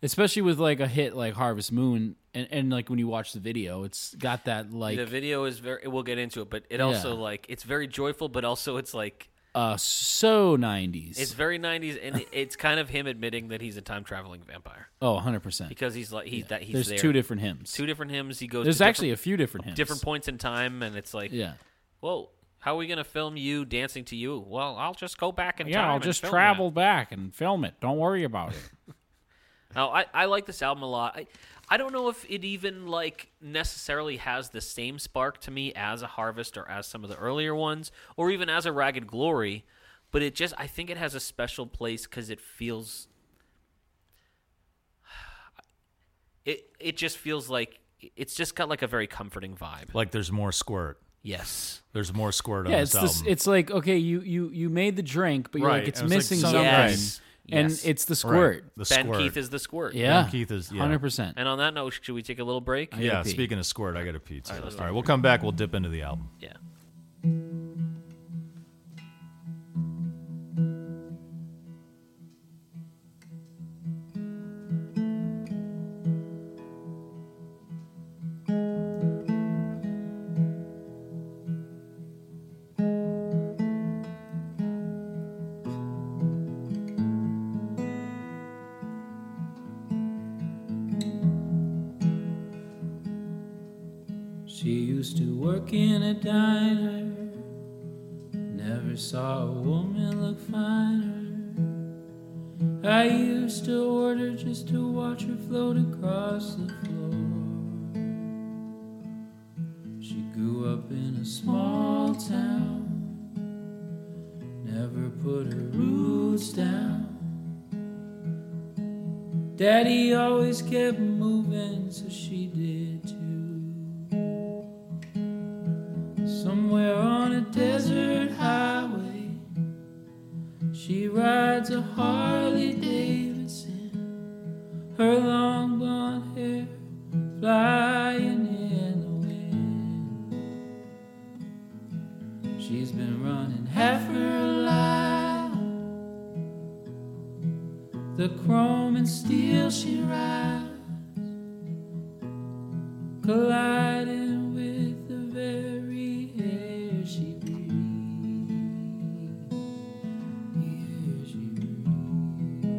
[SPEAKER 4] Especially with like a hit like Harvest Moon and, and like when you watch the video, it's got that like
[SPEAKER 2] the video is very we'll get into it, but it also like it's very joyful, but also it's like
[SPEAKER 4] uh so 90s.
[SPEAKER 2] it's very 90s and it- it's kind of him admitting that he's a time traveling vampire
[SPEAKER 4] oh, 100%.
[SPEAKER 2] because he's like he's that he's
[SPEAKER 4] There's
[SPEAKER 2] there.
[SPEAKER 4] two different hymns.
[SPEAKER 2] two different hymns he goes
[SPEAKER 4] there's
[SPEAKER 2] to
[SPEAKER 4] actually a
[SPEAKER 2] different,
[SPEAKER 4] few different hymns.
[SPEAKER 2] different points in time and it's like
[SPEAKER 4] Yeah.
[SPEAKER 2] whoa how are we gonna film you dancing to you well i'll just go back in time
[SPEAKER 6] Yeah, I'll
[SPEAKER 2] and
[SPEAKER 6] just
[SPEAKER 2] film
[SPEAKER 6] travel back and film it. Don't worry about it.
[SPEAKER 2] that. now I, I like this album a lot I, I don't know if it even like necessarily has the same spark to me as a harvest or as some of the earlier ones or even as a ragged glory but it just i think it has a special place because it feels *sighs* it it just feels like it's just got like a very comforting vibe
[SPEAKER 3] like there's more squirt.
[SPEAKER 2] yes
[SPEAKER 3] There's more squirt on
[SPEAKER 4] *laughs* yeah,
[SPEAKER 3] this
[SPEAKER 4] it's this,
[SPEAKER 3] album.
[SPEAKER 4] it's like okay, you you you made the drink, but you're
[SPEAKER 3] Um, Right,
[SPEAKER 4] like it's
[SPEAKER 3] and it's like
[SPEAKER 4] missing
[SPEAKER 3] something.
[SPEAKER 4] something,
[SPEAKER 2] Yes,
[SPEAKER 4] and
[SPEAKER 2] yes.
[SPEAKER 4] it's the
[SPEAKER 3] Right,
[SPEAKER 4] squirt.
[SPEAKER 3] The
[SPEAKER 2] ben
[SPEAKER 3] squirt.
[SPEAKER 2] Keith is the squirt.
[SPEAKER 4] Yeah,
[SPEAKER 3] Ben Keith is- yeah.
[SPEAKER 4] hundred percent.
[SPEAKER 2] And on that note, should we take a little break?
[SPEAKER 3] yeah,
[SPEAKER 4] pee.
[SPEAKER 3] speaking of squirt, I got a pizza. All right, we'll come back. We'll dip into the album.
[SPEAKER 2] Yeah.
[SPEAKER 4] She used to work in a diner. Never saw a woman look finer. I used to order just to watch her float across the floor. She grew up in a small town. Never put her roots down. Daddy always kept moving, so she did too. Somewhere on a desert highway, she rides a Harley Davidson, her long blonde hair flying in the wind. She's been running half her life. The chrome and steel she rides, colliding with the very air she breathes. Air she breathes.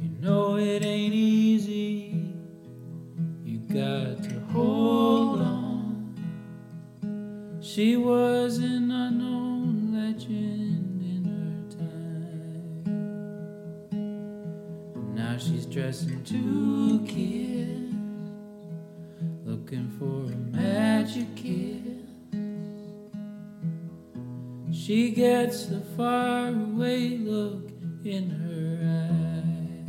[SPEAKER 4] You know it ain't easy. You got to hold on. She was an unknown legend in her time. Now she's dressing two kids, looking for a magic kiss. She gets the faraway look in her eyes.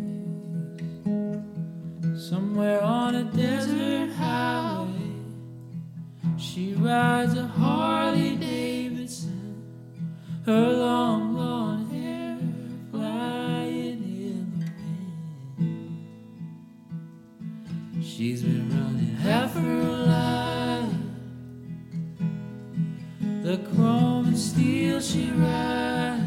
[SPEAKER 4] Somewhere on a desert highway, she rides a Harley Davidson. Her long blonde hair
[SPEAKER 5] she rides,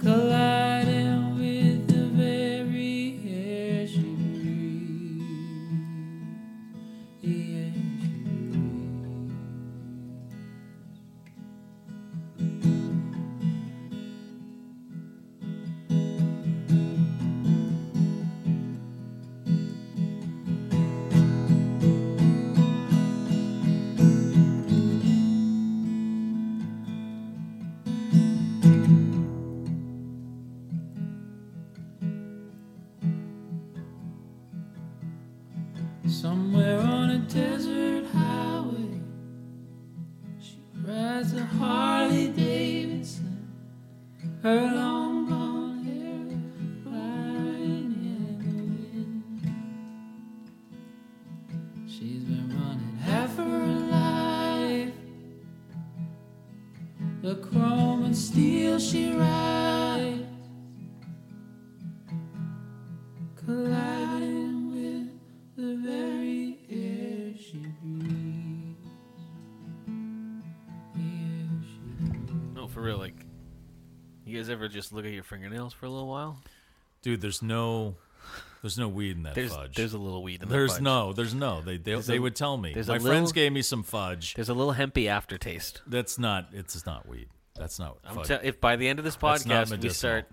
[SPEAKER 5] colliding with the very air she breathes. The air she breathes. Somewhere on a desert highway, she rides a Harley Davidson. Her long blonde hair flying in the wind. She's been running half her life. The chrome and steel she rides, colliding with the very air she breathes. The air she
[SPEAKER 2] No, for real. Like, you guys ever just look at your fingernails for a little while?
[SPEAKER 3] Dude, there's no there's no weed in that
[SPEAKER 2] There's
[SPEAKER 3] fudge.
[SPEAKER 2] there's a little weed in the
[SPEAKER 3] There's
[SPEAKER 2] fudge.
[SPEAKER 3] no, there's no. They they, they
[SPEAKER 2] a-
[SPEAKER 3] would tell me. My
[SPEAKER 2] there's a
[SPEAKER 3] friends
[SPEAKER 2] little-
[SPEAKER 3] gave me some fudge.
[SPEAKER 2] There's a little hempy aftertaste.
[SPEAKER 3] That's not. It's not weed. That's not
[SPEAKER 2] I'm
[SPEAKER 3] fudge.
[SPEAKER 2] tell if by the end of this
[SPEAKER 3] That's not
[SPEAKER 2] podcast we
[SPEAKER 3] medicinal.
[SPEAKER 2] start,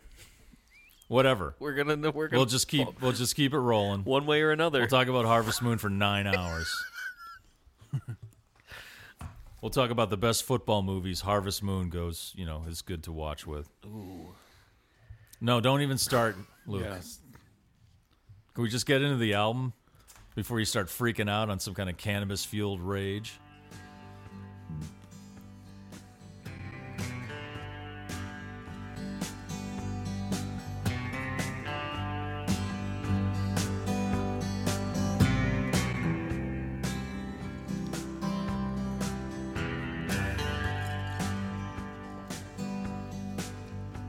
[SPEAKER 3] Whatever.
[SPEAKER 2] we're gonna we're gonna
[SPEAKER 3] We'll just keep. We'll just keep it rolling.
[SPEAKER 2] one way or another.
[SPEAKER 3] We'll talk about Harvest Moon for nine hours. *laughs* we'll talk about the best football movies. Harvest Moon goes. You know, is good to watch with. Ooh. No, don't even start, Luke. Can we just get into the album before you start freaking out on some kind of cannabis fueled rage?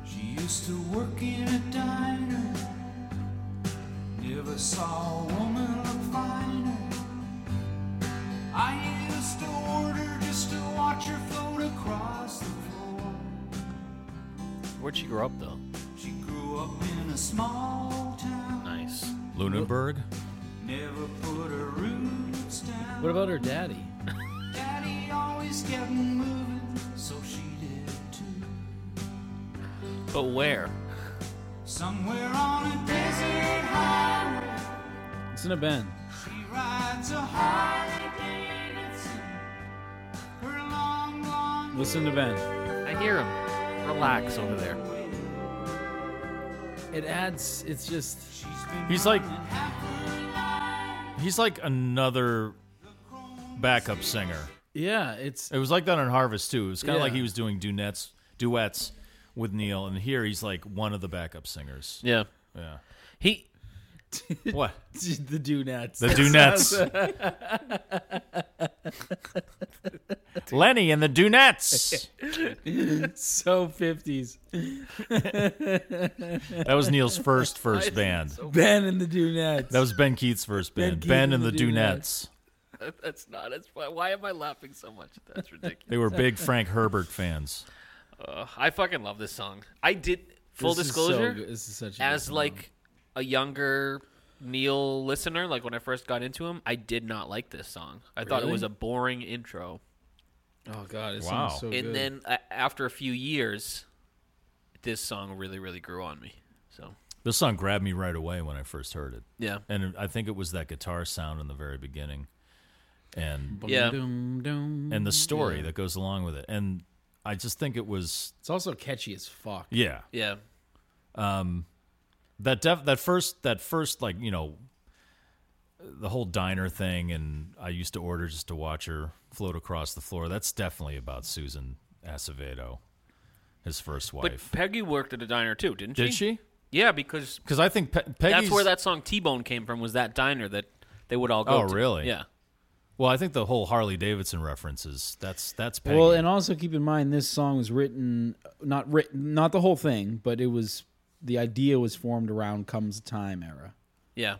[SPEAKER 5] She used to work in a diner. Never saw a woman look finer. I used to order just to watch her float across the floor.
[SPEAKER 2] Where'd she grow up though?
[SPEAKER 5] She grew up in a small town.
[SPEAKER 2] Nice.
[SPEAKER 3] Lunenburg.
[SPEAKER 5] Never put her roots down.
[SPEAKER 4] What about her daddy?
[SPEAKER 5] Daddy always kept moving, so she did too.
[SPEAKER 2] But where?
[SPEAKER 5] Somewhere on a desert highway.
[SPEAKER 4] Listen to Ben.
[SPEAKER 5] She rides a Harley Davidson. Her long blonde
[SPEAKER 4] Listen to Ben.
[SPEAKER 2] I hear him. Relax over there.
[SPEAKER 4] It adds. It's just.
[SPEAKER 3] He's like He's like another backup singer.
[SPEAKER 4] Yeah. It's.
[SPEAKER 3] It was like that on Harvest too. It was kind of
[SPEAKER 4] Yeah.
[SPEAKER 3] like he was doing duets duets with Neil and here he's like one of the backup singers.
[SPEAKER 2] Yeah.
[SPEAKER 3] Yeah.
[SPEAKER 2] He
[SPEAKER 3] What?
[SPEAKER 4] *laughs* the Dunettes.
[SPEAKER 3] The
[SPEAKER 4] *laughs*
[SPEAKER 3] Dunettes. Lenny and the Dunettes.
[SPEAKER 4] *laughs*
[SPEAKER 3] *laughs*
[SPEAKER 4] so 50s.
[SPEAKER 3] That was Neil's
[SPEAKER 4] *laughs*
[SPEAKER 3] first first band.
[SPEAKER 4] Ben and the Dunettes.
[SPEAKER 3] That was Ben Keith's first band.
[SPEAKER 4] Keith
[SPEAKER 3] Ben and the Dunettes.
[SPEAKER 2] that's not that's why why am I laughing so much? That's ridiculous.
[SPEAKER 3] They were big Frank Herbert fans.
[SPEAKER 2] *laughs* Ugh, I fucking love this song. I did full
[SPEAKER 4] This is so
[SPEAKER 2] disclosure
[SPEAKER 4] good. this is such a good
[SPEAKER 2] as
[SPEAKER 4] song.
[SPEAKER 2] like a younger Neil listener, like when I first got into him, I did not like this song. I thought it
[SPEAKER 4] Really?
[SPEAKER 2] was a boring intro.
[SPEAKER 4] Oh god, it
[SPEAKER 3] Wow.
[SPEAKER 4] sounds so
[SPEAKER 2] and
[SPEAKER 4] good.
[SPEAKER 2] then uh, after a few years, this song really, really grew on me. So
[SPEAKER 3] This song grabbed me right away when I first heard it.
[SPEAKER 2] yeah,
[SPEAKER 3] and I think it was that guitar sound in the very beginning, and
[SPEAKER 2] yeah.
[SPEAKER 4] Dum, dum.
[SPEAKER 3] and the story that goes along with it. And I just think it was
[SPEAKER 4] it's also catchy as fuck.
[SPEAKER 3] yeah
[SPEAKER 2] yeah,
[SPEAKER 3] that def- that first that first like you know the whole diner thing, and I used to order just to watch her float across the floor. That's definitely about Susan Acevedo, his first
[SPEAKER 2] but
[SPEAKER 3] wife.
[SPEAKER 2] Peggy worked at a diner too, didn't she?
[SPEAKER 3] Did she?
[SPEAKER 2] Yeah, because
[SPEAKER 3] Because I think Pe- Peggy's.
[SPEAKER 2] that's where that song T Bone came from. Was that diner that they would all go?
[SPEAKER 3] Oh,
[SPEAKER 2] to.
[SPEAKER 3] really?
[SPEAKER 2] Yeah.
[SPEAKER 3] Well, I think the whole Harley Davidson references. That's that's Peggy.
[SPEAKER 4] Well, and also keep in mind this song was written not written not the whole thing, but it was the idea was formed around comes a time era.
[SPEAKER 2] Yeah,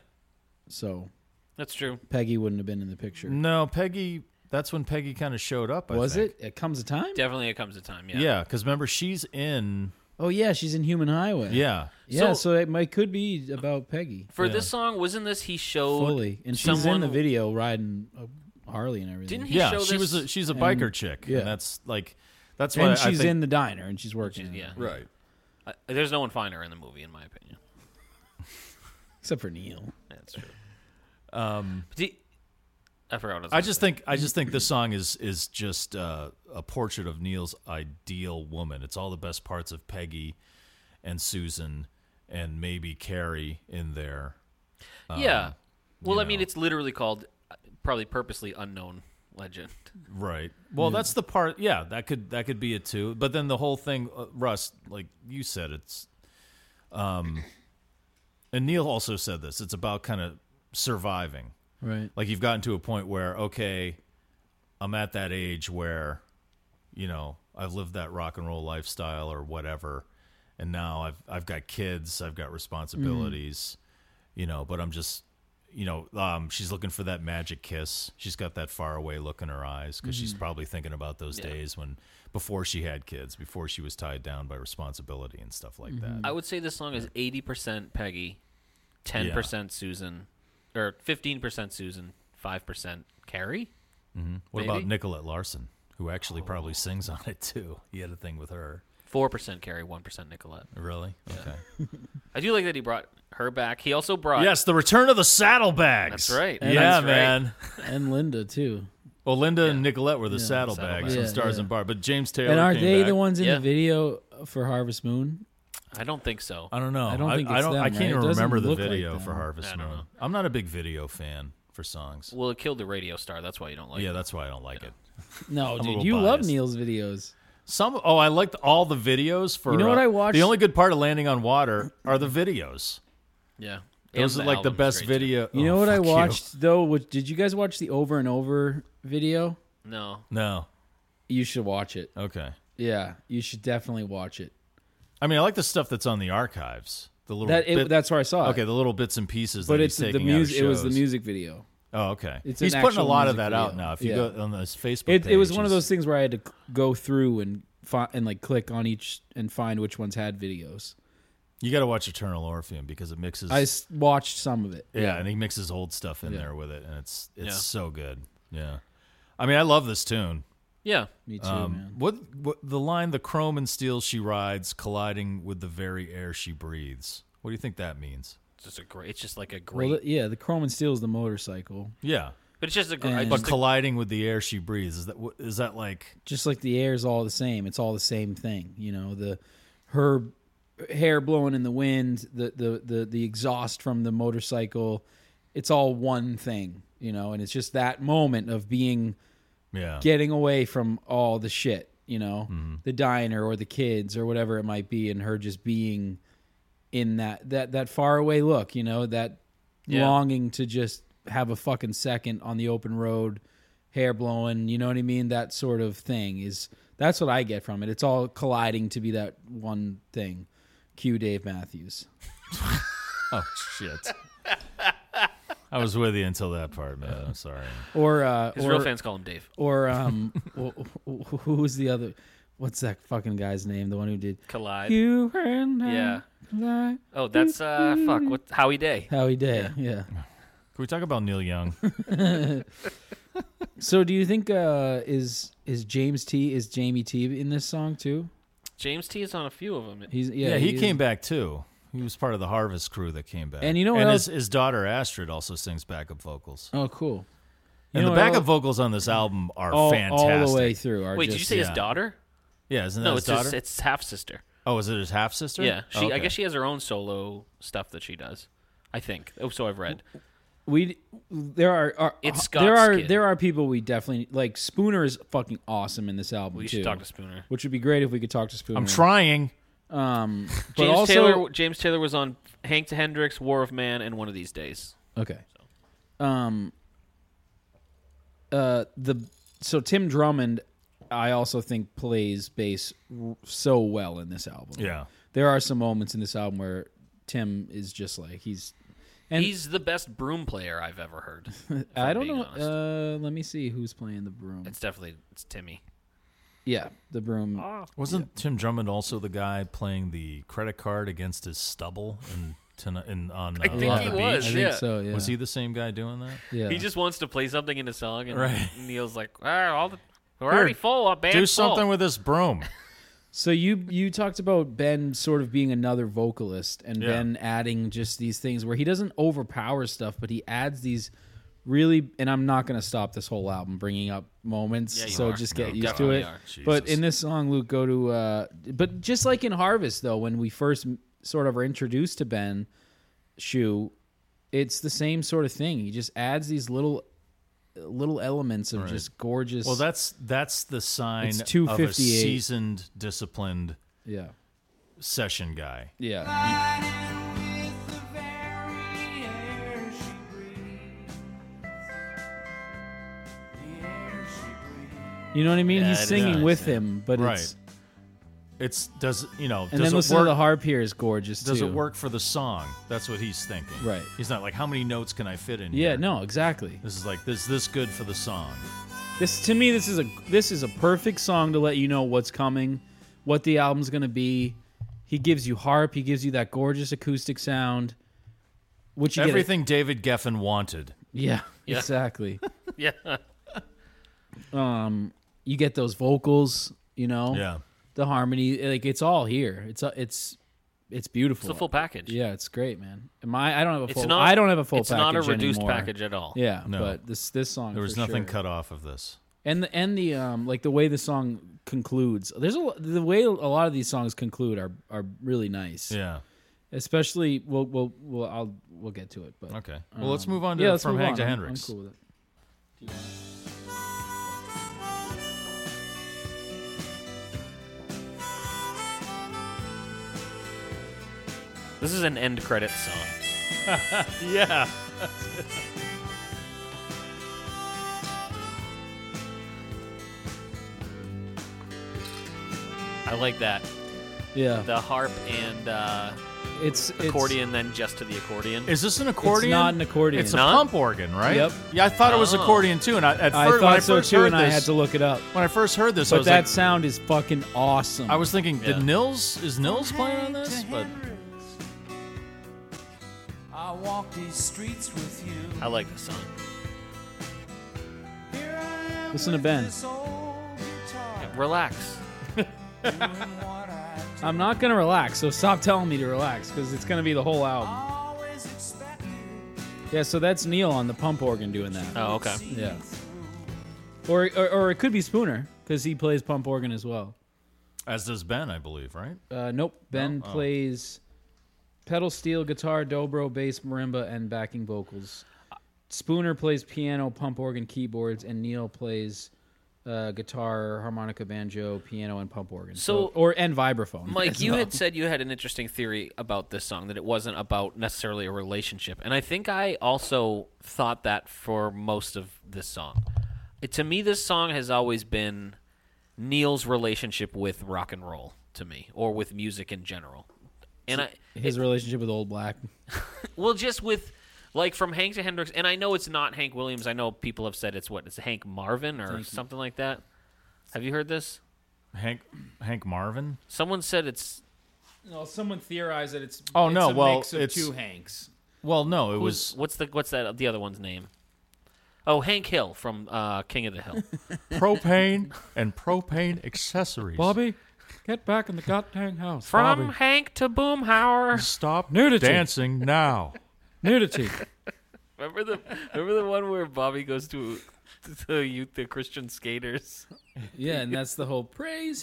[SPEAKER 4] So
[SPEAKER 2] that's true.
[SPEAKER 4] Peggy wouldn't have been in the picture.
[SPEAKER 3] no, Peggy. That's when Peggy kind of showed up. Mm, I
[SPEAKER 4] Was
[SPEAKER 3] think.
[SPEAKER 4] it? It comes a time.
[SPEAKER 2] Definitely, it comes a time. Yeah.
[SPEAKER 3] Yeah, because remember she's in.
[SPEAKER 4] Oh yeah, she's in Human Highway.
[SPEAKER 3] Yeah,
[SPEAKER 4] yeah. So,
[SPEAKER 2] So-
[SPEAKER 4] it might could be about Peggy
[SPEAKER 2] For this song, wasn't this he showed
[SPEAKER 4] fully, and she's
[SPEAKER 2] someone
[SPEAKER 4] in the video riding a Harley and everything.
[SPEAKER 2] Didn't he
[SPEAKER 3] yeah.
[SPEAKER 2] show
[SPEAKER 3] She
[SPEAKER 2] this?
[SPEAKER 3] was. A, she's a biker chick.
[SPEAKER 4] yeah.
[SPEAKER 3] and that's like. That's why
[SPEAKER 4] And
[SPEAKER 3] I
[SPEAKER 4] she's
[SPEAKER 3] think-
[SPEAKER 4] in the diner and she's working.
[SPEAKER 2] yeah.
[SPEAKER 3] Right.
[SPEAKER 2] Uh, there's no one finer in the movie, in my opinion.
[SPEAKER 4] Except for Neil.
[SPEAKER 2] That's
[SPEAKER 3] *laughs*
[SPEAKER 2] true. Um, I forgot. What I, was
[SPEAKER 3] I
[SPEAKER 2] gonna
[SPEAKER 3] just think I just think this song is is just uh, a portrait of Neil's ideal woman. It's all the best parts of Peggy and Susan and maybe Carrie in there. uh,
[SPEAKER 2] say. yeah. Well, I mean, it's literally called uh, probably purposely unknown legend. *laughs*
[SPEAKER 3] Right. Well, that's the part. Yeah, that could that could be it too. But then the whole thing, uh, Russ, like you said, it's, um, and Neil also said this. It's about kind of surviving.
[SPEAKER 4] Right.
[SPEAKER 3] like you've gotten to a point where okay i'm at that age where you know i've lived that rock and roll lifestyle or whatever and now i've i've got kids i've got responsibilities you know but i'm just you know um, she's looking for that magic kiss she's got that far away look in her eyes because she's probably thinking about those days when before she had kids before she was tied down by responsibility and stuff like that
[SPEAKER 2] I would say this song is 80% Peggy, 10% Susan, or 15% Susan, 5% Carrie.
[SPEAKER 3] what about
[SPEAKER 2] maybe? Oh.
[SPEAKER 3] nicolette larson who actually probably sings on it too he had a thing with her
[SPEAKER 2] Four percent Carrie, one percent Nicolette.
[SPEAKER 3] really okay
[SPEAKER 2] I do like that he brought her back. He also brought
[SPEAKER 3] Yes, the return of the saddlebags.
[SPEAKER 2] That's right.
[SPEAKER 3] Yeah,
[SPEAKER 2] That's right.
[SPEAKER 3] man.
[SPEAKER 4] And Linda too.
[SPEAKER 3] Well, Linda and Nicolette were the saddlebags
[SPEAKER 2] saddlebags.
[SPEAKER 3] from
[SPEAKER 4] Yeah,
[SPEAKER 3] Stars
[SPEAKER 4] yeah.
[SPEAKER 3] and Bar, but James Taylor.
[SPEAKER 4] and are
[SPEAKER 3] came
[SPEAKER 4] they
[SPEAKER 3] back.
[SPEAKER 4] the ones in
[SPEAKER 2] Yeah.
[SPEAKER 4] the video for Harvest Moon?
[SPEAKER 2] I don't think so.
[SPEAKER 3] I don't know.
[SPEAKER 4] I don't think
[SPEAKER 3] I,
[SPEAKER 4] it's
[SPEAKER 3] don't.
[SPEAKER 4] them,
[SPEAKER 3] I can't
[SPEAKER 4] right?
[SPEAKER 3] even
[SPEAKER 4] It doesn't
[SPEAKER 3] remember the
[SPEAKER 4] look like
[SPEAKER 3] video
[SPEAKER 4] them.
[SPEAKER 3] for Harvest
[SPEAKER 2] I don't
[SPEAKER 3] Moon.
[SPEAKER 2] know.
[SPEAKER 3] I'm not a big video fan for songs.
[SPEAKER 2] Well, it killed the radio star. That's why you don't like.
[SPEAKER 3] Yeah,
[SPEAKER 2] it.
[SPEAKER 3] that's why I don't like it.
[SPEAKER 4] No, dude,
[SPEAKER 3] little
[SPEAKER 4] you love
[SPEAKER 3] biased.
[SPEAKER 4] Neil's videos.
[SPEAKER 3] Some. Oh, I liked all the videos for.
[SPEAKER 4] You know what
[SPEAKER 3] uh,
[SPEAKER 4] I watched?
[SPEAKER 3] The only good part of Landing on Water are the videos.
[SPEAKER 2] yeah.
[SPEAKER 3] Those
[SPEAKER 2] And
[SPEAKER 3] are like the
[SPEAKER 2] album's
[SPEAKER 3] best
[SPEAKER 2] great, too.
[SPEAKER 3] video.
[SPEAKER 4] You
[SPEAKER 3] oh,
[SPEAKER 4] know what I
[SPEAKER 3] fuck you.
[SPEAKER 4] watched though? Which, did you guys watch the over and over video?
[SPEAKER 2] No,
[SPEAKER 3] No.
[SPEAKER 4] You should watch it.
[SPEAKER 3] Okay.
[SPEAKER 4] Yeah, you should definitely watch it.
[SPEAKER 3] I mean, I like the stuff that's on the archives. The little.
[SPEAKER 4] That it,
[SPEAKER 3] bit-
[SPEAKER 4] that's where I saw it.
[SPEAKER 3] Okay, the little bits and pieces.
[SPEAKER 4] but
[SPEAKER 3] that
[SPEAKER 4] it's
[SPEAKER 3] he's
[SPEAKER 4] the
[SPEAKER 3] taking out of
[SPEAKER 4] music. It was the
[SPEAKER 3] shows.
[SPEAKER 4] music video.
[SPEAKER 3] Oh, okay.
[SPEAKER 4] It's
[SPEAKER 3] He's
[SPEAKER 4] an
[SPEAKER 3] putting a
[SPEAKER 4] actual
[SPEAKER 3] lot of
[SPEAKER 4] music
[SPEAKER 3] that out
[SPEAKER 4] video.
[SPEAKER 3] now. If you
[SPEAKER 4] Yeah.
[SPEAKER 3] go on his Facebook,
[SPEAKER 4] It, it was
[SPEAKER 3] page,
[SPEAKER 4] one of
[SPEAKER 3] he's-
[SPEAKER 4] those things where I had to c- go through and fi- and like click on each and find which ones had videos.
[SPEAKER 3] You got to watch Eternal Orpheum because it mixes.
[SPEAKER 4] I s- watched some of it.
[SPEAKER 3] yeah, and he mixes old stuff in
[SPEAKER 4] Yeah.
[SPEAKER 3] there with it, and it's it's
[SPEAKER 2] Yeah.
[SPEAKER 3] so good. Yeah, I mean, I love this tune.
[SPEAKER 2] yeah,
[SPEAKER 4] Me too, man.
[SPEAKER 3] What, what the line? The chrome and steel she rides, colliding with the very air she breathes. What do you think that means?
[SPEAKER 2] it's just a great. It's just like a great.
[SPEAKER 4] Well, the- yeah, the Chrome and Steel is the motorcycle,
[SPEAKER 3] Yeah,
[SPEAKER 2] but it's just a great.
[SPEAKER 4] And-
[SPEAKER 3] but
[SPEAKER 2] Just a,
[SPEAKER 3] colliding with the air she breathes is that what- is that like?
[SPEAKER 4] just like the air is all the same. It's all the same thing, you know. The her hair blowing in the wind, the the the the exhaust from the motorcycle. It's all one thing, you know. And it's just that moment of being
[SPEAKER 3] Yeah,
[SPEAKER 4] getting away from all the shit, you know,
[SPEAKER 2] Mm-hmm.
[SPEAKER 4] the diner or the kids or whatever it might be, and her just being in that that that faraway look, you know, that
[SPEAKER 2] Yeah.
[SPEAKER 4] longing to just have a fucking second on the open road, hair blowing, you know what I mean? That sort of thing is that's what I get from it. It's all colliding to be that one thing. Cue Dave Matthews.
[SPEAKER 3] Oh shit. I was with you until that part, man. I'm sorry.
[SPEAKER 4] Or uh
[SPEAKER 2] his
[SPEAKER 4] or,
[SPEAKER 2] real fans call him Dave. *laughs*
[SPEAKER 4] or um wh- wh- who was the other what's that fucking guy's name? The one who did
[SPEAKER 2] Collide.
[SPEAKER 4] You and I
[SPEAKER 2] yeah.
[SPEAKER 4] Like
[SPEAKER 2] Oh, that's uh, fuck. What Howie Day?
[SPEAKER 4] Howie Day, yeah.
[SPEAKER 3] Can we talk about Neil
[SPEAKER 4] *laughs*
[SPEAKER 3] Young?
[SPEAKER 4] So, do you think uh, is is James T is Jamie T in this song too?
[SPEAKER 2] James T is on a few of them.
[SPEAKER 4] He's yeah,
[SPEAKER 3] Yeah, he
[SPEAKER 4] is-
[SPEAKER 3] came back too. He was part of the Harvest crew that came back.
[SPEAKER 4] And you know what
[SPEAKER 3] his,
[SPEAKER 4] else-
[SPEAKER 3] his daughter Astrid also sings backup vocals.
[SPEAKER 4] Oh, cool. You
[SPEAKER 3] and
[SPEAKER 4] know
[SPEAKER 3] the
[SPEAKER 4] what
[SPEAKER 3] backup
[SPEAKER 4] else-
[SPEAKER 3] vocals on this album are
[SPEAKER 4] all,
[SPEAKER 3] fantastic.
[SPEAKER 4] all the way through. Are
[SPEAKER 2] Wait,
[SPEAKER 4] just,
[SPEAKER 2] did you say
[SPEAKER 3] yeah.
[SPEAKER 2] his daughter?
[SPEAKER 3] Yeah, isn't that
[SPEAKER 2] No,
[SPEAKER 3] his
[SPEAKER 2] it's his,
[SPEAKER 3] daughter?
[SPEAKER 2] it's half sister.
[SPEAKER 3] oh, is it his half sister?
[SPEAKER 2] Yeah, she. I guess she has her own solo stuff that she does. I think. Oh, so I've read.
[SPEAKER 4] we? There are, are uh,
[SPEAKER 2] It's Scott's
[SPEAKER 4] there are
[SPEAKER 2] kid.
[SPEAKER 4] there are people we definitely like. Spooner is fucking awesome in this album
[SPEAKER 2] We
[SPEAKER 4] too.
[SPEAKER 2] should talk to Spooner.
[SPEAKER 4] which would be great if we could talk to Spooner.
[SPEAKER 3] I'm trying.
[SPEAKER 4] Um, but
[SPEAKER 2] James
[SPEAKER 4] also,
[SPEAKER 2] Taylor. James Taylor was on Hank to Hendrix, War of Man, and One of These Days.
[SPEAKER 4] Okay. Um. Uh, the so Tim Drummond, I also think plays bass r- so well in this album.
[SPEAKER 3] Yeah.
[SPEAKER 4] there are some moments in this album where Tim is just like he's And-
[SPEAKER 2] He's the best broom player I've ever
[SPEAKER 4] *laughs*
[SPEAKER 2] heard. if
[SPEAKER 4] I
[SPEAKER 2] I'm
[SPEAKER 4] don't
[SPEAKER 2] being
[SPEAKER 4] know.
[SPEAKER 2] honest.
[SPEAKER 4] Uh, let me see who's playing the broom.
[SPEAKER 2] it's definitely it's Timmy.
[SPEAKER 4] yeah, the broom.
[SPEAKER 3] Wasn't Tim Drummond also the guy playing the credit card against his stubble in, tonight in on? Uh,
[SPEAKER 2] I think
[SPEAKER 3] Long
[SPEAKER 2] he
[SPEAKER 3] Beach?
[SPEAKER 4] I
[SPEAKER 2] was.
[SPEAKER 4] think
[SPEAKER 2] yeah.
[SPEAKER 4] so. Yeah.
[SPEAKER 3] Was he the same guy doing that?
[SPEAKER 4] Yeah.
[SPEAKER 2] He just wants to play something in a song, and
[SPEAKER 3] Right.
[SPEAKER 2] Neil's like, "Ah, all the, we're already full. Our band's
[SPEAKER 3] Do
[SPEAKER 2] full."
[SPEAKER 3] something with this broom.
[SPEAKER 4] So you you talked about Ben sort of being another vocalist and
[SPEAKER 3] Yeah.
[SPEAKER 4] Ben adding just these things where he doesn't overpower stuff, but he adds these really. And I'm not going to stop this whole album bringing up moments,
[SPEAKER 2] you
[SPEAKER 4] so
[SPEAKER 2] are.
[SPEAKER 4] just
[SPEAKER 2] No,
[SPEAKER 4] get used to
[SPEAKER 2] definitely
[SPEAKER 4] it.
[SPEAKER 2] are.
[SPEAKER 4] But
[SPEAKER 3] Jesus.
[SPEAKER 4] in this song, Luke, go to. Uh, but just like in Harvest, though, when we first m- sort of are introduced to Ben Shu, it's the same sort of thing. He just adds these little little elements of just gorgeous.
[SPEAKER 3] Well, that's that's the sign
[SPEAKER 4] It's
[SPEAKER 3] of a
[SPEAKER 4] 258.
[SPEAKER 3] seasoned, disciplined
[SPEAKER 4] yeah,
[SPEAKER 3] session guy.
[SPEAKER 4] yeah. You know what I mean?
[SPEAKER 2] Yeah, it
[SPEAKER 4] He's
[SPEAKER 2] is
[SPEAKER 4] singing
[SPEAKER 2] nice,
[SPEAKER 4] with
[SPEAKER 2] yeah.
[SPEAKER 4] him, but
[SPEAKER 3] Right.
[SPEAKER 4] it's
[SPEAKER 3] It's does you know
[SPEAKER 4] and
[SPEAKER 3] does
[SPEAKER 4] then
[SPEAKER 3] it
[SPEAKER 4] listen
[SPEAKER 3] work?
[SPEAKER 4] to the harp here is gorgeous
[SPEAKER 3] does
[SPEAKER 4] too.
[SPEAKER 3] it work for the song? That's what he's thinking.
[SPEAKER 4] Right.
[SPEAKER 3] He's not like how many notes can I fit in
[SPEAKER 4] Yeah,
[SPEAKER 3] here?
[SPEAKER 4] no, exactly.
[SPEAKER 3] This is like this this good for the song.
[SPEAKER 4] This to me, this is a this is a perfect song to let you know what's coming, what the album's gonna be. He gives you harp, he gives you that gorgeous acoustic sound, which you get at-
[SPEAKER 3] Everything David Geffen wanted.
[SPEAKER 4] yeah, exactly.
[SPEAKER 2] Yeah,
[SPEAKER 4] you get those vocals, you know,
[SPEAKER 3] Yeah.
[SPEAKER 4] the harmony, like it's all here. It's a, it's it's beautiful.
[SPEAKER 2] it's a full package.
[SPEAKER 4] yeah, it's great, man. My I don't have a full.
[SPEAKER 2] It's not.
[SPEAKER 4] I don't have a full.
[SPEAKER 2] It's not a
[SPEAKER 4] package
[SPEAKER 2] reduced
[SPEAKER 4] anymore.
[SPEAKER 2] package at all.
[SPEAKER 4] Yeah,
[SPEAKER 3] No.
[SPEAKER 4] but this this song
[SPEAKER 3] There was
[SPEAKER 4] for
[SPEAKER 3] nothing
[SPEAKER 4] sure.
[SPEAKER 3] cut off of this.
[SPEAKER 4] and the and the um like the way the song concludes. There's a lo- the way a lot of these songs conclude are are really nice.
[SPEAKER 3] Yeah.
[SPEAKER 4] especially we'll we'll we'll I'll we'll get to it, but
[SPEAKER 3] Okay. Well, let's move on to
[SPEAKER 4] Um, yeah, let's
[SPEAKER 3] from
[SPEAKER 4] move
[SPEAKER 3] Hank
[SPEAKER 4] on.
[SPEAKER 3] to
[SPEAKER 4] I'm-
[SPEAKER 3] Hendrix.
[SPEAKER 4] I'm cool with it.
[SPEAKER 2] This is an end credit
[SPEAKER 4] *laughs*
[SPEAKER 2] song.
[SPEAKER 3] Yeah.
[SPEAKER 2] I like that.
[SPEAKER 4] Yeah,
[SPEAKER 2] The harp and uh,
[SPEAKER 4] it's it's-
[SPEAKER 2] accordion, then just to the accordion.
[SPEAKER 3] Is this an
[SPEAKER 4] It's,
[SPEAKER 3] accordion?
[SPEAKER 4] not an accordion.
[SPEAKER 3] It's a
[SPEAKER 2] Not?
[SPEAKER 3] pump organ, right?
[SPEAKER 4] Yep.
[SPEAKER 3] Yeah, I thought it was
[SPEAKER 2] Oh.
[SPEAKER 3] accordion too, and I at
[SPEAKER 4] I
[SPEAKER 3] first, when I
[SPEAKER 4] thought so
[SPEAKER 3] first
[SPEAKER 4] too,
[SPEAKER 3] heard
[SPEAKER 4] and I
[SPEAKER 3] this,
[SPEAKER 4] had to look it up.
[SPEAKER 3] when I first heard this, I
[SPEAKER 4] But
[SPEAKER 3] was
[SPEAKER 4] that
[SPEAKER 3] like,
[SPEAKER 4] sound is fucking awesome.
[SPEAKER 3] I was thinking,
[SPEAKER 2] Yeah.
[SPEAKER 3] did Nils is Nils playing on this? But
[SPEAKER 5] I walk these streets with you.
[SPEAKER 2] I like this song.
[SPEAKER 5] Here I am
[SPEAKER 4] Listen to
[SPEAKER 5] with
[SPEAKER 4] Ben.
[SPEAKER 5] this old guitar,
[SPEAKER 2] Relax.
[SPEAKER 5] doing what I do.
[SPEAKER 4] I'm not gonna relax, so stop telling me to relax because it's gonna be the whole album.
[SPEAKER 5] Always expecting
[SPEAKER 4] Yeah, so that's Neil on the pump organ doing
[SPEAKER 3] Uh,
[SPEAKER 4] that.
[SPEAKER 2] Oh, okay.
[SPEAKER 4] Yeah, or or, or it could be Spooner because he plays pump organ as well.
[SPEAKER 3] as does Ben, I believe, right?
[SPEAKER 4] Uh, nope, Ben
[SPEAKER 3] No? Oh.
[SPEAKER 4] plays pedal steel, guitar, dobro, bass, marimba, and backing vocals. Spooner plays piano, pump organ, keyboards, and Neil plays uh, guitar, harmonica, banjo, piano, and pump organ.
[SPEAKER 2] So-
[SPEAKER 4] or and vibraphone.
[SPEAKER 2] Mike,
[SPEAKER 4] as
[SPEAKER 2] you
[SPEAKER 4] well.
[SPEAKER 2] had said you had an interesting theory about this song that it wasn't about necessarily a relationship, and I think I also thought that for most of this song. It, to me, this song has always been Neil's relationship with rock and roll to me, or with music in general, and I
[SPEAKER 4] his relationship with Old Black.
[SPEAKER 2] well, just with like from Hank to Hendrix, and I know it's not Hank Williams. I know people have said it's what it's Hank Marvin or something like that. Have you heard this?
[SPEAKER 3] Hank Hank Marvin.
[SPEAKER 2] Someone said it's
[SPEAKER 4] No, someone theorized that it's
[SPEAKER 3] Oh, it's no, a well, mix of it's- two
[SPEAKER 4] Hanks.
[SPEAKER 3] Well, no, it
[SPEAKER 2] Who's
[SPEAKER 3] was
[SPEAKER 2] what's the what's that the other one's name? Oh, Hank Hill from uh, King of the *laughs* Hill.
[SPEAKER 3] propane and propane accessories.
[SPEAKER 6] Bobby, get back in the goddamn house.
[SPEAKER 2] from
[SPEAKER 6] Bobby.
[SPEAKER 2] Hank to Boomhauer.
[SPEAKER 3] stop
[SPEAKER 6] Nudity.
[SPEAKER 3] dancing now.
[SPEAKER 6] nudity.
[SPEAKER 2] *laughs* Remember the remember the one where Bobby goes to to youth the Christian skaters.
[SPEAKER 4] Yeah, and that's the whole praise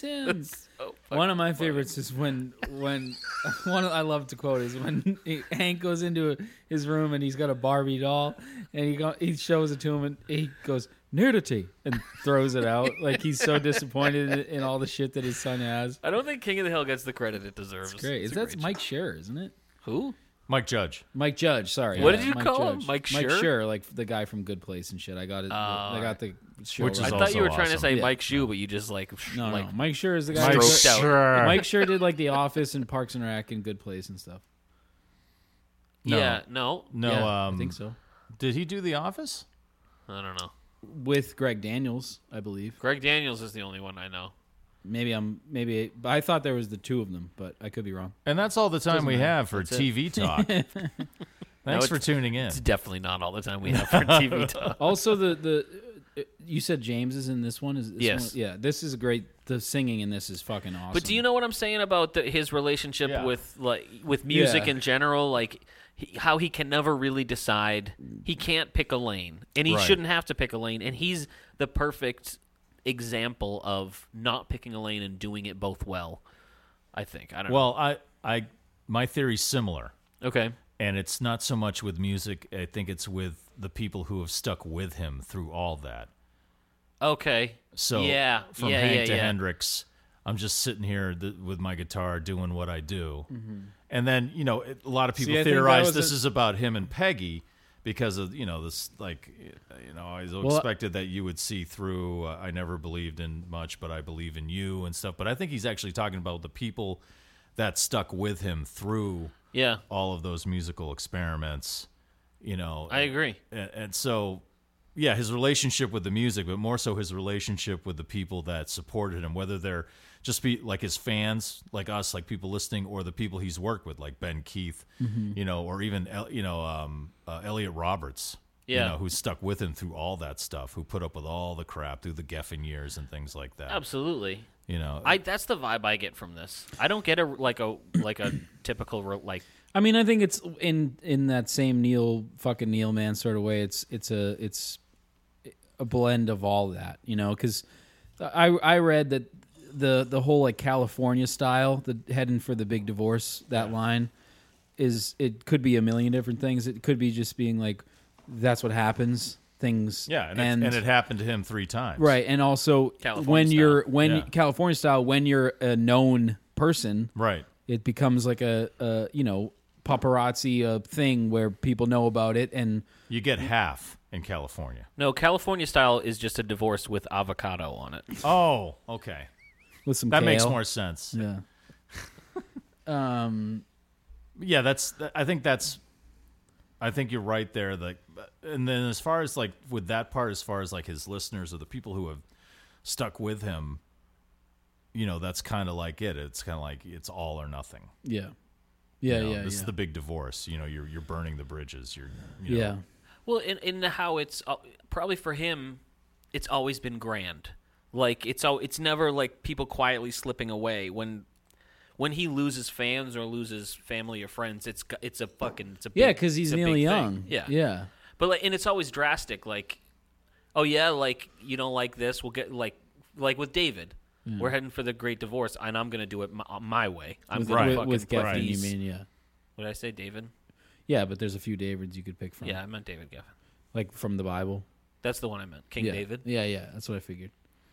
[SPEAKER 3] *laughs*
[SPEAKER 4] him.
[SPEAKER 2] Oh, fuck.
[SPEAKER 4] One of my favorites is when when *laughs* one of- I love to quote is when he- Hank goes into his room and he's got a Barbie doll and he go, he shows it to him and he goes nudity and throws
[SPEAKER 2] *laughs*
[SPEAKER 4] it out like he's so disappointed in, in all the shit that his son has.
[SPEAKER 2] I don't think King of the Hill gets the credit it deserves.
[SPEAKER 4] It's great.
[SPEAKER 2] It's a
[SPEAKER 4] that's
[SPEAKER 2] great
[SPEAKER 4] Mike Scherer, isn't it?
[SPEAKER 2] show. Who?
[SPEAKER 3] Mike Judge.
[SPEAKER 4] Mike Judge, sorry.
[SPEAKER 2] What
[SPEAKER 4] Yeah,
[SPEAKER 2] did you
[SPEAKER 4] Mike
[SPEAKER 2] call him?
[SPEAKER 4] Judge.
[SPEAKER 2] Mike
[SPEAKER 4] Mike
[SPEAKER 2] Scherer? Ah,
[SPEAKER 4] Scherer, like the guy from Good Place and shit. I got it. I got the show.
[SPEAKER 3] Which is
[SPEAKER 2] I
[SPEAKER 4] right.
[SPEAKER 3] all-
[SPEAKER 2] thought you were
[SPEAKER 3] also
[SPEAKER 2] trying to
[SPEAKER 3] awesome.
[SPEAKER 2] say
[SPEAKER 4] Yeah.
[SPEAKER 2] Mike Shue, but you just like
[SPEAKER 4] no,
[SPEAKER 2] like
[SPEAKER 4] no. Mike Scherer is the guy.
[SPEAKER 3] Mike
[SPEAKER 4] who-
[SPEAKER 2] Stroked out.
[SPEAKER 3] Sure.
[SPEAKER 4] Mike Scherer did like The Office and Parks and Rec and Good Place and stuff.
[SPEAKER 2] Yeah, no,
[SPEAKER 3] No,
[SPEAKER 4] Yeah,
[SPEAKER 3] um,
[SPEAKER 4] I think so.
[SPEAKER 3] Did he do The Office?
[SPEAKER 2] I don't know.
[SPEAKER 4] With Greg Daniels, I believe.
[SPEAKER 2] Greg Daniels is the only one I know.
[SPEAKER 4] Maybe I'm maybe but I thought there was the two of them, but I could be wrong.
[SPEAKER 3] And that's all the time we have for TV talk. Thanks for
[SPEAKER 2] it's-
[SPEAKER 3] tuning
[SPEAKER 2] *laughs*
[SPEAKER 3] in.
[SPEAKER 2] It's definitely not all the time we have
[SPEAKER 4] *laughs*
[SPEAKER 2] for TV talk.
[SPEAKER 4] Also, the the you said James is in this one. Is this
[SPEAKER 2] Yes.
[SPEAKER 4] One? Yeah, this is great. The singing in this is fucking awesome.
[SPEAKER 2] But do you know what I'm saying about the, his relationship
[SPEAKER 3] Yeah.
[SPEAKER 2] with like with music
[SPEAKER 4] Yeah.
[SPEAKER 2] in general? Like he, how he can never really decide. He can't pick a lane, and he
[SPEAKER 3] Right.
[SPEAKER 2] shouldn't have to pick a lane. And he's the perfect example of not picking a lane and doing it both well. I think. I don't
[SPEAKER 3] Well, I, I, my theory's similar,
[SPEAKER 2] know. Okay.
[SPEAKER 3] and it's not so much with music. I think it's with the people who have stuck with him through all that.
[SPEAKER 2] Okay.
[SPEAKER 3] So
[SPEAKER 2] yeah,
[SPEAKER 3] from
[SPEAKER 2] yeah,
[SPEAKER 3] Hank
[SPEAKER 2] yeah,
[SPEAKER 3] to
[SPEAKER 2] yeah.
[SPEAKER 3] Hendrix, I'm just sitting here th- with my guitar doing what I do,
[SPEAKER 2] Mm-hmm.
[SPEAKER 3] and then you know it, a lot of people
[SPEAKER 4] I think that
[SPEAKER 3] theorize
[SPEAKER 4] was
[SPEAKER 3] this
[SPEAKER 4] a-
[SPEAKER 3] is about him and Peggy because of you know this like you know I
[SPEAKER 4] I-
[SPEAKER 3] expected that you would see through. Uh, I never believed in much, but I believe in you and stuff. But I think he's actually talking about the people that stuck with him through
[SPEAKER 2] Yeah.
[SPEAKER 3] all of those musical experiments. You know,
[SPEAKER 2] I agree.
[SPEAKER 3] and, and so yeah his relationship with the music but more so his relationship with the people that supported him whether they're just be like his fans like us like people listening or the people he's worked with like ben keith you know or even El- you know um, uh, elliot roberts
[SPEAKER 2] Yeah.
[SPEAKER 3] you know who stuck with him through all that stuff who put up with all the crap through the geffen years and things like that
[SPEAKER 2] Absolutely.
[SPEAKER 3] you know
[SPEAKER 2] I that's the vibe I get from this. I don't get a like a like a typical ro- like
[SPEAKER 4] I mean, I think it's in in that same Neil fucking Neil man sort of way. It's it's a it's a blend of all that, you know. Because I I read that the the whole like California style, the heading for the big divorce, that line is it could be a million different things. It could be just being like that's what happens. Things
[SPEAKER 3] yeah and,
[SPEAKER 4] end.
[SPEAKER 3] it, and it happened to him three times
[SPEAKER 4] Right, and also
[SPEAKER 2] California
[SPEAKER 4] when
[SPEAKER 2] style.
[SPEAKER 4] you're when
[SPEAKER 3] Yeah.
[SPEAKER 4] California style when you're a known person,
[SPEAKER 3] right
[SPEAKER 4] it becomes like a, a you know paparazzi uh, thing where people know about it, and
[SPEAKER 3] you get half in california
[SPEAKER 2] No, California style is just a divorce with avocado on it.
[SPEAKER 3] oh okay
[SPEAKER 4] with some
[SPEAKER 3] that makes
[SPEAKER 4] kale.
[SPEAKER 3] more sense *laughs* Um,
[SPEAKER 4] Yeah,
[SPEAKER 3] yeah that's th- i think that's i think you're right there like and then as far as like with that part as far as like his listeners or the people who have stuck with him you know that's kind of like it it's kind of like it's all or nothing
[SPEAKER 4] yeah, yeah,
[SPEAKER 3] you know?
[SPEAKER 4] yeah,
[SPEAKER 3] this is
[SPEAKER 4] yeah.
[SPEAKER 3] the big divorce you know you're you're burning the bridges you're you know,
[SPEAKER 4] yeah.
[SPEAKER 2] Well, in in how it's uh, probably for him, it's always been grand. Like it's all it's never like people quietly slipping away when when he loses fans or loses family or friends. It's g- it's a fucking it's a big,
[SPEAKER 4] Yeah, because he's
[SPEAKER 2] it's a big
[SPEAKER 4] Neil
[SPEAKER 2] thing.
[SPEAKER 4] Young.
[SPEAKER 2] Yeah,
[SPEAKER 4] yeah,
[SPEAKER 2] But like, and it's always drastic. Like, oh yeah, like you don't like this, we'll get like like with David.
[SPEAKER 4] Mm.
[SPEAKER 2] We're heading for the great divorce, and I'm gonna do it my, my way. I'm
[SPEAKER 4] with
[SPEAKER 2] gonna
[SPEAKER 3] Right.
[SPEAKER 4] with,
[SPEAKER 2] fucking
[SPEAKER 4] with
[SPEAKER 2] put
[SPEAKER 4] Geffen, you
[SPEAKER 2] these-
[SPEAKER 4] mean yeah,
[SPEAKER 2] What did I say, David?
[SPEAKER 4] yeah. But there's a few Davids you could pick from,
[SPEAKER 2] Yeah, I meant David Geffen.
[SPEAKER 4] like from the Bible.
[SPEAKER 2] That's the one I meant, King
[SPEAKER 4] Yeah,
[SPEAKER 2] David.
[SPEAKER 4] Yeah, yeah. That's what I figured.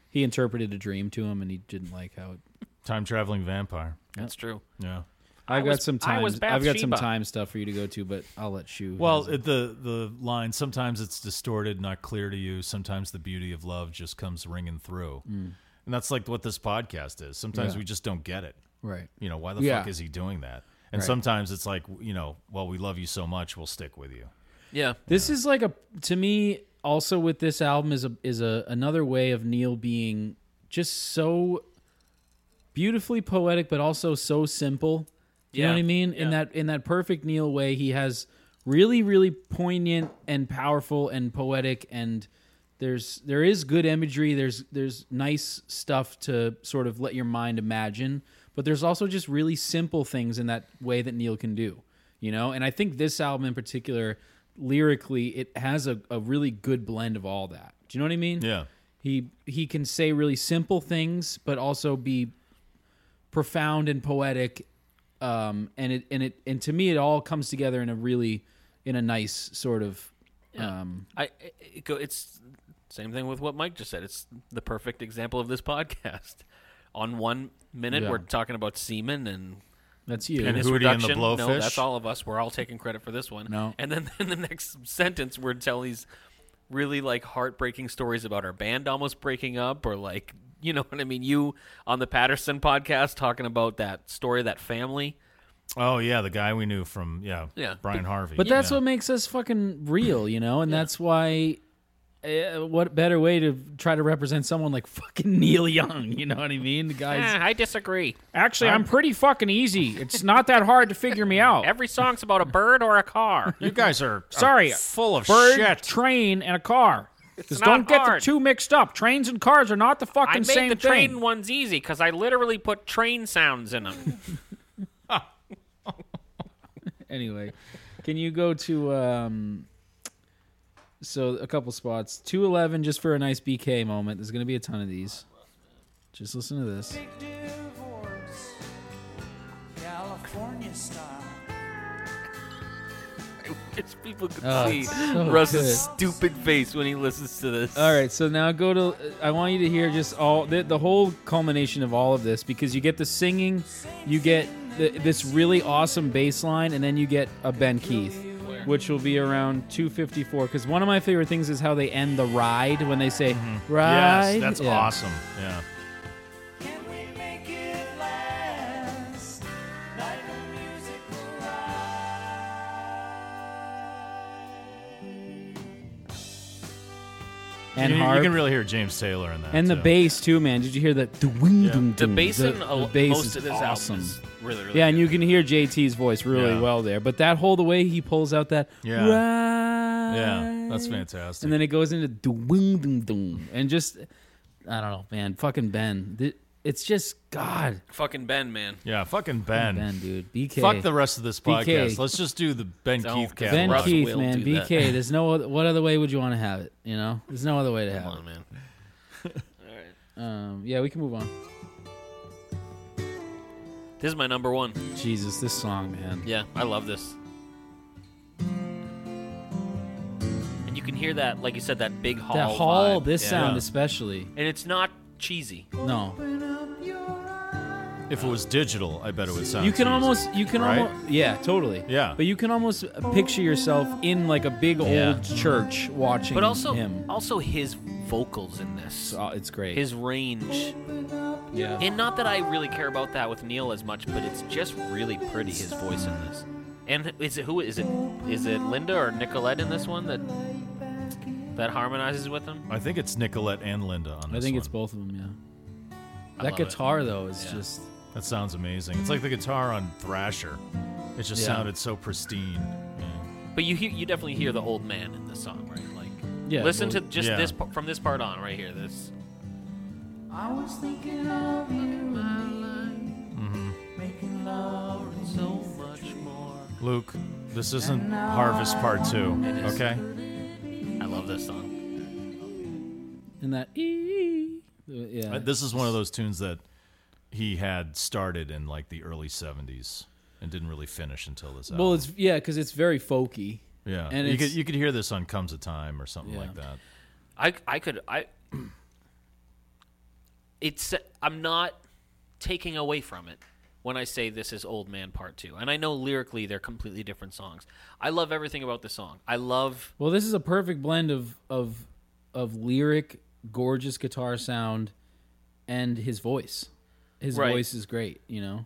[SPEAKER 4] He interpreted a dream to him, and he didn't like how it.
[SPEAKER 3] time traveling vampire
[SPEAKER 2] That's true.
[SPEAKER 3] yeah
[SPEAKER 4] I've
[SPEAKER 2] was-
[SPEAKER 4] got some
[SPEAKER 2] I
[SPEAKER 4] time.
[SPEAKER 2] was
[SPEAKER 4] I've got some
[SPEAKER 2] Bathsheba.
[SPEAKER 4] time stuff for you to go to, but I'll let you.
[SPEAKER 3] well it, the the line sometimes it's distorted not clear to you sometimes the beauty of love just comes ringing through and that's like what this podcast is sometimes
[SPEAKER 4] Mm. Yeah.
[SPEAKER 3] we just don't get it
[SPEAKER 4] right.
[SPEAKER 3] You know, why the
[SPEAKER 4] Yeah.
[SPEAKER 3] fuck is he doing that? And
[SPEAKER 4] Right.
[SPEAKER 3] sometimes it's like, you know, well, we love you so much, we'll stick with you.
[SPEAKER 2] Yeah.
[SPEAKER 4] This is like a to me also with this album is a is a another way of Neil being just so beautifully poetic but also so simple. You know
[SPEAKER 2] Yeah.
[SPEAKER 4] what I mean? In that in that perfect Neil way, he has really really poignant and powerful and poetic and there's there is good imagery, there's there's nice stuff to sort of let your mind imagine, but there's also just really simple things in that way that Neil can do. You know, and I think this album in particular lyrically it has a, a really good blend of all that. Do you know what I mean?
[SPEAKER 3] Yeah.
[SPEAKER 4] He he can say really simple things, but also be profound and poetic. Um, and it and it and to me, it all comes together in a really in a nice sort of. Um,
[SPEAKER 2] I it- it go. It's same thing with what Mike just said. It's the perfect example of this podcast. *laughs* On one minute,
[SPEAKER 4] Yeah.
[SPEAKER 2] we're talking about semen and
[SPEAKER 4] that's you.
[SPEAKER 3] And
[SPEAKER 2] penis
[SPEAKER 3] Hootie and the
[SPEAKER 2] reduction. No,
[SPEAKER 3] Blowfish.
[SPEAKER 2] that's all of us. We're all taking credit for this one.
[SPEAKER 4] No.
[SPEAKER 2] And then *laughs* in the next sentence, we're telling these really like heartbreaking stories about our band almost breaking up, or like *laughs* you know what I mean. You on the Patterson podcast talking about that story, of that family.
[SPEAKER 3] Oh yeah, the guy we knew from yeah,
[SPEAKER 2] Yeah.
[SPEAKER 3] Brian Harvey.
[SPEAKER 4] But that's
[SPEAKER 3] yeah.
[SPEAKER 4] what makes us fucking real, you know, and that's why. Uh, what better way to try to represent someone like fucking *laughs* Neil Young? You know what I mean? The
[SPEAKER 2] *laughs*
[SPEAKER 4] guy's
[SPEAKER 2] Eh, I disagree.
[SPEAKER 6] Actually, I'm pretty fucking easy. It's not that hard to figure me out.
[SPEAKER 2] Every song's about a bird or a
[SPEAKER 4] *laughs*
[SPEAKER 2] car.
[SPEAKER 3] you guys are.
[SPEAKER 6] Sorry,
[SPEAKER 3] are full of
[SPEAKER 6] Bird,
[SPEAKER 3] shit.
[SPEAKER 6] train, and a car. Just
[SPEAKER 2] not
[SPEAKER 6] don't get the
[SPEAKER 2] hard.
[SPEAKER 6] two mixed up. Trains and cars are not the fucking
[SPEAKER 2] I made
[SPEAKER 6] same
[SPEAKER 2] the
[SPEAKER 6] thing.
[SPEAKER 2] train ones easy because I literally put train sounds in them.
[SPEAKER 4] anyway. Can you go to um? So a couple spots, two eleven, just for a nice BK moment. There's gonna be a ton of these. Just listen to this.
[SPEAKER 7] Big divorce, California style.
[SPEAKER 2] *laughs* it's people could
[SPEAKER 4] Oh,
[SPEAKER 2] see
[SPEAKER 4] it's so
[SPEAKER 2] Russ's stupid face when he listens to this.
[SPEAKER 4] All right, so now go to. uh, I want you to hear just all the, the whole culmination of all of this because you get the singing, you get the, this really awesome bass line, and then you get a Ben Keith, which will be around 254. Because one of my favorite things is how they end the ride when they say
[SPEAKER 2] Mm-hmm.
[SPEAKER 4] ride.
[SPEAKER 3] Yes, that's
[SPEAKER 4] Yeah.
[SPEAKER 3] awesome. Yeah.
[SPEAKER 7] Can we make it last? Like a musical
[SPEAKER 4] And
[SPEAKER 3] you, you
[SPEAKER 4] harp.
[SPEAKER 3] can really hear James Taylor in that.
[SPEAKER 4] and the
[SPEAKER 3] too.
[SPEAKER 4] bass too, man. Did you hear that? Dwing,
[SPEAKER 3] Yeah.
[SPEAKER 4] dum,
[SPEAKER 2] The
[SPEAKER 4] dum.
[SPEAKER 2] bass in
[SPEAKER 4] the
[SPEAKER 2] a-
[SPEAKER 4] bass
[SPEAKER 2] most
[SPEAKER 4] is
[SPEAKER 2] of this
[SPEAKER 4] awesome.
[SPEAKER 2] album is really, really
[SPEAKER 4] Yeah, and you can hear JT's voice really
[SPEAKER 3] Yeah.
[SPEAKER 4] well there. But that whole the way he pulls out that
[SPEAKER 3] Yeah.
[SPEAKER 4] ride.
[SPEAKER 3] Yeah, that's fantastic.
[SPEAKER 4] And then it goes into doom doom doom, and just I don't know, man. Fucking Ben, Th- it's just God,
[SPEAKER 2] Fucking Ben, man.
[SPEAKER 3] yeah, fucking Ben.
[SPEAKER 4] Ben, dude. BK,
[SPEAKER 3] Fuck the rest of this
[SPEAKER 4] BK.
[SPEAKER 3] podcast. Let's just do the Ben
[SPEAKER 2] Don't,
[SPEAKER 3] Keith
[SPEAKER 2] 'cause
[SPEAKER 3] catalog.
[SPEAKER 4] Ben
[SPEAKER 2] Russ
[SPEAKER 4] Keith,
[SPEAKER 2] will
[SPEAKER 4] man.
[SPEAKER 2] do
[SPEAKER 4] BK.
[SPEAKER 2] that.
[SPEAKER 4] There's no other, what other way would you want to have it? You know, there's no other way to have
[SPEAKER 2] Come on, man.
[SPEAKER 4] it. Um, yeah, we can move on.
[SPEAKER 2] This is my number one.
[SPEAKER 4] Jesus, this song, man.
[SPEAKER 2] Yeah, I love this. And you can hear that, like you said, that big hall.
[SPEAKER 4] That hall,
[SPEAKER 2] vibe.
[SPEAKER 4] this
[SPEAKER 2] Yeah.
[SPEAKER 4] sound especially.
[SPEAKER 2] And it's not cheesy.
[SPEAKER 4] No,
[SPEAKER 3] If it was digital, I bet it would sound.
[SPEAKER 4] you can
[SPEAKER 3] cheesy.
[SPEAKER 4] almost, you can
[SPEAKER 3] right?
[SPEAKER 4] almost, yeah, totally,
[SPEAKER 3] Yeah.
[SPEAKER 4] But you can almost picture yourself in like a big
[SPEAKER 3] Yeah.
[SPEAKER 4] old church watching,
[SPEAKER 2] But also,
[SPEAKER 4] him.
[SPEAKER 2] also his vocals in this,
[SPEAKER 4] Oh, it's great.
[SPEAKER 2] his range,
[SPEAKER 4] yeah.
[SPEAKER 2] and not that I really care about that with Neil as much, but it's just really pretty his voice in this. And is it who is it? Is it Linda or Nicolette in this one that that harmonizes with him?
[SPEAKER 3] I think it's Nicolette and Linda on this.
[SPEAKER 4] I think it's
[SPEAKER 3] one.
[SPEAKER 4] both of them. Yeah.
[SPEAKER 2] I
[SPEAKER 4] that
[SPEAKER 2] love it.
[SPEAKER 4] guitar though is just
[SPEAKER 3] That sounds amazing. It's like the guitar on Thrasher. It just
[SPEAKER 4] Yeah.
[SPEAKER 3] sounded so pristine.
[SPEAKER 2] But you hear, you definitely hear the old man in this song, right? Like,
[SPEAKER 4] Yeah,
[SPEAKER 2] listen
[SPEAKER 4] well,
[SPEAKER 2] to just
[SPEAKER 3] yeah.
[SPEAKER 2] this par- from this part on, right here. This
[SPEAKER 7] I was thinking of you in my
[SPEAKER 4] Mm-hmm.
[SPEAKER 7] life, making love and so much more.
[SPEAKER 3] Luke, this isn't Harvest Part Two,
[SPEAKER 2] is.
[SPEAKER 3] okay?
[SPEAKER 2] I love this song.
[SPEAKER 4] in that. ee- Yeah.
[SPEAKER 3] Uh, This is one of those tunes that he had started in like the early '70s and didn't really finish until this album.
[SPEAKER 4] well, it's yeah, because it's very folky.
[SPEAKER 3] yeah,
[SPEAKER 4] and
[SPEAKER 3] you
[SPEAKER 4] it's-
[SPEAKER 3] could you could hear this on "Comes a Time" or something
[SPEAKER 4] Yeah.
[SPEAKER 3] like that.
[SPEAKER 2] I I could I. It's I'm not taking away from it when I say this is Old Man Part Two, and I know lyrically they're completely different songs. I love everything about this song. I love
[SPEAKER 4] Well, this is a perfect blend of of of lyric, gorgeous guitar sound, and his voice. His
[SPEAKER 2] Right.
[SPEAKER 4] voice is great. You know.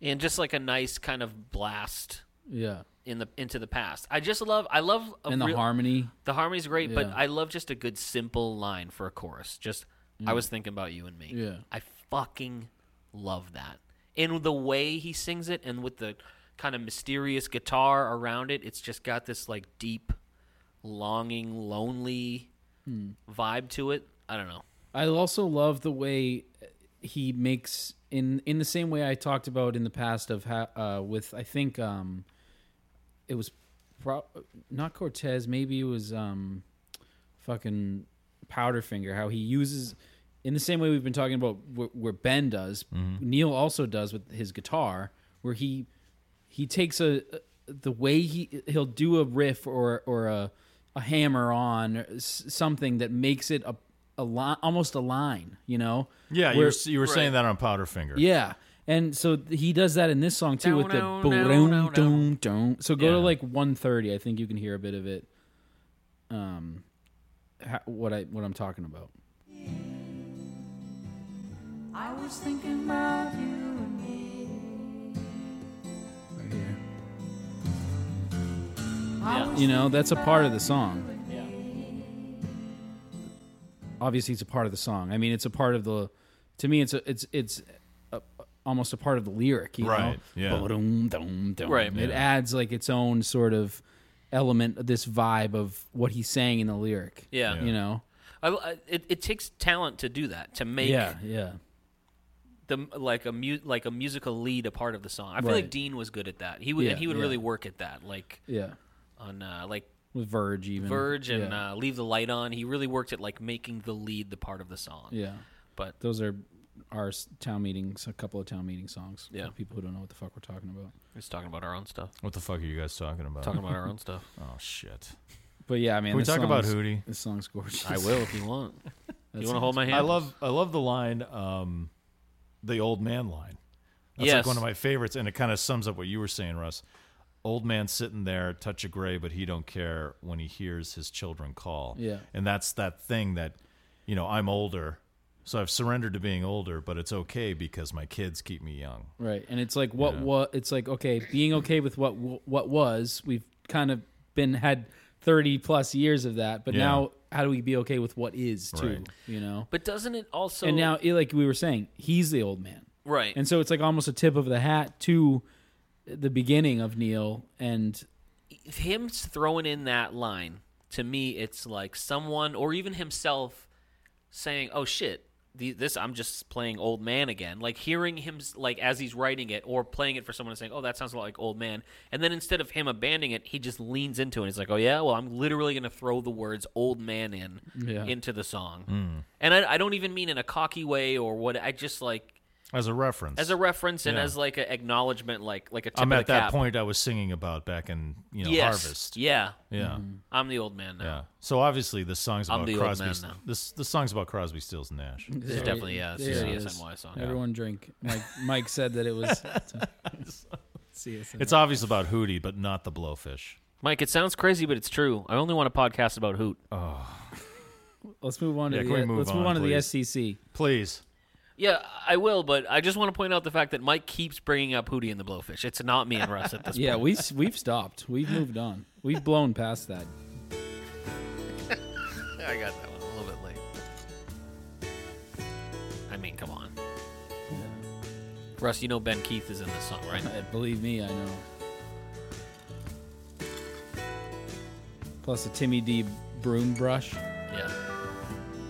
[SPEAKER 2] and just like a nice kind of blast
[SPEAKER 4] Yeah.
[SPEAKER 2] in the into the past. I just love I love a
[SPEAKER 4] And the
[SPEAKER 2] real-
[SPEAKER 4] harmony.
[SPEAKER 2] The harmony's great, but
[SPEAKER 4] Yeah.
[SPEAKER 2] I love just a good simple line for a chorus. Just I was thinking about you and me.
[SPEAKER 4] Mm. Yeah.
[SPEAKER 2] I fucking love that. And the way he sings it and with the kind of mysterious guitar around it, it's just got this like deep, longing, lonely
[SPEAKER 4] Hmm.
[SPEAKER 2] vibe to it. I don't know.
[SPEAKER 4] I also love the way he makes in in the same way I talked about in the past of how uh, with I think um, it was pro- not Cortez maybe it was um, fucking Powderfinger how he uses in the same way we've been talking about where, where Ben does Neil also does with his guitar where he he takes a the way he he'll do a riff or or a a hammer on or s- something that makes it a a line almost a line you know
[SPEAKER 3] Yeah, you
[SPEAKER 4] Where-
[SPEAKER 3] were, s- you were saying that on Powderfinger.
[SPEAKER 4] yeah and so th- he does that in this song too with the
[SPEAKER 2] Down, down,
[SPEAKER 4] boom
[SPEAKER 2] down,
[SPEAKER 4] doom doom so go to
[SPEAKER 3] Yeah.
[SPEAKER 4] like 130 i think you can hear a bit of it um ha- what i what i'm talking about
[SPEAKER 7] I was thinking about you and me,
[SPEAKER 4] You know, that's a part of the song. Yeah. Obviously, it's a part of the song. I mean, it's a part of the. To me, it's a, it's it's a, almost a part of the lyric. You
[SPEAKER 3] Right,
[SPEAKER 4] Know?
[SPEAKER 3] yeah.
[SPEAKER 4] Ba-dum, dum, dum.
[SPEAKER 2] Right,
[SPEAKER 4] It
[SPEAKER 3] yeah.
[SPEAKER 4] adds like its own sort of element, this vibe of what he's saying in the lyric.
[SPEAKER 2] Yeah.
[SPEAKER 4] You know.
[SPEAKER 2] I, I- it, it takes talent to do that to make
[SPEAKER 4] Yeah. Yeah.
[SPEAKER 2] the like a mu- like a musical lead a part of the song. I feel
[SPEAKER 4] Right.
[SPEAKER 2] like Dean was good at that. He would
[SPEAKER 4] Yeah,
[SPEAKER 2] and he would
[SPEAKER 4] yeah.
[SPEAKER 2] really work at that. Like
[SPEAKER 4] Yeah.
[SPEAKER 2] on uh, like
[SPEAKER 4] With Verge, even
[SPEAKER 2] Verge and
[SPEAKER 4] Mm. yeah.
[SPEAKER 2] uh, Leave the Light On. He really worked at like making the lead the part of the song.
[SPEAKER 4] yeah.
[SPEAKER 2] But
[SPEAKER 4] Those are our s- town meetings. A couple of town meeting songs. for
[SPEAKER 2] Yeah.
[SPEAKER 4] People who don't know what the fuck we're talking about.
[SPEAKER 2] we're just talking about our own stuff.
[SPEAKER 3] What the fuck are you guys talking about?
[SPEAKER 2] Talking about our own stuff.
[SPEAKER 3] oh shit.
[SPEAKER 4] But yeah, I mean,
[SPEAKER 3] Can we
[SPEAKER 4] this
[SPEAKER 3] talk about
[SPEAKER 4] song's-
[SPEAKER 3] Hootie?
[SPEAKER 4] This song's gorgeous.
[SPEAKER 2] I will if you want. *laughs* you want to hold my hand?
[SPEAKER 3] I love I love the line, um, the old man line. That's
[SPEAKER 2] Yes.
[SPEAKER 3] like one of my favorites, and it kind of sums up what you were saying, Russ. Old man sitting there, touch of gray, but he don't care when he hears his children call.
[SPEAKER 4] Yeah.
[SPEAKER 3] and that's that thing that, you know, I'm older, so I've surrendered to being older, but it's okay because my kids keep me young.
[SPEAKER 4] Right, and it's like what what it's like. Okay, being okay with what w- what was. We've kind of been had thirty plus years of that, but
[SPEAKER 3] Yeah.
[SPEAKER 4] now how do we be okay with what is too?
[SPEAKER 3] Right.
[SPEAKER 4] You know.
[SPEAKER 2] But doesn't it also
[SPEAKER 4] and now, it, like we were saying, he's the old man,
[SPEAKER 2] right?
[SPEAKER 4] and so it's like almost a tip of the hat to the beginning of Neil and
[SPEAKER 2] him throwing in that line to me it's like someone or even himself saying oh shit the- this i'm just playing old man again like hearing him s- like as he's writing it or playing it for someone and saying oh that sounds a lot like old man and then instead of him abandoning it he just leans into it he's like oh yeah well i'm literally going to throw the words old man in
[SPEAKER 4] Yeah.
[SPEAKER 2] into the song
[SPEAKER 3] Hmm.
[SPEAKER 2] and I, I don't even mean in a cocky way or what i just like
[SPEAKER 3] As a reference,
[SPEAKER 2] as a reference and
[SPEAKER 3] Yeah.
[SPEAKER 2] as like an acknowledgement like like a tip
[SPEAKER 3] I'm
[SPEAKER 2] of
[SPEAKER 3] at
[SPEAKER 2] the
[SPEAKER 3] that
[SPEAKER 2] cap.
[SPEAKER 3] point I was singing about back in you know
[SPEAKER 2] yes. Mm-hmm.
[SPEAKER 3] harvest.
[SPEAKER 2] yeah
[SPEAKER 3] Yeah,
[SPEAKER 2] i'm the old man now
[SPEAKER 3] yeah. So obviously the song's
[SPEAKER 2] I'm
[SPEAKER 3] about
[SPEAKER 2] the old
[SPEAKER 3] Crosby.
[SPEAKER 2] man now.
[SPEAKER 3] This the song's about Crosby, Stills, and
[SPEAKER 4] *laughs*
[SPEAKER 3] Nash.
[SPEAKER 2] It's definitely yeah, it's
[SPEAKER 4] There
[SPEAKER 2] a
[SPEAKER 4] it is.
[SPEAKER 2] CSNY song.
[SPEAKER 4] everyone drink. Mike Mike said that it
[SPEAKER 2] *laughs*
[SPEAKER 4] was.
[SPEAKER 3] It's obvious about Hootie, but not the Blowfish.
[SPEAKER 2] Mike, it sounds crazy, but it's true. I only want a podcast about Hoot.
[SPEAKER 4] Let's move on to
[SPEAKER 3] Yeah,
[SPEAKER 4] the E,
[SPEAKER 3] can we move
[SPEAKER 4] let's move
[SPEAKER 3] on,
[SPEAKER 4] on to the
[SPEAKER 3] please?
[SPEAKER 4] SCC.
[SPEAKER 3] Please.
[SPEAKER 2] Yeah, I will, but I just want to point out the fact that Mike keeps bringing up Hootie and the Blowfish. It's not me and Russ *laughs* at this
[SPEAKER 4] Yeah,
[SPEAKER 2] point.
[SPEAKER 4] we s- we've stopped. We've moved on. We've blown past that.
[SPEAKER 2] I got that one a little bit late. I mean, come on. Russ, you know Ben Keith is in this song, right?
[SPEAKER 4] Uh, Believe me, I know. Plus a Timmy D broom brush.
[SPEAKER 2] yeah.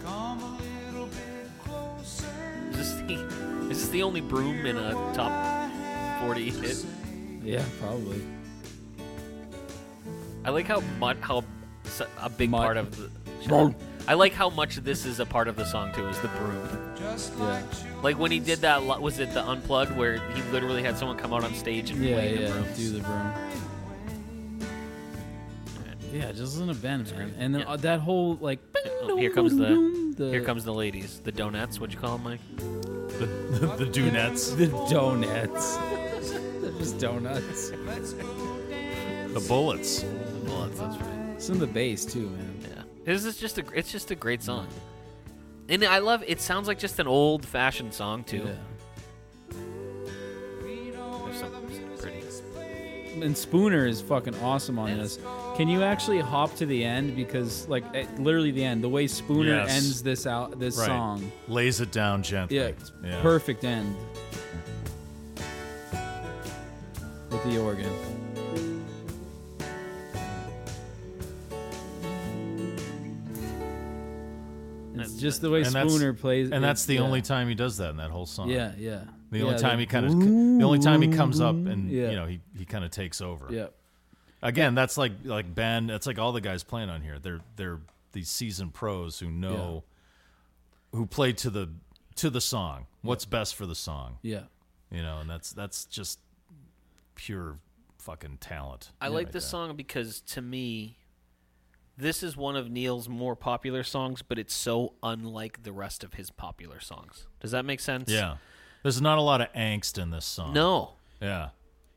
[SPEAKER 7] Come a little bit closer.
[SPEAKER 2] Is this the is this the only broom in a top forty hit?
[SPEAKER 4] Yeah, probably.
[SPEAKER 2] I like how much how s- a big
[SPEAKER 4] Mud.
[SPEAKER 2] part of the.
[SPEAKER 4] Broom.
[SPEAKER 2] I like how much this is a part of the song too. Is the broom.
[SPEAKER 7] Just
[SPEAKER 4] Yeah.
[SPEAKER 2] Like when he did that, li- was it the unplugged where he literally had someone come out on stage and
[SPEAKER 4] Yeah,
[SPEAKER 2] play the
[SPEAKER 4] yeah.
[SPEAKER 2] broom?
[SPEAKER 4] Do the broom. Yeah, just listen to Ben, man. And then,
[SPEAKER 2] Yeah.
[SPEAKER 4] uh, that whole like.
[SPEAKER 2] Oh, here comes the,
[SPEAKER 4] *laughs* the
[SPEAKER 2] here comes the ladies, the donuts. What you call them, Mike?
[SPEAKER 3] The, the Dunettes.
[SPEAKER 4] the donuts. They're just donuts.
[SPEAKER 3] The Bullets.
[SPEAKER 2] Bullets. That's right.
[SPEAKER 4] Listen to the bass too, man.
[SPEAKER 2] Yeah. This is just a gr- it's just a great song, and I love. It sounds like just an old fashioned song too.
[SPEAKER 4] Yeah.
[SPEAKER 2] There's some- some pretty.
[SPEAKER 4] and Spooner is fucking awesome on
[SPEAKER 2] Yes.
[SPEAKER 4] this. Can you actually hop to the end because like at literally the end, the way Spooner
[SPEAKER 3] Yes.
[SPEAKER 4] ends this out this
[SPEAKER 3] Right.
[SPEAKER 4] song,
[SPEAKER 3] Lays it down gently.
[SPEAKER 4] yeah, it's perfect end with the organ. It's
[SPEAKER 2] That's-
[SPEAKER 4] just the way
[SPEAKER 3] And that's-
[SPEAKER 4] Spooner plays,
[SPEAKER 3] And that's the
[SPEAKER 4] yeah.
[SPEAKER 3] only time he does that in that whole song.
[SPEAKER 4] yeah, yeah.
[SPEAKER 3] The
[SPEAKER 4] Yeah,
[SPEAKER 3] only time he kind of, the only time he comes up and
[SPEAKER 4] Yeah.
[SPEAKER 3] you know he, he kind of takes over.
[SPEAKER 4] yeah,
[SPEAKER 3] Again, that's like like Ben. That's like all the guys playing on here. They're they're these seasoned pros who know, who play to the to the song. What's best for the song,
[SPEAKER 4] yeah.
[SPEAKER 3] you know? And that's that's just pure fucking talent.
[SPEAKER 2] I like this
[SPEAKER 3] that.
[SPEAKER 2] song because to me, this is one of Neil's more popular songs, but it's so unlike the rest of his popular songs. Does that make sense?
[SPEAKER 3] Yeah. There's not a lot of angst in this song.
[SPEAKER 2] No.
[SPEAKER 3] Yeah.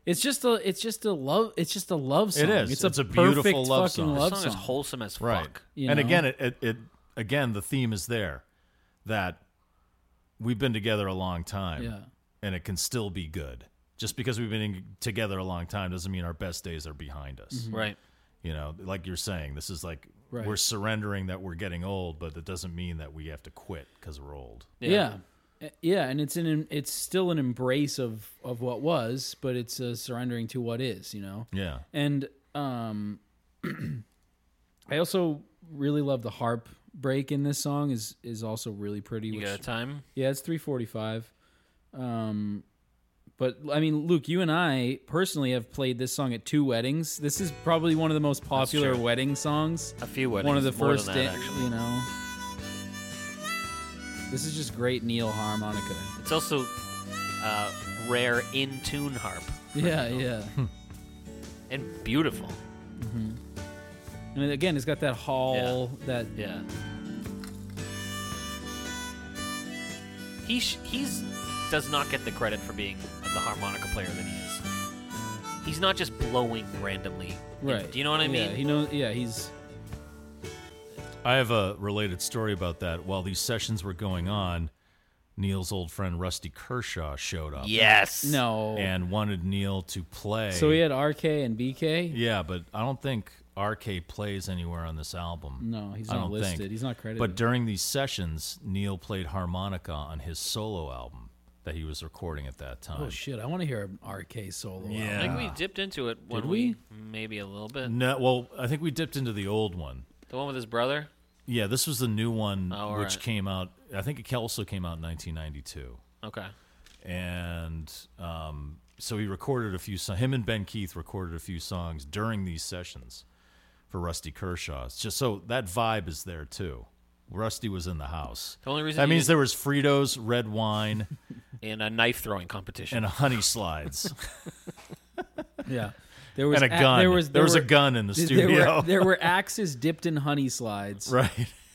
[SPEAKER 4] It's just a it's just a love it's just a love song.
[SPEAKER 3] is.
[SPEAKER 4] It's a,
[SPEAKER 3] It's a
[SPEAKER 4] perfect
[SPEAKER 3] beautiful love
[SPEAKER 4] fucking
[SPEAKER 3] song.
[SPEAKER 2] This
[SPEAKER 4] love
[SPEAKER 2] song,
[SPEAKER 4] song.
[SPEAKER 2] is wholesome as
[SPEAKER 3] Right.
[SPEAKER 2] fuck.
[SPEAKER 4] You
[SPEAKER 3] and
[SPEAKER 4] know?
[SPEAKER 3] again, it, it, it again the theme is there that we've been together a long time.
[SPEAKER 4] Yeah.
[SPEAKER 3] And it can still be good. Just because we've been in, together a long time doesn't mean our best days are behind us.
[SPEAKER 2] Right.
[SPEAKER 3] You You know, like you're saying, this is like
[SPEAKER 4] Mm-hmm. Right.
[SPEAKER 3] we're surrendering that we're getting old, but that doesn't mean that we have to quit because we're old.
[SPEAKER 4] Yeah. Uh, Yeah, and it's an it's still an embrace of of what was, but it's a surrendering to what is, you know.
[SPEAKER 3] Yeah.
[SPEAKER 4] And um *clears throat* I also really love the harp break in this song is is also really pretty
[SPEAKER 2] You
[SPEAKER 4] which-
[SPEAKER 2] got a time?
[SPEAKER 4] yeah, it's 345. Um but I mean, Luke, you and I personally have played this song at two weddings. This is probably one of the most popular
[SPEAKER 2] true.
[SPEAKER 4] wedding songs
[SPEAKER 2] A few weddings.
[SPEAKER 4] one of the
[SPEAKER 2] more than
[SPEAKER 4] first
[SPEAKER 2] that,
[SPEAKER 4] da-
[SPEAKER 2] actually.
[SPEAKER 4] you know this is just great neil harmonica
[SPEAKER 2] *laughs* It's also uh, rare in tune harp
[SPEAKER 4] yeah yeah
[SPEAKER 2] and beautiful.
[SPEAKER 4] and again it's got that hall that
[SPEAKER 2] Yeah. He sh- he's does not get the credit for being the harmonica player that he is. He's not just blowing randomly.
[SPEAKER 4] right
[SPEAKER 2] Do you know what I
[SPEAKER 4] Yeah,
[SPEAKER 2] mean?
[SPEAKER 4] he knows yeah he's
[SPEAKER 3] I have a related story about that. While these sessions were going on, Neil's old friend Rusty Kershaw showed up
[SPEAKER 2] Yes.
[SPEAKER 4] no
[SPEAKER 3] and wanted Neil to play.
[SPEAKER 4] so he had rk and bk
[SPEAKER 3] Yeah, but I don't think RK plays anywhere on this album.
[SPEAKER 4] No, he's
[SPEAKER 3] I
[SPEAKER 4] not
[SPEAKER 3] don't
[SPEAKER 4] listed.
[SPEAKER 3] think.
[SPEAKER 4] He's not credited.
[SPEAKER 3] But during these sessions, Neil played harmonica on his solo album that he was recording at that time.
[SPEAKER 4] oh shit i want to hear an rk solo
[SPEAKER 3] Yeah.
[SPEAKER 2] I think we dipped into it when
[SPEAKER 4] Did
[SPEAKER 2] maybe a little bit.
[SPEAKER 3] No, well, I think we dipped into the old one.
[SPEAKER 2] The one with his brother.
[SPEAKER 3] Yeah, this was the new one,
[SPEAKER 2] Oh, all
[SPEAKER 3] which
[SPEAKER 2] right.
[SPEAKER 3] came out. I think it also came out in 1992,
[SPEAKER 2] Okay.
[SPEAKER 3] and um, so he recorded a few. So him and Ben Keith recorded a few songs during these sessions for Rusty Kershaw. It's just so that vibe is there too. Rusty was in the house.
[SPEAKER 2] The only reason
[SPEAKER 3] That
[SPEAKER 2] he
[SPEAKER 3] means
[SPEAKER 2] didn't-
[SPEAKER 3] there was Fritos, red wine,
[SPEAKER 2] In a knife throwing competition.
[SPEAKER 3] and honey
[SPEAKER 4] *laughs*
[SPEAKER 3] slides,
[SPEAKER 4] yeah there was
[SPEAKER 3] and a
[SPEAKER 4] ac-
[SPEAKER 3] gun.
[SPEAKER 4] there was there,
[SPEAKER 3] was
[SPEAKER 4] were,
[SPEAKER 3] a gun in the studio,
[SPEAKER 4] *laughs*
[SPEAKER 3] *laughs*
[SPEAKER 4] There were, there were axes dipped in honey slides
[SPEAKER 3] right?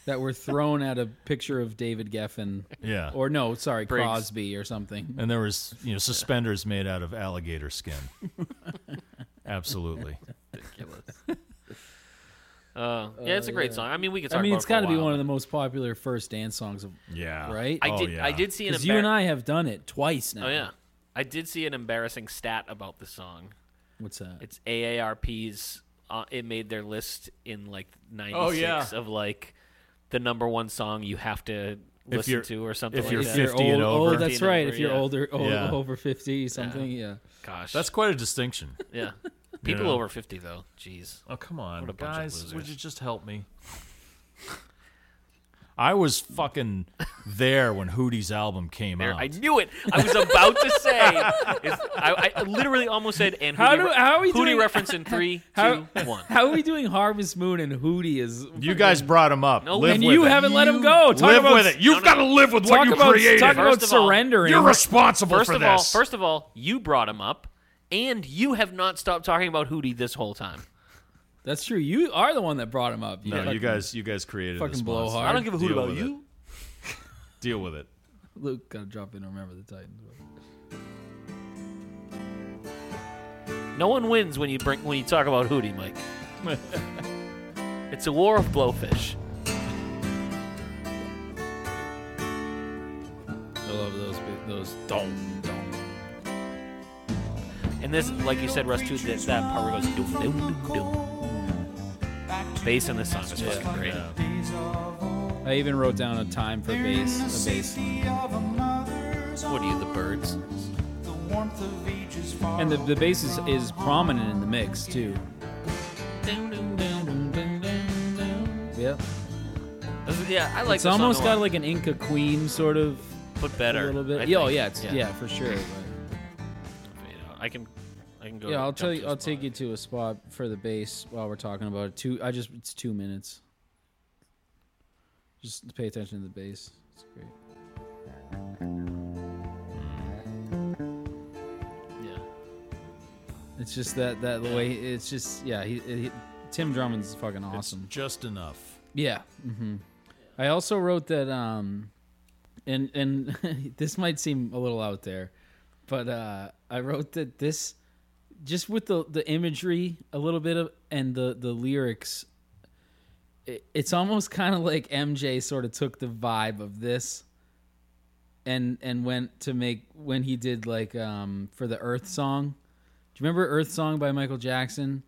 [SPEAKER 4] that were thrown at a picture of David Geffen,
[SPEAKER 3] Yeah.
[SPEAKER 4] or no, sorry,
[SPEAKER 2] Briggs.
[SPEAKER 4] Crosby or something.
[SPEAKER 3] and there was you know suspenders made out of alligator skin.
[SPEAKER 4] *laughs*
[SPEAKER 3] Absolutely.
[SPEAKER 2] Uh, yeah, it's a great song. I mean, we could. Talk
[SPEAKER 4] I mean,
[SPEAKER 2] about
[SPEAKER 4] it's got to be one of
[SPEAKER 2] the.
[SPEAKER 4] the most popular first dance songs of
[SPEAKER 3] Yeah.
[SPEAKER 4] Right?
[SPEAKER 2] I
[SPEAKER 3] Oh,
[SPEAKER 2] did.
[SPEAKER 3] yeah.
[SPEAKER 2] I did see an.
[SPEAKER 4] Because you and
[SPEAKER 2] embar-
[SPEAKER 4] I have done it twice now.
[SPEAKER 2] Oh yeah, I did see an embarrassing stat about this song.
[SPEAKER 4] What's that?
[SPEAKER 2] It's AARP's. Uh, it made their list in like '96
[SPEAKER 3] yeah.
[SPEAKER 2] of like the number one song you have to listen
[SPEAKER 3] you're-
[SPEAKER 2] to or something.
[SPEAKER 3] if
[SPEAKER 2] like
[SPEAKER 3] you're
[SPEAKER 2] that.
[SPEAKER 3] fif- 50 and
[SPEAKER 4] old,
[SPEAKER 3] over.
[SPEAKER 4] Oh, that's
[SPEAKER 2] 50 and
[SPEAKER 4] right.
[SPEAKER 2] over,
[SPEAKER 4] if you're
[SPEAKER 2] yeah.
[SPEAKER 4] older, o-
[SPEAKER 3] Yeah.
[SPEAKER 4] over 50 something, yeah.
[SPEAKER 2] Gosh,
[SPEAKER 3] *laughs* That's quite a distinction.
[SPEAKER 2] yeah. People
[SPEAKER 3] Yeah.
[SPEAKER 2] over 50 though. Jeez.
[SPEAKER 3] Oh come on,
[SPEAKER 2] What a bunch of
[SPEAKER 3] guys! Would
[SPEAKER 2] losers.
[SPEAKER 3] you just help me? *laughs* I was fucking there when Hootie's album came
[SPEAKER 2] There-
[SPEAKER 3] out.
[SPEAKER 2] I knew it. I was about to say. It's- I, I literally almost said. And
[SPEAKER 4] How
[SPEAKER 2] Hootie
[SPEAKER 4] do-
[SPEAKER 2] re-
[SPEAKER 4] how are we
[SPEAKER 2] Hootie
[SPEAKER 4] doing-
[SPEAKER 2] reference in three,
[SPEAKER 4] How-
[SPEAKER 2] two, one.
[SPEAKER 4] *laughs* How are we doing Harvest Moon and Hootie is.
[SPEAKER 3] you guys brought him up.
[SPEAKER 2] No,
[SPEAKER 3] live
[SPEAKER 2] and
[SPEAKER 3] with
[SPEAKER 4] you
[SPEAKER 3] it.
[SPEAKER 4] haven't let him go. Talk
[SPEAKER 3] live
[SPEAKER 4] about-
[SPEAKER 3] with it.
[SPEAKER 2] no.
[SPEAKER 3] You've got to live with what
[SPEAKER 4] Talk
[SPEAKER 3] you
[SPEAKER 4] about,
[SPEAKER 3] created.
[SPEAKER 4] talk about
[SPEAKER 2] First of all,
[SPEAKER 4] surrendering.
[SPEAKER 3] You're responsible
[SPEAKER 2] First
[SPEAKER 3] for
[SPEAKER 2] of
[SPEAKER 3] this.
[SPEAKER 2] all, first of all, you brought him up, and you have not stopped talking about Hootie this whole time.
[SPEAKER 4] that's true. You are the one that brought him up.
[SPEAKER 3] no, you
[SPEAKER 4] fucking-
[SPEAKER 3] guys, you guys created
[SPEAKER 4] fucking
[SPEAKER 3] this
[SPEAKER 4] blowhard.
[SPEAKER 3] monster.
[SPEAKER 4] I
[SPEAKER 2] don't give a hoot
[SPEAKER 3] Deal
[SPEAKER 2] about
[SPEAKER 3] with it.
[SPEAKER 2] you.
[SPEAKER 3] Deal with it.
[SPEAKER 4] Luke got to drop in and remember the Titans.
[SPEAKER 2] No one wins when you bring when you talk about Hootie,
[SPEAKER 4] *laughs*
[SPEAKER 2] Mike. it's a war of blowfish.
[SPEAKER 4] I love those. big- Those. Dong, dong.
[SPEAKER 2] And this, like you said, Russ, too, that, that part where it goes doom, doom, doom, doom. Bass in this song is fucking great.
[SPEAKER 4] I even wrote down a time for bass. A bass.
[SPEAKER 2] What are you, the birds?
[SPEAKER 4] And the, the bass is, is prominent in the mix, too. Yep.
[SPEAKER 2] This is- Yeah, I like this
[SPEAKER 4] it's
[SPEAKER 2] song
[SPEAKER 4] almost
[SPEAKER 2] a
[SPEAKER 4] got
[SPEAKER 2] lot,
[SPEAKER 4] like an Inca Queen sort of
[SPEAKER 2] but better
[SPEAKER 4] a little
[SPEAKER 2] I
[SPEAKER 4] bit.
[SPEAKER 2] think.
[SPEAKER 4] Yeah, oh, yeah, it's, yeah. for sure.
[SPEAKER 2] You know, I can, I can go.
[SPEAKER 4] But, yeah, I'll
[SPEAKER 2] jump
[SPEAKER 4] tell
[SPEAKER 2] to
[SPEAKER 4] you.
[SPEAKER 2] a
[SPEAKER 4] I'll
[SPEAKER 2] spot.
[SPEAKER 4] take you to a spot for the bass while we're talking about it. Two. I just it's two minutes. Just pay attention to the bass. It's great.
[SPEAKER 2] Yeah.
[SPEAKER 4] It's just that that the way it's just yeah. He, he, Tim Drummond's fucking awesome.
[SPEAKER 3] Just enough.
[SPEAKER 4] Yeah. hmm I also wrote that, um, and and *laughs* this might seem a little out there, but uh, I wrote that this just with the the imagery a little bit of and the the lyrics. It, it's almost kind of like MJ sort of took the vibe of this. And and went to make when he did like um for the Earth song. Do you remember Earth song by Michael Jackson?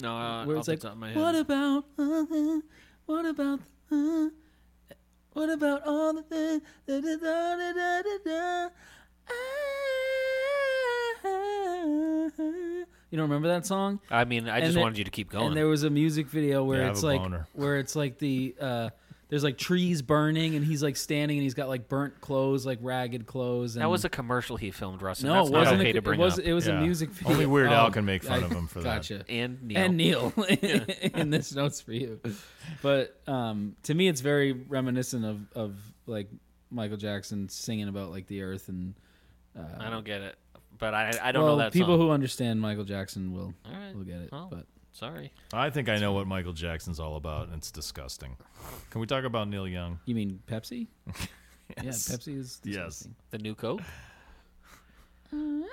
[SPEAKER 2] No, uh,
[SPEAKER 4] where
[SPEAKER 2] off
[SPEAKER 4] it's
[SPEAKER 2] the
[SPEAKER 4] like,
[SPEAKER 2] top of my head.
[SPEAKER 4] what about, uh, what about, uh, what about all the things? Da, da, da, da, da, da, da. Ah. You don't remember that song?
[SPEAKER 2] I mean, I
[SPEAKER 4] And
[SPEAKER 2] just
[SPEAKER 4] there-
[SPEAKER 2] wanted you to keep going.
[SPEAKER 4] And there was a music video where
[SPEAKER 3] Yeah, I have
[SPEAKER 4] it's
[SPEAKER 3] a
[SPEAKER 4] like
[SPEAKER 3] boner.
[SPEAKER 4] where it's like the uh, there's like trees burning and he's like standing and he's got like burnt clothes, like ragged clothes. And
[SPEAKER 2] that was a commercial he filmed, Russ. and
[SPEAKER 4] no,
[SPEAKER 2] that's
[SPEAKER 4] it
[SPEAKER 2] not
[SPEAKER 4] wasn't.
[SPEAKER 2] okay
[SPEAKER 4] a,
[SPEAKER 2] to bring
[SPEAKER 4] it was
[SPEAKER 2] up.
[SPEAKER 4] it was
[SPEAKER 3] Yeah.
[SPEAKER 4] a music video.
[SPEAKER 3] Only Weird
[SPEAKER 4] Oh,
[SPEAKER 3] Al can make fun
[SPEAKER 4] I-
[SPEAKER 3] of him for that.
[SPEAKER 4] gotcha.
[SPEAKER 2] And Neil.
[SPEAKER 4] And Neil *laughs* in this notes for you, but um, to me it's very reminiscent of of like Michael Jackson singing about like the earth and
[SPEAKER 2] I don't get it, but I I don't
[SPEAKER 4] well,
[SPEAKER 2] know that
[SPEAKER 4] people
[SPEAKER 2] song.
[SPEAKER 4] who understand Michael Jackson will
[SPEAKER 2] All right.
[SPEAKER 4] will get it.
[SPEAKER 2] Well,
[SPEAKER 4] But
[SPEAKER 2] sorry.
[SPEAKER 3] I think I know what Michael Jackson's all about, and it's disgusting. Can we talk about Neil Young?
[SPEAKER 4] you mean Pepsi? Yeah,
[SPEAKER 3] Yes.
[SPEAKER 4] Pepsi is
[SPEAKER 3] Yes.
[SPEAKER 4] disgusting.
[SPEAKER 2] The new Coke.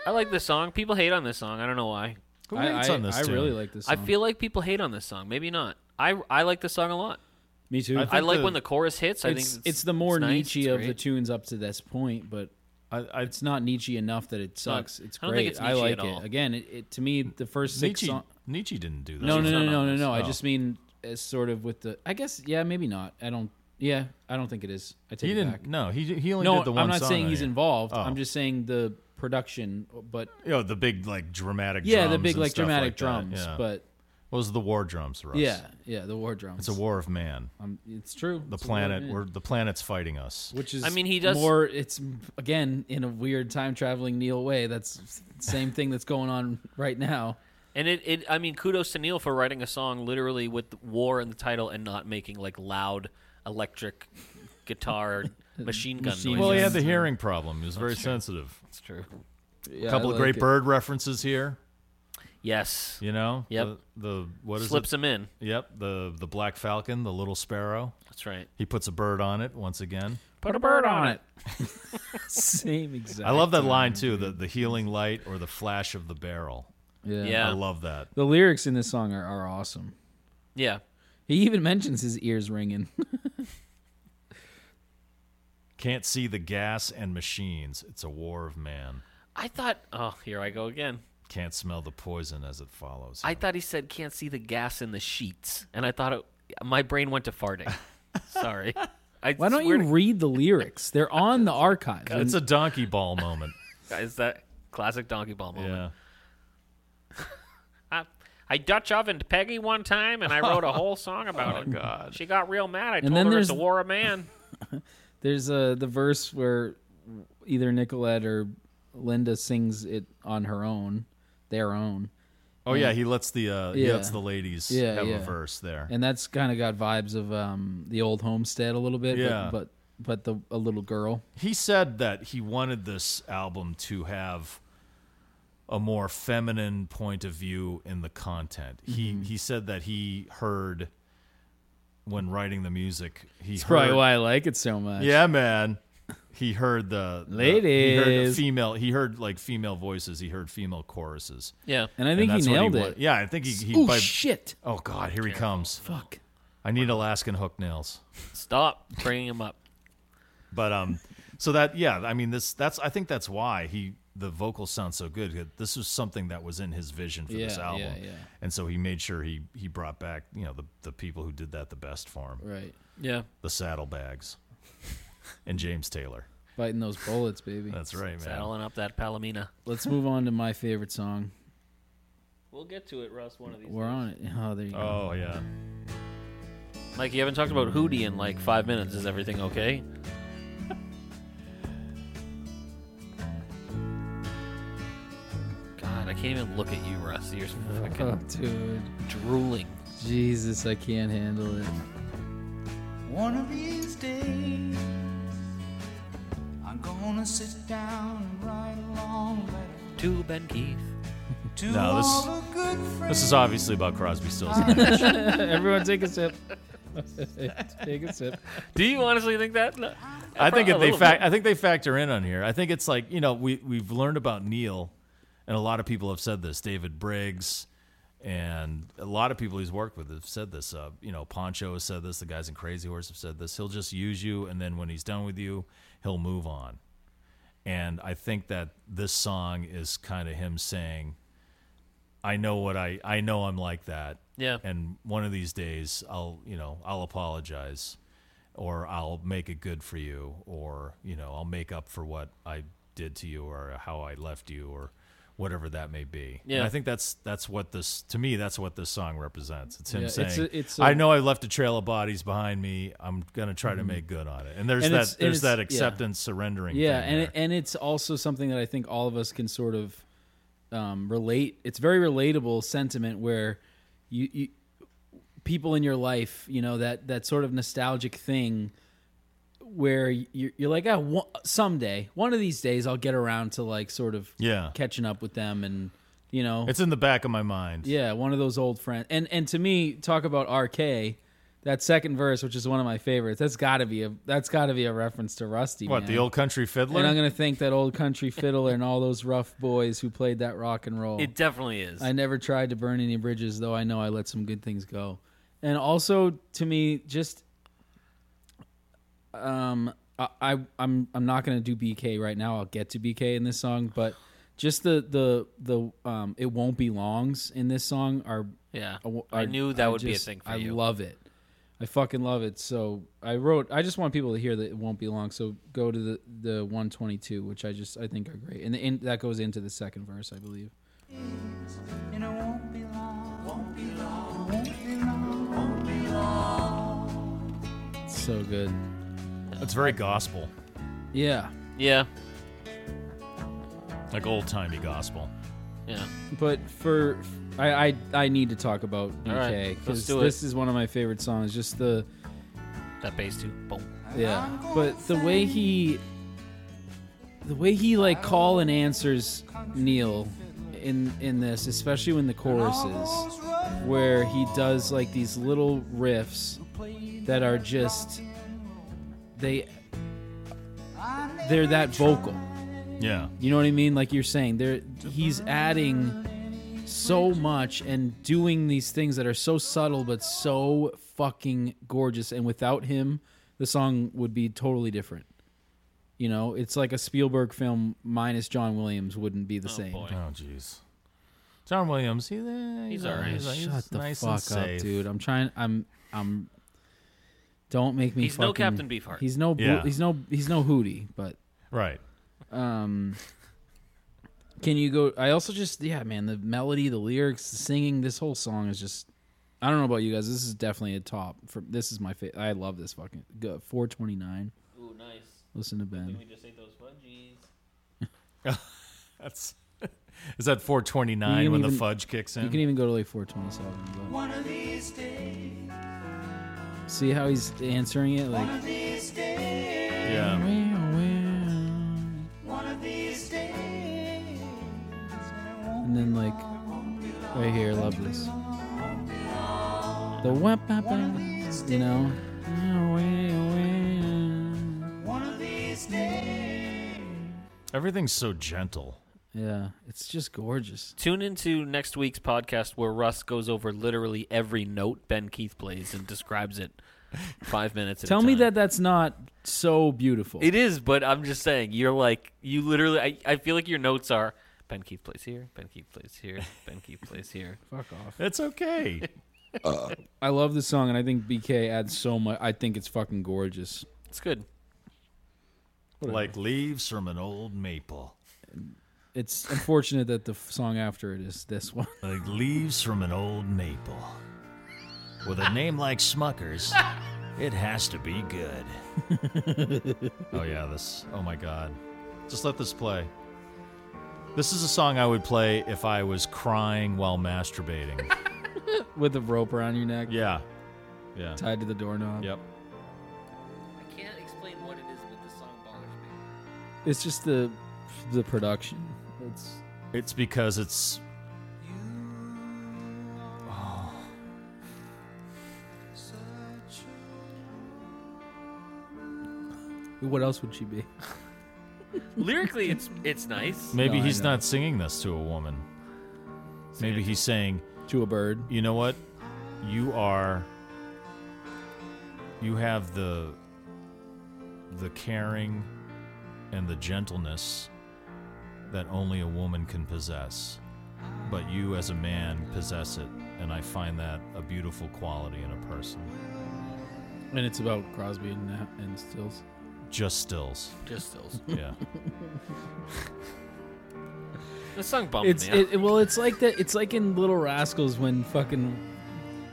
[SPEAKER 2] I like this song. People hate on this song. I don't know why.
[SPEAKER 3] Who
[SPEAKER 4] I,
[SPEAKER 3] hates
[SPEAKER 4] I-
[SPEAKER 3] on this
[SPEAKER 4] I
[SPEAKER 3] tune?
[SPEAKER 4] really like this.
[SPEAKER 2] I
[SPEAKER 4] Song.
[SPEAKER 2] feel like people hate on this song. Maybe not. I I like this song a lot.
[SPEAKER 4] me too.
[SPEAKER 2] I
[SPEAKER 3] think
[SPEAKER 2] like
[SPEAKER 3] the-
[SPEAKER 2] when the chorus hits. I think
[SPEAKER 4] it's,
[SPEAKER 2] it's,
[SPEAKER 4] it's the more
[SPEAKER 2] nice,
[SPEAKER 4] Nietzsche
[SPEAKER 2] it's
[SPEAKER 4] of the
[SPEAKER 2] great.
[SPEAKER 4] tunes up to this point, but
[SPEAKER 3] I, I,
[SPEAKER 4] it's not Nietzsche enough that it sucks. it's
[SPEAKER 2] I
[SPEAKER 4] great.
[SPEAKER 2] don't think it's
[SPEAKER 4] I
[SPEAKER 2] Nietzsche
[SPEAKER 4] like
[SPEAKER 2] at all.
[SPEAKER 4] it. Again, it, it to me the first six
[SPEAKER 3] Nietzsche,
[SPEAKER 4] songs.
[SPEAKER 3] Nietzsche didn't do that.
[SPEAKER 4] No, no,
[SPEAKER 2] not
[SPEAKER 4] no, no,
[SPEAKER 2] on
[SPEAKER 4] no,
[SPEAKER 2] this.
[SPEAKER 4] no. I
[SPEAKER 3] Oh.
[SPEAKER 4] just mean as sort of with the. I guess yeah, maybe not. I don't. Yeah, I don't think it is. I take
[SPEAKER 3] he
[SPEAKER 4] it
[SPEAKER 3] didn't.
[SPEAKER 4] back.
[SPEAKER 3] No, he he only
[SPEAKER 4] No,
[SPEAKER 3] did the one.
[SPEAKER 4] I'm not
[SPEAKER 3] song
[SPEAKER 4] saying
[SPEAKER 3] on
[SPEAKER 4] he's
[SPEAKER 3] here.
[SPEAKER 4] involved.
[SPEAKER 3] Oh.
[SPEAKER 4] I'm just saying the production. But
[SPEAKER 3] You know, the big like dramatic.
[SPEAKER 4] yeah, the
[SPEAKER 3] drums
[SPEAKER 4] big
[SPEAKER 3] and
[SPEAKER 4] like
[SPEAKER 3] stuff
[SPEAKER 4] dramatic
[SPEAKER 3] like that,
[SPEAKER 4] drums.
[SPEAKER 3] yeah.
[SPEAKER 4] But
[SPEAKER 3] was the war drums, Russ?
[SPEAKER 4] yeah, yeah, the war drums.
[SPEAKER 3] it's a war of man.
[SPEAKER 4] Um, it's true.
[SPEAKER 3] The
[SPEAKER 4] It's a war,
[SPEAKER 3] planet,
[SPEAKER 4] yeah.
[SPEAKER 3] where the planet's fighting us.
[SPEAKER 4] which is
[SPEAKER 2] I mean, he does-
[SPEAKER 4] more it's again in a weird time traveling neil way that's the same thing that's going on right now
[SPEAKER 2] And it, it I mean kudos to Neil for writing a song literally with war in the title and not making like loud electric
[SPEAKER 4] *laughs*
[SPEAKER 2] guitar machine gun
[SPEAKER 4] Machine
[SPEAKER 2] noises.
[SPEAKER 3] Well, he
[SPEAKER 4] yeah.
[SPEAKER 3] had the hearing problem. He was very sensitive.
[SPEAKER 2] That's true.
[SPEAKER 4] yeah,
[SPEAKER 3] A couple
[SPEAKER 4] I
[SPEAKER 3] of
[SPEAKER 4] like
[SPEAKER 3] great
[SPEAKER 4] it.
[SPEAKER 3] bird references here.
[SPEAKER 2] Yes.
[SPEAKER 3] You know.
[SPEAKER 2] Yep.
[SPEAKER 3] The, the what is
[SPEAKER 2] Slips
[SPEAKER 3] it?
[SPEAKER 2] him in.
[SPEAKER 3] Yep. The the black falcon, the little sparrow.
[SPEAKER 2] That's right.
[SPEAKER 3] He puts a bird on it once again.
[SPEAKER 6] Put a bird on it.
[SPEAKER 4] *laughs* same exact
[SPEAKER 3] I love that line too. The the healing light or the flash of the barrel.
[SPEAKER 4] yeah.
[SPEAKER 2] Yeah.
[SPEAKER 3] I love that.
[SPEAKER 4] the lyrics in this song are, are awesome
[SPEAKER 2] Yeah.
[SPEAKER 4] he even mentions his ears ringing *laughs*
[SPEAKER 3] Can't see the gas and machines. It's a war of man.
[SPEAKER 2] I thought oh, here I go again.
[SPEAKER 3] Can't smell the poison as it follows.
[SPEAKER 2] I
[SPEAKER 3] him.
[SPEAKER 2] thought he said can't see the gas in the sheets and I thought it, my brain went to
[SPEAKER 4] *laughs*
[SPEAKER 2] farting. Sorry. I
[SPEAKER 4] why don't
[SPEAKER 2] swear
[SPEAKER 4] you
[SPEAKER 2] to
[SPEAKER 4] read the lyrics they're on the archives
[SPEAKER 3] it's a donkey
[SPEAKER 4] *laughs*
[SPEAKER 3] ball moment.
[SPEAKER 2] God, it's that classic donkey ball moment.
[SPEAKER 3] yeah.
[SPEAKER 2] I, I Dutch ovened Peggy one time, and I wrote a whole song
[SPEAKER 4] *laughs*
[SPEAKER 2] about it. God, she got real mad. I told
[SPEAKER 4] Oh, then
[SPEAKER 2] her
[SPEAKER 4] there's-
[SPEAKER 2] it's a war of
[SPEAKER 4] *laughs*
[SPEAKER 2] man.
[SPEAKER 4] there's uh, the verse where either nicolette or linda sings it on her own their own
[SPEAKER 3] Oh yeah, he lets the uh, he
[SPEAKER 4] Yeah.
[SPEAKER 3] lets the ladies
[SPEAKER 4] Yeah,
[SPEAKER 3] have
[SPEAKER 4] yeah.
[SPEAKER 3] a verse there.
[SPEAKER 4] and that's kind of got vibes of um, the old homestead a little bit.
[SPEAKER 3] Yeah.
[SPEAKER 4] But, but but the a little
[SPEAKER 3] *laughs*
[SPEAKER 4] girl.
[SPEAKER 3] he said that he wanted this album to have a more feminine point of view in the content.
[SPEAKER 4] Mm-hmm.
[SPEAKER 3] He he said that he heard when writing the music, he
[SPEAKER 4] That's
[SPEAKER 3] heard
[SPEAKER 4] probably why I like it so much.
[SPEAKER 3] Yeah, man. He heard the the- he heard the
[SPEAKER 4] Ladies.
[SPEAKER 3] female. He heard like female voices. He heard female choruses.
[SPEAKER 2] Yeah,
[SPEAKER 4] And I think
[SPEAKER 3] And that's
[SPEAKER 4] he
[SPEAKER 3] what
[SPEAKER 4] nailed
[SPEAKER 3] wa-
[SPEAKER 4] it.
[SPEAKER 3] Yeah, I think he. he
[SPEAKER 4] oh
[SPEAKER 3] by-
[SPEAKER 4] shit!
[SPEAKER 3] Oh god, here he comes.
[SPEAKER 4] Fuck.
[SPEAKER 3] I need Alaskan hook nails.
[SPEAKER 2] stop bringing him up.
[SPEAKER 3] But um, *laughs* so that yeah, I mean this. That's I think that's why he the vocals sound so good. This was something that was in his vision for this
[SPEAKER 4] Yeah,
[SPEAKER 3] album,
[SPEAKER 4] yeah, yeah.
[SPEAKER 3] and so he made sure he he brought back you know the the people who did that the best for him,
[SPEAKER 4] Right,
[SPEAKER 2] Yeah,
[SPEAKER 3] the Saddlebags, *laughs* and James Taylor.
[SPEAKER 4] biting those bullets, baby.
[SPEAKER 3] That's right, man.
[SPEAKER 2] saddling up that Palomina.
[SPEAKER 4] Let's move on to my favorite song.
[SPEAKER 2] We'll get to it, Russ. One of these.
[SPEAKER 4] We're on it. Oh, there you go.
[SPEAKER 3] Oh yeah.
[SPEAKER 2] Mike, you haven't talked about Hootie in like five minutes. Is everything okay? *laughs* God, I can't even look at you, Russ. You're
[SPEAKER 4] Oh,
[SPEAKER 2] *laughs* fucking
[SPEAKER 4] dude,
[SPEAKER 2] drooling.
[SPEAKER 4] Jesus, I can't handle it.
[SPEAKER 7] One of these days, I'm gonna sit down and write a long letter
[SPEAKER 2] To Ben Keith.
[SPEAKER 7] to
[SPEAKER 3] No, this-
[SPEAKER 7] all the good friends.
[SPEAKER 3] This is obviously about Crosby, Stills, and Nash.
[SPEAKER 4] *laughs* Everyone, take a sip. *laughs* take a sip.
[SPEAKER 2] Do you honestly think that? No.
[SPEAKER 3] I think
[SPEAKER 2] A
[SPEAKER 3] if they
[SPEAKER 2] little
[SPEAKER 3] fact, I think they factor in on here. I think it's like you know we we've learned about Neil, and a lot of people have said this. David Briggs, and a lot of people he's worked with have said this. Uh, you know, Poncho has said this. The guys in Crazy Horse have said this. He'll just use you, and then when he's done with you, he'll move on. And I think that this song is kind of him saying, I know what I I know I'm like that.
[SPEAKER 2] Yeah.
[SPEAKER 3] And one of these days I'll, you know, I'll apologize or I'll make it good for you or, you know, I'll make up for what I did to you or how I left you or whatever that may be. And
[SPEAKER 2] Yeah.
[SPEAKER 3] I think that's that's what this to me that's what this song represents. It's him
[SPEAKER 4] Yeah, it's
[SPEAKER 3] saying I
[SPEAKER 4] a- it's a-
[SPEAKER 3] know I left a trail of bodies behind me. I'm going to try to make good on it. And there's
[SPEAKER 4] Mm-hmm. And
[SPEAKER 3] that
[SPEAKER 4] it's- and
[SPEAKER 3] there's
[SPEAKER 4] it's-
[SPEAKER 3] that
[SPEAKER 4] yeah.
[SPEAKER 3] acceptance surrendering
[SPEAKER 4] yeah
[SPEAKER 3] thing
[SPEAKER 4] and
[SPEAKER 3] there.
[SPEAKER 4] it, and it's also something that i think all of us can sort of um, relate it's very relatable sentiment where you, you people in your life you know that that sort of nostalgic thing where you're, you're like oh one, someday one of these days i'll get around to like sort of
[SPEAKER 3] Yeah.
[SPEAKER 4] catching up with them and you know
[SPEAKER 3] it's in the back of my mind.
[SPEAKER 4] yeah, one of those old friends. And and to me, talk about RK, that second verse, which is one of my favorites. That's got to be a that's got to be a reference to Rusty.
[SPEAKER 3] What,
[SPEAKER 4] man.
[SPEAKER 3] the old country fiddler?
[SPEAKER 4] And I'm gonna thank that old country fiddler and all those rough boys who played that rock and roll.
[SPEAKER 2] It definitely is.
[SPEAKER 4] I never tried to burn any bridges, though I know I let some good things go. And also, to me, just um, I, I I'm I'm not gonna do BK right now. I'll get to BK in this song, but just the the the um, it won't be longs in this song are
[SPEAKER 2] yeah.
[SPEAKER 4] w-
[SPEAKER 2] I
[SPEAKER 4] are-
[SPEAKER 2] knew that
[SPEAKER 4] I
[SPEAKER 2] would be a
[SPEAKER 4] just-
[SPEAKER 2] thing for
[SPEAKER 4] I
[SPEAKER 2] you.
[SPEAKER 4] love it. I fucking love it. So I wrote. I just want people to hear that it won't be long. So go to the the 122, which I just I think are great, and the, in, that goes into the second verse, I believe.
[SPEAKER 7] And it won't be long. Won't be long. Won't be long. Won't be long.
[SPEAKER 4] It's so good.
[SPEAKER 3] It's very gospel,
[SPEAKER 4] Yeah.
[SPEAKER 2] yeah.
[SPEAKER 3] like old timey gospel.
[SPEAKER 2] Yeah.
[SPEAKER 4] but for I I, I need to talk about
[SPEAKER 2] All right,
[SPEAKER 4] BK
[SPEAKER 2] let's
[SPEAKER 4] because
[SPEAKER 2] do it.
[SPEAKER 4] this is one of my favorite songs. Just the
[SPEAKER 2] That bass too. Boom.
[SPEAKER 4] yeah, but the way he the way he like call and answers Neil in in this, especially when the chorus is where he does like these little riffs that are just they they're that vocal.
[SPEAKER 3] Yeah.
[SPEAKER 4] You know what I mean? Like you're saying, there he's adding so much and doing these things that are so subtle but so fucking gorgeous. And without him, the song would be totally different. You know, it's like a Spielberg film minus John Williams wouldn't be the same.
[SPEAKER 2] boy.
[SPEAKER 3] Oh, jeez. John Williams, he, he's,
[SPEAKER 2] He's
[SPEAKER 3] all right.
[SPEAKER 2] alright.
[SPEAKER 3] He's, he's
[SPEAKER 4] Shut the
[SPEAKER 3] nice and
[SPEAKER 4] fuck up,
[SPEAKER 3] safe.
[SPEAKER 4] dude. I'm trying. I'm. I'm. Don't make me.
[SPEAKER 2] He's no
[SPEAKER 4] fucking-
[SPEAKER 2] Captain Beefheart.
[SPEAKER 4] He's no. Bo-
[SPEAKER 3] Yeah.
[SPEAKER 4] He's no. He's no Hootie. But
[SPEAKER 3] Right.
[SPEAKER 4] Um, can you go? I also just yeah, man. The melody, the lyrics, the singing. This whole song is just. I don't know about you guys. This is definitely a top. For this is my favorite. I love this fucking four twenty nine.
[SPEAKER 2] Ooh, nice.
[SPEAKER 4] Listen to Ben.
[SPEAKER 2] just ate those fudgies.
[SPEAKER 3] That's *laughs* is that 429
[SPEAKER 4] You
[SPEAKER 3] when
[SPEAKER 4] can
[SPEAKER 3] the
[SPEAKER 4] even-
[SPEAKER 3] fudge kicks in?
[SPEAKER 4] You can even go to like four twenty seven.
[SPEAKER 7] One of these days.
[SPEAKER 4] See how he's answering it like.
[SPEAKER 7] One of these days.
[SPEAKER 4] *laughs*
[SPEAKER 3] yeah.
[SPEAKER 7] One of these days. And it won't
[SPEAKER 4] And then like right here, love this. The what? You know.
[SPEAKER 7] One of these days.
[SPEAKER 3] Everything's so gentle.
[SPEAKER 4] Yeah, it's just gorgeous.
[SPEAKER 2] Tune into next week's podcast where Russ goes over literally every note Ben Keith plays and describes it five minutes. At
[SPEAKER 4] Tell
[SPEAKER 2] a
[SPEAKER 4] me
[SPEAKER 2] time.
[SPEAKER 4] that that's not so beautiful.
[SPEAKER 2] it is, but I'm just saying you're like you literally. I, I feel like your notes are Ben Keith plays here, Ben Keith plays here, Ben Keith plays here.
[SPEAKER 4] Fuck off.
[SPEAKER 3] It's okay.
[SPEAKER 4] *laughs* I love this song, and I think BK adds so much. I think it's fucking gorgeous.
[SPEAKER 2] It's good.
[SPEAKER 3] like leaves from an old maple.
[SPEAKER 4] It's unfortunate that the f- song after it is this *laughs* one.
[SPEAKER 3] Like leaves from an old maple. With a name like Smucker's, it has to be good. oh yeah, this. Oh my god. Just let this play. This is a song I would play if I was crying while masturbating.
[SPEAKER 4] With a rope around your neck,
[SPEAKER 3] yeah. Yeah.
[SPEAKER 4] tied to the doorknob.
[SPEAKER 3] Yep.
[SPEAKER 2] I can't explain what it is, but the song bothers me.
[SPEAKER 4] It's just the the production. It's
[SPEAKER 3] It's because it's
[SPEAKER 4] what else would she be? *laughs*
[SPEAKER 2] Lyrically, it's it's nice.
[SPEAKER 3] maybe
[SPEAKER 4] No, I
[SPEAKER 3] he's
[SPEAKER 4] know.
[SPEAKER 3] not singing this to a woman. Maybe he's saying,
[SPEAKER 4] To a bird.
[SPEAKER 3] "You know what? You are you have the the caring and the gentleness that only a woman can possess." but you as a man possess it, and I find that a beautiful quality in a person.
[SPEAKER 4] And it's about Crosby and, Na- and Stills.
[SPEAKER 3] Just stills,
[SPEAKER 2] Just stills.
[SPEAKER 3] *laughs* yeah.
[SPEAKER 2] The song bumped
[SPEAKER 4] It's
[SPEAKER 2] me.
[SPEAKER 4] it, well, it's like that. It's like in Little Rascals when fucking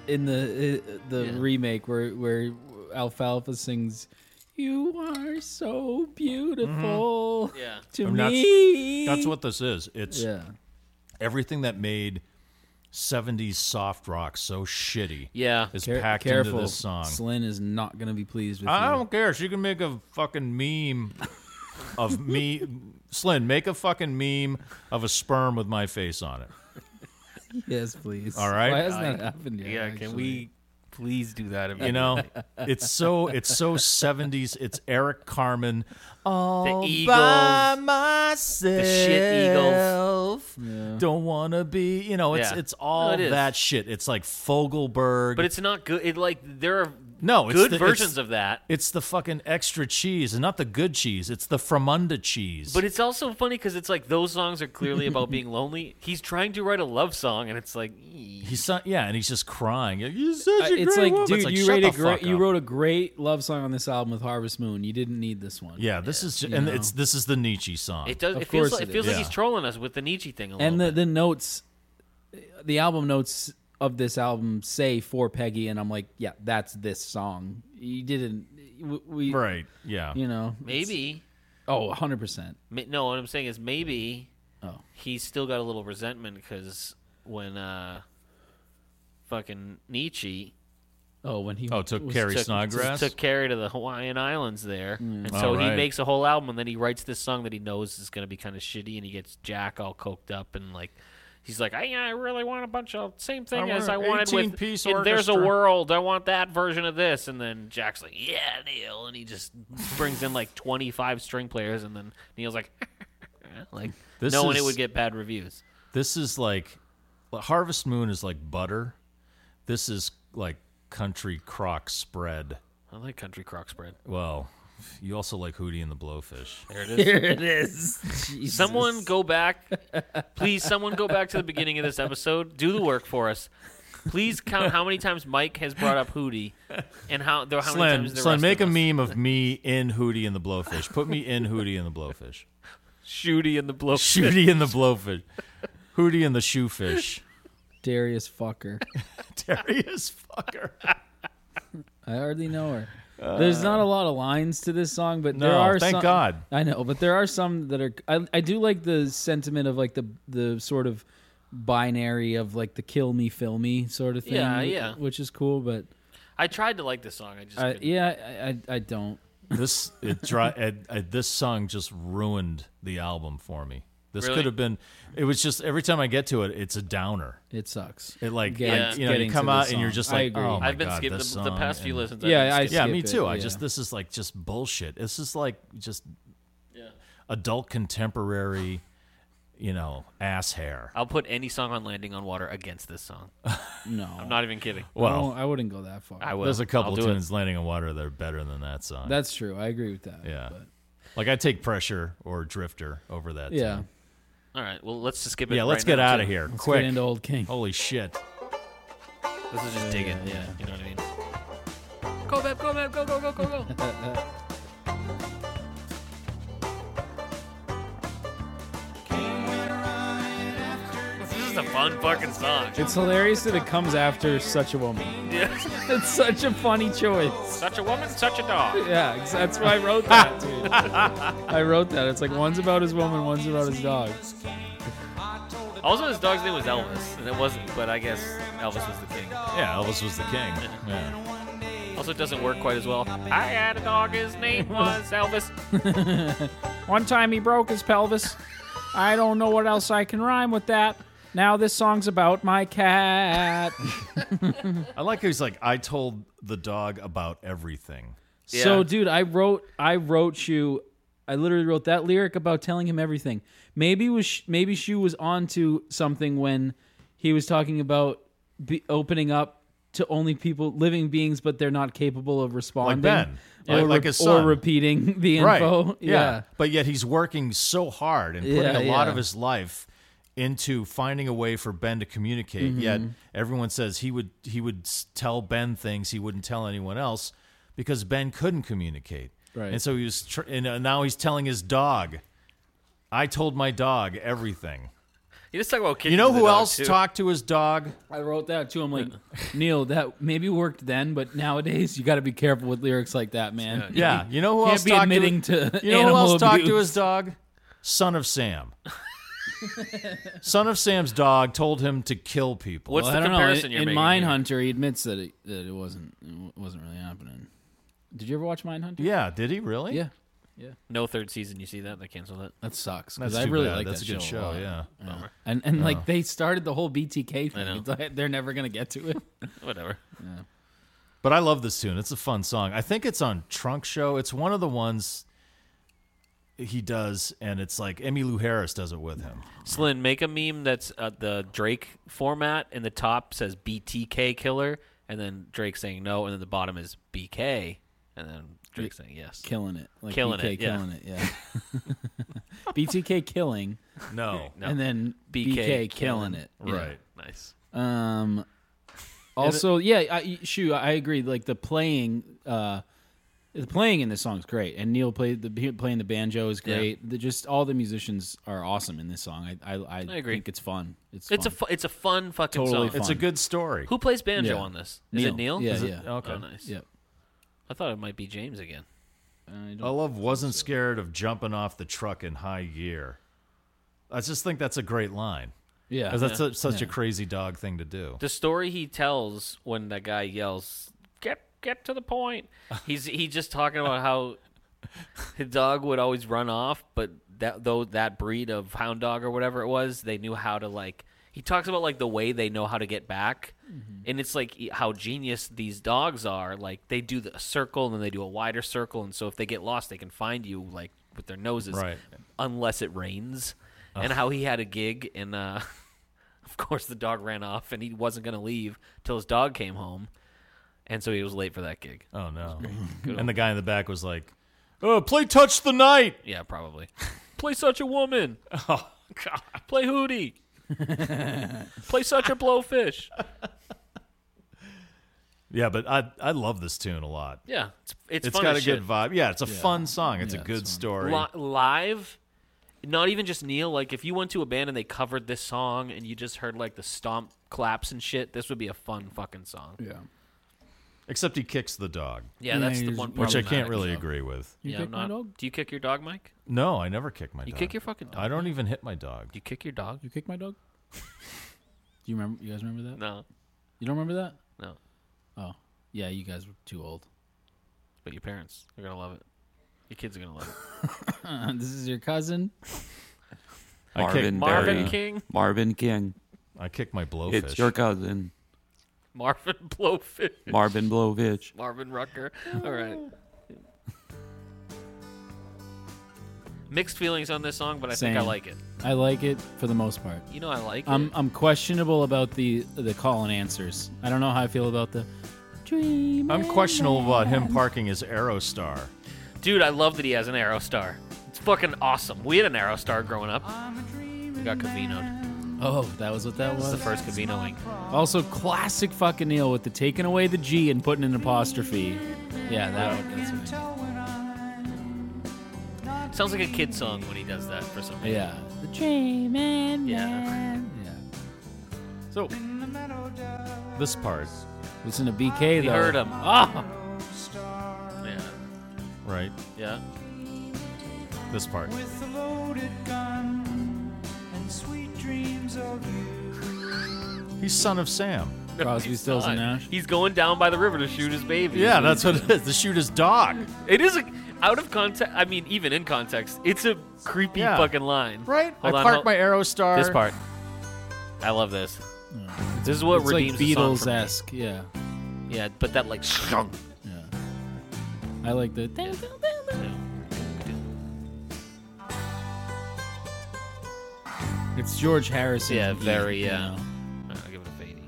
[SPEAKER 4] in the uh, the
[SPEAKER 2] Yeah.
[SPEAKER 4] remake where where Alfalfa sings, "You are so beautiful
[SPEAKER 2] Mm-hmm. Yeah.
[SPEAKER 4] to
[SPEAKER 3] I mean, that's-
[SPEAKER 4] me."
[SPEAKER 3] That's what this is. It's
[SPEAKER 4] Yeah.
[SPEAKER 3] everything that made '70s soft rock so shitty.
[SPEAKER 2] Yeah.
[SPEAKER 3] is
[SPEAKER 4] Care-
[SPEAKER 3] packed
[SPEAKER 4] careful,
[SPEAKER 3] into this song.
[SPEAKER 4] Slynn is not gonna be pleased with
[SPEAKER 3] I
[SPEAKER 4] you.
[SPEAKER 3] don't care. She can make a fucking meme of me. Slynn, make a fucking meme of a sperm with my face on it.
[SPEAKER 4] Yes, please.
[SPEAKER 3] All right.
[SPEAKER 4] Why hasn't that happened yet?
[SPEAKER 2] yeah, can we please do that?
[SPEAKER 3] You know, it's so it's so '70s. It's Eric Carmen. All
[SPEAKER 2] Eagles.
[SPEAKER 3] by myself.
[SPEAKER 2] shit Eagles.
[SPEAKER 3] Don't wanna be. You know, it's
[SPEAKER 2] Yeah.
[SPEAKER 3] it's all
[SPEAKER 2] No, it is.
[SPEAKER 3] that shit. It's like Fogelberg.
[SPEAKER 2] But it's not good. It like there are
[SPEAKER 3] no, Oh, it's
[SPEAKER 2] good
[SPEAKER 3] the-
[SPEAKER 2] versions
[SPEAKER 3] it's,
[SPEAKER 2] of that.
[SPEAKER 3] It's the fucking extra cheese, and not the good cheese. It's the Fremunda cheese.
[SPEAKER 2] But it's also funny because it's like those songs are clearly about being lonely. He's trying to write a love song, and it's like, "Ee."
[SPEAKER 3] He's not, yeah, and he's just crying. You're such
[SPEAKER 4] Uh,
[SPEAKER 3] a
[SPEAKER 4] it's
[SPEAKER 3] great
[SPEAKER 4] like,
[SPEAKER 3] woman.
[SPEAKER 4] dude,
[SPEAKER 3] It's like,
[SPEAKER 4] you,
[SPEAKER 3] shut
[SPEAKER 4] wrote a
[SPEAKER 3] the
[SPEAKER 4] great,
[SPEAKER 3] fuck
[SPEAKER 4] you
[SPEAKER 3] up.
[SPEAKER 4] wrote a great love song on this album with Harvest Moon. You didn't need this one.
[SPEAKER 3] Yeah, this is ju-
[SPEAKER 4] you
[SPEAKER 3] and
[SPEAKER 4] know.
[SPEAKER 3] it's this is the Nietzsche song.
[SPEAKER 2] it does.
[SPEAKER 4] Of
[SPEAKER 2] It feels.
[SPEAKER 4] course
[SPEAKER 2] Like,
[SPEAKER 4] it
[SPEAKER 2] it feels
[SPEAKER 3] is.
[SPEAKER 2] like he's
[SPEAKER 3] Yeah.
[SPEAKER 2] trolling us with the Nietzsche thing a
[SPEAKER 4] and the,
[SPEAKER 2] little bit.
[SPEAKER 4] the notes, the album notes of this album say for Peggy, and I'm like, yeah, that's this song. You didn't, we, we
[SPEAKER 3] right? Yeah,
[SPEAKER 4] You know, it's-
[SPEAKER 2] Maybe.
[SPEAKER 4] Oh, 100 percent.
[SPEAKER 2] ma- No, what I'm saying is maybe
[SPEAKER 4] Oh,
[SPEAKER 2] he's still got a little resentment because when uh, fucking Nietzsche
[SPEAKER 4] oh, when he
[SPEAKER 3] Oh, took
[SPEAKER 4] was-
[SPEAKER 3] Carrie
[SPEAKER 2] took,
[SPEAKER 3] Snodgrass.
[SPEAKER 2] took Carrie to the Hawaiian Islands there,
[SPEAKER 3] Mm.
[SPEAKER 2] and so he
[SPEAKER 3] Alright.
[SPEAKER 2] makes a whole album, and then he writes this song that he knows is going to be kind of shitty, and he gets Jack all coked up and like. He's like, I, I really want a bunch of same thing
[SPEAKER 3] I
[SPEAKER 2] as
[SPEAKER 3] want
[SPEAKER 2] I
[SPEAKER 3] an
[SPEAKER 2] wanted with.
[SPEAKER 3] 18-piece
[SPEAKER 2] in There's a
[SPEAKER 3] orchestra."
[SPEAKER 2] world. I want that version of this, and then Jack's like, Yeah, Neil, and he just brings in like 25 string players, and then Neil's like, *laughs* like
[SPEAKER 3] This
[SPEAKER 2] knowing it
[SPEAKER 3] is-
[SPEAKER 2] would get bad reviews.
[SPEAKER 3] this is like Harvest Moon is like butter. This is like country crock spread.
[SPEAKER 2] I like country crock spread.
[SPEAKER 3] Well, you also like Hootie and the Blowfish.
[SPEAKER 2] There it is.
[SPEAKER 4] Here it is. Jesus.
[SPEAKER 2] Someone go back. Please, someone go back to the beginning of this episode. Do the work for us. Please count how many times Mike has brought up Hootie and how, though, how many
[SPEAKER 3] Slim,
[SPEAKER 2] times the
[SPEAKER 3] Slim,
[SPEAKER 2] rest
[SPEAKER 3] make a
[SPEAKER 2] of us.
[SPEAKER 3] meme of me in Hootie and the Blowfish. Put me in Hootie and the Blowfish. *laughs*
[SPEAKER 2] Shooty and the blow.
[SPEAKER 3] Shootie and the Blowfish. Hootie and the Shoefish. *laughs*
[SPEAKER 4] Darius fucker.
[SPEAKER 3] Darius fucker.
[SPEAKER 4] I hardly know her. There's not a lot of lines to this song, but there
[SPEAKER 3] Uh, No,
[SPEAKER 4] are.
[SPEAKER 3] thank
[SPEAKER 4] some,
[SPEAKER 3] God.
[SPEAKER 4] I know, but there are some that are. I, I do like the sentiment of like the the sort of binary of like the kill me, fill me sort of thing.
[SPEAKER 2] Yeah, yeah.
[SPEAKER 4] Which is cool, but
[SPEAKER 2] I tried to like this song. I just
[SPEAKER 4] I,
[SPEAKER 3] Uh,
[SPEAKER 2] couldn't.
[SPEAKER 4] yeah, I, I I don't.
[SPEAKER 3] this it *laughs* dry I, I, this song just ruined the album for me this
[SPEAKER 2] Really?
[SPEAKER 3] could have been it was just every time i get to it it's a downer
[SPEAKER 4] It sucks.
[SPEAKER 3] it like
[SPEAKER 4] Getting-
[SPEAKER 3] I- you know
[SPEAKER 4] getting
[SPEAKER 3] you come
[SPEAKER 4] to
[SPEAKER 3] out
[SPEAKER 4] this
[SPEAKER 3] and you're
[SPEAKER 4] song.
[SPEAKER 3] just
[SPEAKER 4] I
[SPEAKER 3] like
[SPEAKER 4] agree.
[SPEAKER 3] oh my
[SPEAKER 2] I've been
[SPEAKER 3] God,
[SPEAKER 2] skipping
[SPEAKER 3] this
[SPEAKER 2] the, the
[SPEAKER 3] song
[SPEAKER 2] past few
[SPEAKER 3] and-
[SPEAKER 2] listens. I've
[SPEAKER 4] Yeah,
[SPEAKER 2] been
[SPEAKER 4] I
[SPEAKER 2] skipping.
[SPEAKER 3] yeah
[SPEAKER 4] skip
[SPEAKER 3] me
[SPEAKER 4] it,
[SPEAKER 3] too i
[SPEAKER 4] yeah.
[SPEAKER 3] just this is like just bullshit this is like just adult contemporary you know ass hair
[SPEAKER 2] I'll put any song on Landing on Water against this song.
[SPEAKER 4] No,
[SPEAKER 2] I'm not even kidding.
[SPEAKER 4] I,
[SPEAKER 3] well
[SPEAKER 4] won't- I wouldn't go that far.
[SPEAKER 2] I will.
[SPEAKER 3] there's a
[SPEAKER 2] I'll
[SPEAKER 3] couple
[SPEAKER 2] do
[SPEAKER 3] tunes landing on water that are better than that song
[SPEAKER 4] That's true. I agree with that.
[SPEAKER 3] yeah
[SPEAKER 4] but-
[SPEAKER 3] like i take pressure or drifter over that
[SPEAKER 4] yeah.
[SPEAKER 3] tune.
[SPEAKER 2] It. All right. Well, let's just skip it.
[SPEAKER 3] yeah let's
[SPEAKER 2] right
[SPEAKER 3] get
[SPEAKER 2] now,
[SPEAKER 3] out
[SPEAKER 2] too.
[SPEAKER 3] of here
[SPEAKER 4] Let's
[SPEAKER 3] quick
[SPEAKER 4] get into Old King.
[SPEAKER 3] holy shit
[SPEAKER 2] This is just digging.
[SPEAKER 4] yeah,
[SPEAKER 2] Yeah,
[SPEAKER 4] yeah.
[SPEAKER 2] You know what I mean?
[SPEAKER 5] Go, babe, go, babe, go, go, go, go, go.
[SPEAKER 4] *laughs*
[SPEAKER 2] This is a fun fucking song.
[SPEAKER 4] It's hilarious that it comes after such a woman. *laughs*
[SPEAKER 2] Yeah.
[SPEAKER 4] It's such a funny choice.
[SPEAKER 2] such a woman, such a dog.
[SPEAKER 4] Yeah, ex- that's why I wrote that, dude. I wrote that. It's like one's about his woman, one's about his dog.
[SPEAKER 2] Also, his dog's name was Elvis, and it wasn't, but I guess Elvis was the king.
[SPEAKER 3] Yeah, Elvis was the king. Yeah.
[SPEAKER 2] Also, it doesn't work quite as well. I had a dog, his
[SPEAKER 4] *laughs*
[SPEAKER 2] name was Elvis.
[SPEAKER 6] One time he broke his pelvis. I don't know what else I can rhyme with that. Now this song's about my cat.
[SPEAKER 3] I like how he's like, I told the dog about everything.
[SPEAKER 2] *laughs* Yeah.
[SPEAKER 4] So, dude, I wrote, I wrote you, I literally wrote that lyric about telling him everything. Maybe was maybe Shu was onto something when he was talking about be opening up to only people, living beings, but they're not capable of responding,
[SPEAKER 3] Ben.
[SPEAKER 4] or,
[SPEAKER 3] Like- like
[SPEAKER 4] re-
[SPEAKER 3] his
[SPEAKER 4] or
[SPEAKER 3] son.
[SPEAKER 4] repeating *laughs* the info.
[SPEAKER 3] But yet he's working so hard and putting
[SPEAKER 4] Yeah,
[SPEAKER 3] a lot
[SPEAKER 4] yeah.
[SPEAKER 3] of his life into finding a way for Ben to communicate. Yet
[SPEAKER 4] Mm-hmm.
[SPEAKER 3] everyone says he would he would s- tell Ben things he wouldn't tell anyone else because Ben couldn't communicate.
[SPEAKER 4] Right.
[SPEAKER 3] And so he was tr- and uh, now he's telling his dog, "I told my dog everything."
[SPEAKER 2] You just talk about kicking
[SPEAKER 3] You know
[SPEAKER 2] the
[SPEAKER 3] who
[SPEAKER 2] dog,
[SPEAKER 3] else
[SPEAKER 2] too.
[SPEAKER 3] talked to his
[SPEAKER 4] *laughs*
[SPEAKER 3] dog?
[SPEAKER 4] I wrote that too. I'm like, Neil, that maybe worked then, but nowadays you got to be careful with lyrics like that, man.
[SPEAKER 3] Yeah, you know who
[SPEAKER 4] Can't
[SPEAKER 3] else
[SPEAKER 4] be
[SPEAKER 3] talked
[SPEAKER 4] admitting
[SPEAKER 3] to,
[SPEAKER 4] to
[SPEAKER 3] You know who
[SPEAKER 4] animal
[SPEAKER 3] else talked to
[SPEAKER 4] abuse.
[SPEAKER 3] his dog? Son of Sam. Son of Sam's dog told him to kill people.
[SPEAKER 2] What's
[SPEAKER 4] Well,
[SPEAKER 2] the
[SPEAKER 4] I don't
[SPEAKER 2] comparison
[SPEAKER 4] know.
[SPEAKER 2] you're
[SPEAKER 4] In, in
[SPEAKER 2] making? here?
[SPEAKER 4] Mindhunter, he admits that it, that it wasn't it wa- wasn't really happening. Did you ever watch Mindhunter?
[SPEAKER 3] Yeah, did he really?
[SPEAKER 4] Yeah,
[SPEAKER 2] No third season. You see that they canceled it.
[SPEAKER 4] that sucks
[SPEAKER 3] That's
[SPEAKER 4] because I
[SPEAKER 3] too
[SPEAKER 4] really
[SPEAKER 3] bad.
[SPEAKER 4] like
[SPEAKER 3] That's
[SPEAKER 4] that
[SPEAKER 3] a good
[SPEAKER 4] a
[SPEAKER 3] show.
[SPEAKER 4] lot.
[SPEAKER 3] yeah.
[SPEAKER 4] and and like they started the whole BTK
[SPEAKER 2] I know.
[SPEAKER 4] thing. It's *laughs* like They're never gonna get to it.
[SPEAKER 2] Whatever.
[SPEAKER 3] But I love this tune. It's a fun song. I think it's on Trunk Show. It's one of the ones he does, and it's like Emmy Lou Harris does it with him.
[SPEAKER 2] Slynn, make a meme that's uh, the Drake format, and the top says BTK killer, and then Drake saying no, and then the bottom is BK, and then Drake saying yes.
[SPEAKER 4] Killing it, like
[SPEAKER 2] Killing
[SPEAKER 4] BK
[SPEAKER 2] it, yeah.
[SPEAKER 4] killing it, yeah. *laughs* BTK killing,
[SPEAKER 3] No.
[SPEAKER 2] No.
[SPEAKER 4] and then BK, killing, it, Yeah.
[SPEAKER 3] Right.
[SPEAKER 2] Nice.
[SPEAKER 4] Um, also, yeah, I, shoot, I agree. Like the playing, uh, the playing in this song is great, and Neil played the playing the banjo is great. The, just all the musicians are awesome in this song. I I, I,
[SPEAKER 2] I agree.
[SPEAKER 4] Think it's fun. It's
[SPEAKER 2] It's a
[SPEAKER 4] fun.
[SPEAKER 2] fu- it's a fun fucking
[SPEAKER 4] Totally
[SPEAKER 2] song.
[SPEAKER 4] fun.
[SPEAKER 3] It's a good story.
[SPEAKER 2] Who plays banjo
[SPEAKER 4] Yeah.
[SPEAKER 2] on this? Is it Neil?
[SPEAKER 4] Yeah,
[SPEAKER 2] Is it-
[SPEAKER 4] yeah,
[SPEAKER 3] Okay.
[SPEAKER 2] Oh, nice.
[SPEAKER 4] yeah.
[SPEAKER 2] I thought it might be James again.
[SPEAKER 4] I
[SPEAKER 3] I
[SPEAKER 4] don't-
[SPEAKER 3] love wasn't scared of jumping off the truck in high gear. I just think that's a great line.
[SPEAKER 4] yeah.
[SPEAKER 3] 'Cause that's su- such a crazy dog thing to do.
[SPEAKER 2] The story he tells when that guy yells, "Get get to the point," he's he's just talking about how his dog would always run off, but that though that breed of hound dog or whatever it was, they knew how to like. He talks about like the way they know how to get back, and it's like e- how genius these dogs are. Like they do the a circle and then they do a wider circle, and so if they get lost, they can find you like with their noses,
[SPEAKER 3] Right.
[SPEAKER 2] unless it rains. And how he had a gig and uh, of course the dog ran off and he wasn't going to leave till his dog came home and so he was late for that gig
[SPEAKER 3] Oh no! And the guy in the back was like, "Oh, play touch the night."
[SPEAKER 2] yeah probably *laughs* play such a woman *laughs* oh god play *laughs* hootie play such a blowfish
[SPEAKER 3] Yeah, but I I love this tune a lot.
[SPEAKER 2] yeah it's, it's,
[SPEAKER 3] it's
[SPEAKER 2] fun
[SPEAKER 3] got a
[SPEAKER 2] as
[SPEAKER 3] good
[SPEAKER 2] shit.
[SPEAKER 3] vibe. Yeah, it's a fun song. It's
[SPEAKER 4] Yeah,
[SPEAKER 3] a good
[SPEAKER 4] it's fun.
[SPEAKER 3] story.
[SPEAKER 2] Li- live not even just neil like if you went to a band and they covered this song and you just heard like the stomp claps and shit this would be a fun fucking song
[SPEAKER 4] yeah.
[SPEAKER 3] Except he kicks the dog,
[SPEAKER 2] yeah that's the
[SPEAKER 4] he's-
[SPEAKER 2] one
[SPEAKER 3] which I can't
[SPEAKER 2] problematic
[SPEAKER 3] really
[SPEAKER 2] song.
[SPEAKER 3] agree with.
[SPEAKER 2] yeah I'm
[SPEAKER 4] kick my
[SPEAKER 2] not,
[SPEAKER 4] dog?
[SPEAKER 2] do you kick your dog mike
[SPEAKER 3] No, I never kick my
[SPEAKER 2] you
[SPEAKER 3] dog.
[SPEAKER 2] kick your fucking dog
[SPEAKER 3] I don't even hit my dog.
[SPEAKER 2] you kick your dog
[SPEAKER 4] You kick my dog. Do you remember? You guys remember that?
[SPEAKER 2] no
[SPEAKER 4] You don't remember that?
[SPEAKER 2] no
[SPEAKER 4] Oh, yeah. You guys were too old. *laughs*
[SPEAKER 2] But your parents, they're gonna love it. Your kids are gonna love it.
[SPEAKER 4] this is your cousin.
[SPEAKER 3] I kick,
[SPEAKER 7] Marvin.
[SPEAKER 2] *laughs* Marvin
[SPEAKER 7] Barry.
[SPEAKER 2] King, *laughs*
[SPEAKER 7] Marvin King.
[SPEAKER 3] I kick my blowfish.
[SPEAKER 7] It's your cousin,
[SPEAKER 2] Marvin Blowfish,
[SPEAKER 7] Marvin Blovich.
[SPEAKER 2] *laughs* Marvin Rucker. All right. Mixed feelings on this song, but I think I
[SPEAKER 4] Same.
[SPEAKER 2] like it.
[SPEAKER 4] I like it for the most part.
[SPEAKER 2] You know, I like
[SPEAKER 4] I'm
[SPEAKER 2] it.
[SPEAKER 4] I'm questionable about the the call and answers. I don't know how I feel about the dream.
[SPEAKER 3] I'm questionable about him parking his Aerostar.
[SPEAKER 2] Dude, I love that he has an Arrow Star. It's fucking awesome. We had an Arrow Star growing up. We got Cavinoed.
[SPEAKER 4] Oh, that was what that
[SPEAKER 2] It's the
[SPEAKER 4] was.
[SPEAKER 2] first Cavinoing.
[SPEAKER 4] Also, classic fucking Neil with the taking away the G and putting an apostrophe. Yeah, that one. That's what
[SPEAKER 2] Sounds like a kid song when he does that for some
[SPEAKER 4] I-
[SPEAKER 2] reason.
[SPEAKER 4] yeah, the dream and
[SPEAKER 2] Yeah.
[SPEAKER 4] yeah.
[SPEAKER 3] So this part,
[SPEAKER 4] Listen to BK
[SPEAKER 2] We
[SPEAKER 4] though.
[SPEAKER 2] heard him. Oh! Yeah.
[SPEAKER 3] right?
[SPEAKER 2] Yeah.
[SPEAKER 3] This part.
[SPEAKER 7] With a loaded gun and sweet dreams of
[SPEAKER 3] He's son of Sam.
[SPEAKER 2] No, *laughs*
[SPEAKER 4] Crosby,
[SPEAKER 2] he's
[SPEAKER 4] Stills, and
[SPEAKER 2] not.
[SPEAKER 4] Nash.
[SPEAKER 2] He's going down by the river to shoot his baby.
[SPEAKER 3] Yeah, that's what it is. The shoot his dog.
[SPEAKER 2] It is a, out of context. I mean, even in context, it's a creepy
[SPEAKER 3] Yeah.
[SPEAKER 2] fucking line.
[SPEAKER 3] Right?
[SPEAKER 2] Hold
[SPEAKER 3] I
[SPEAKER 2] on,
[SPEAKER 3] park
[SPEAKER 2] hold-
[SPEAKER 3] my Aerostar.
[SPEAKER 2] This part. I love this.
[SPEAKER 3] Mm.
[SPEAKER 2] This is what
[SPEAKER 4] It's like
[SPEAKER 2] redeems the song for
[SPEAKER 4] Beatles
[SPEAKER 2] me.
[SPEAKER 4] esque. Yeah,
[SPEAKER 2] Yeah, but that like. shunk.
[SPEAKER 4] I like the. It's George Harrison.
[SPEAKER 2] Yeah, very,
[SPEAKER 4] you
[SPEAKER 2] yeah.
[SPEAKER 4] know.
[SPEAKER 2] I'll give it a fadey.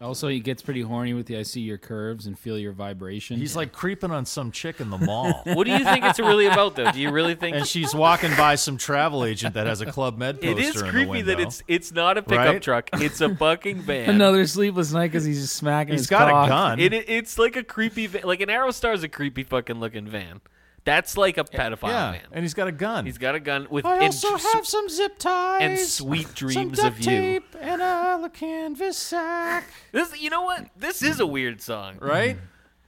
[SPEAKER 4] Also, he gets pretty horny with the I see your curves and feel your vibration.
[SPEAKER 3] He's like creeping on some chick in the
[SPEAKER 2] *laughs*
[SPEAKER 3] mall.
[SPEAKER 2] What do you think it's really about, though? Do you really think
[SPEAKER 3] and she's walking by some travel agent that has a Club Med
[SPEAKER 2] it
[SPEAKER 3] poster
[SPEAKER 2] is
[SPEAKER 3] in the
[SPEAKER 2] creepy
[SPEAKER 3] window.
[SPEAKER 2] that it's it's not a pickup
[SPEAKER 3] Right?
[SPEAKER 2] truck? It's a
[SPEAKER 3] *laughs*
[SPEAKER 2] fucking van.
[SPEAKER 4] *laughs* another sleepless night because he's just smacking.
[SPEAKER 3] He's
[SPEAKER 4] his
[SPEAKER 3] got
[SPEAKER 4] cock.
[SPEAKER 3] a gun.
[SPEAKER 2] It, it- it's like a creepy, va- like an Aerostar is a creepy fucking looking van. That's like a pedophile
[SPEAKER 3] yeah,
[SPEAKER 2] van.
[SPEAKER 3] and he's got a gun.
[SPEAKER 2] He's got a gun with
[SPEAKER 3] I
[SPEAKER 2] and
[SPEAKER 3] also
[SPEAKER 2] s-
[SPEAKER 3] have some zip ties
[SPEAKER 2] and sweet
[SPEAKER 3] some
[SPEAKER 2] dreams
[SPEAKER 3] duct
[SPEAKER 2] of you.
[SPEAKER 3] tape, and a little canvas sack.
[SPEAKER 2] This, you know what? This is a weird song.
[SPEAKER 3] Right?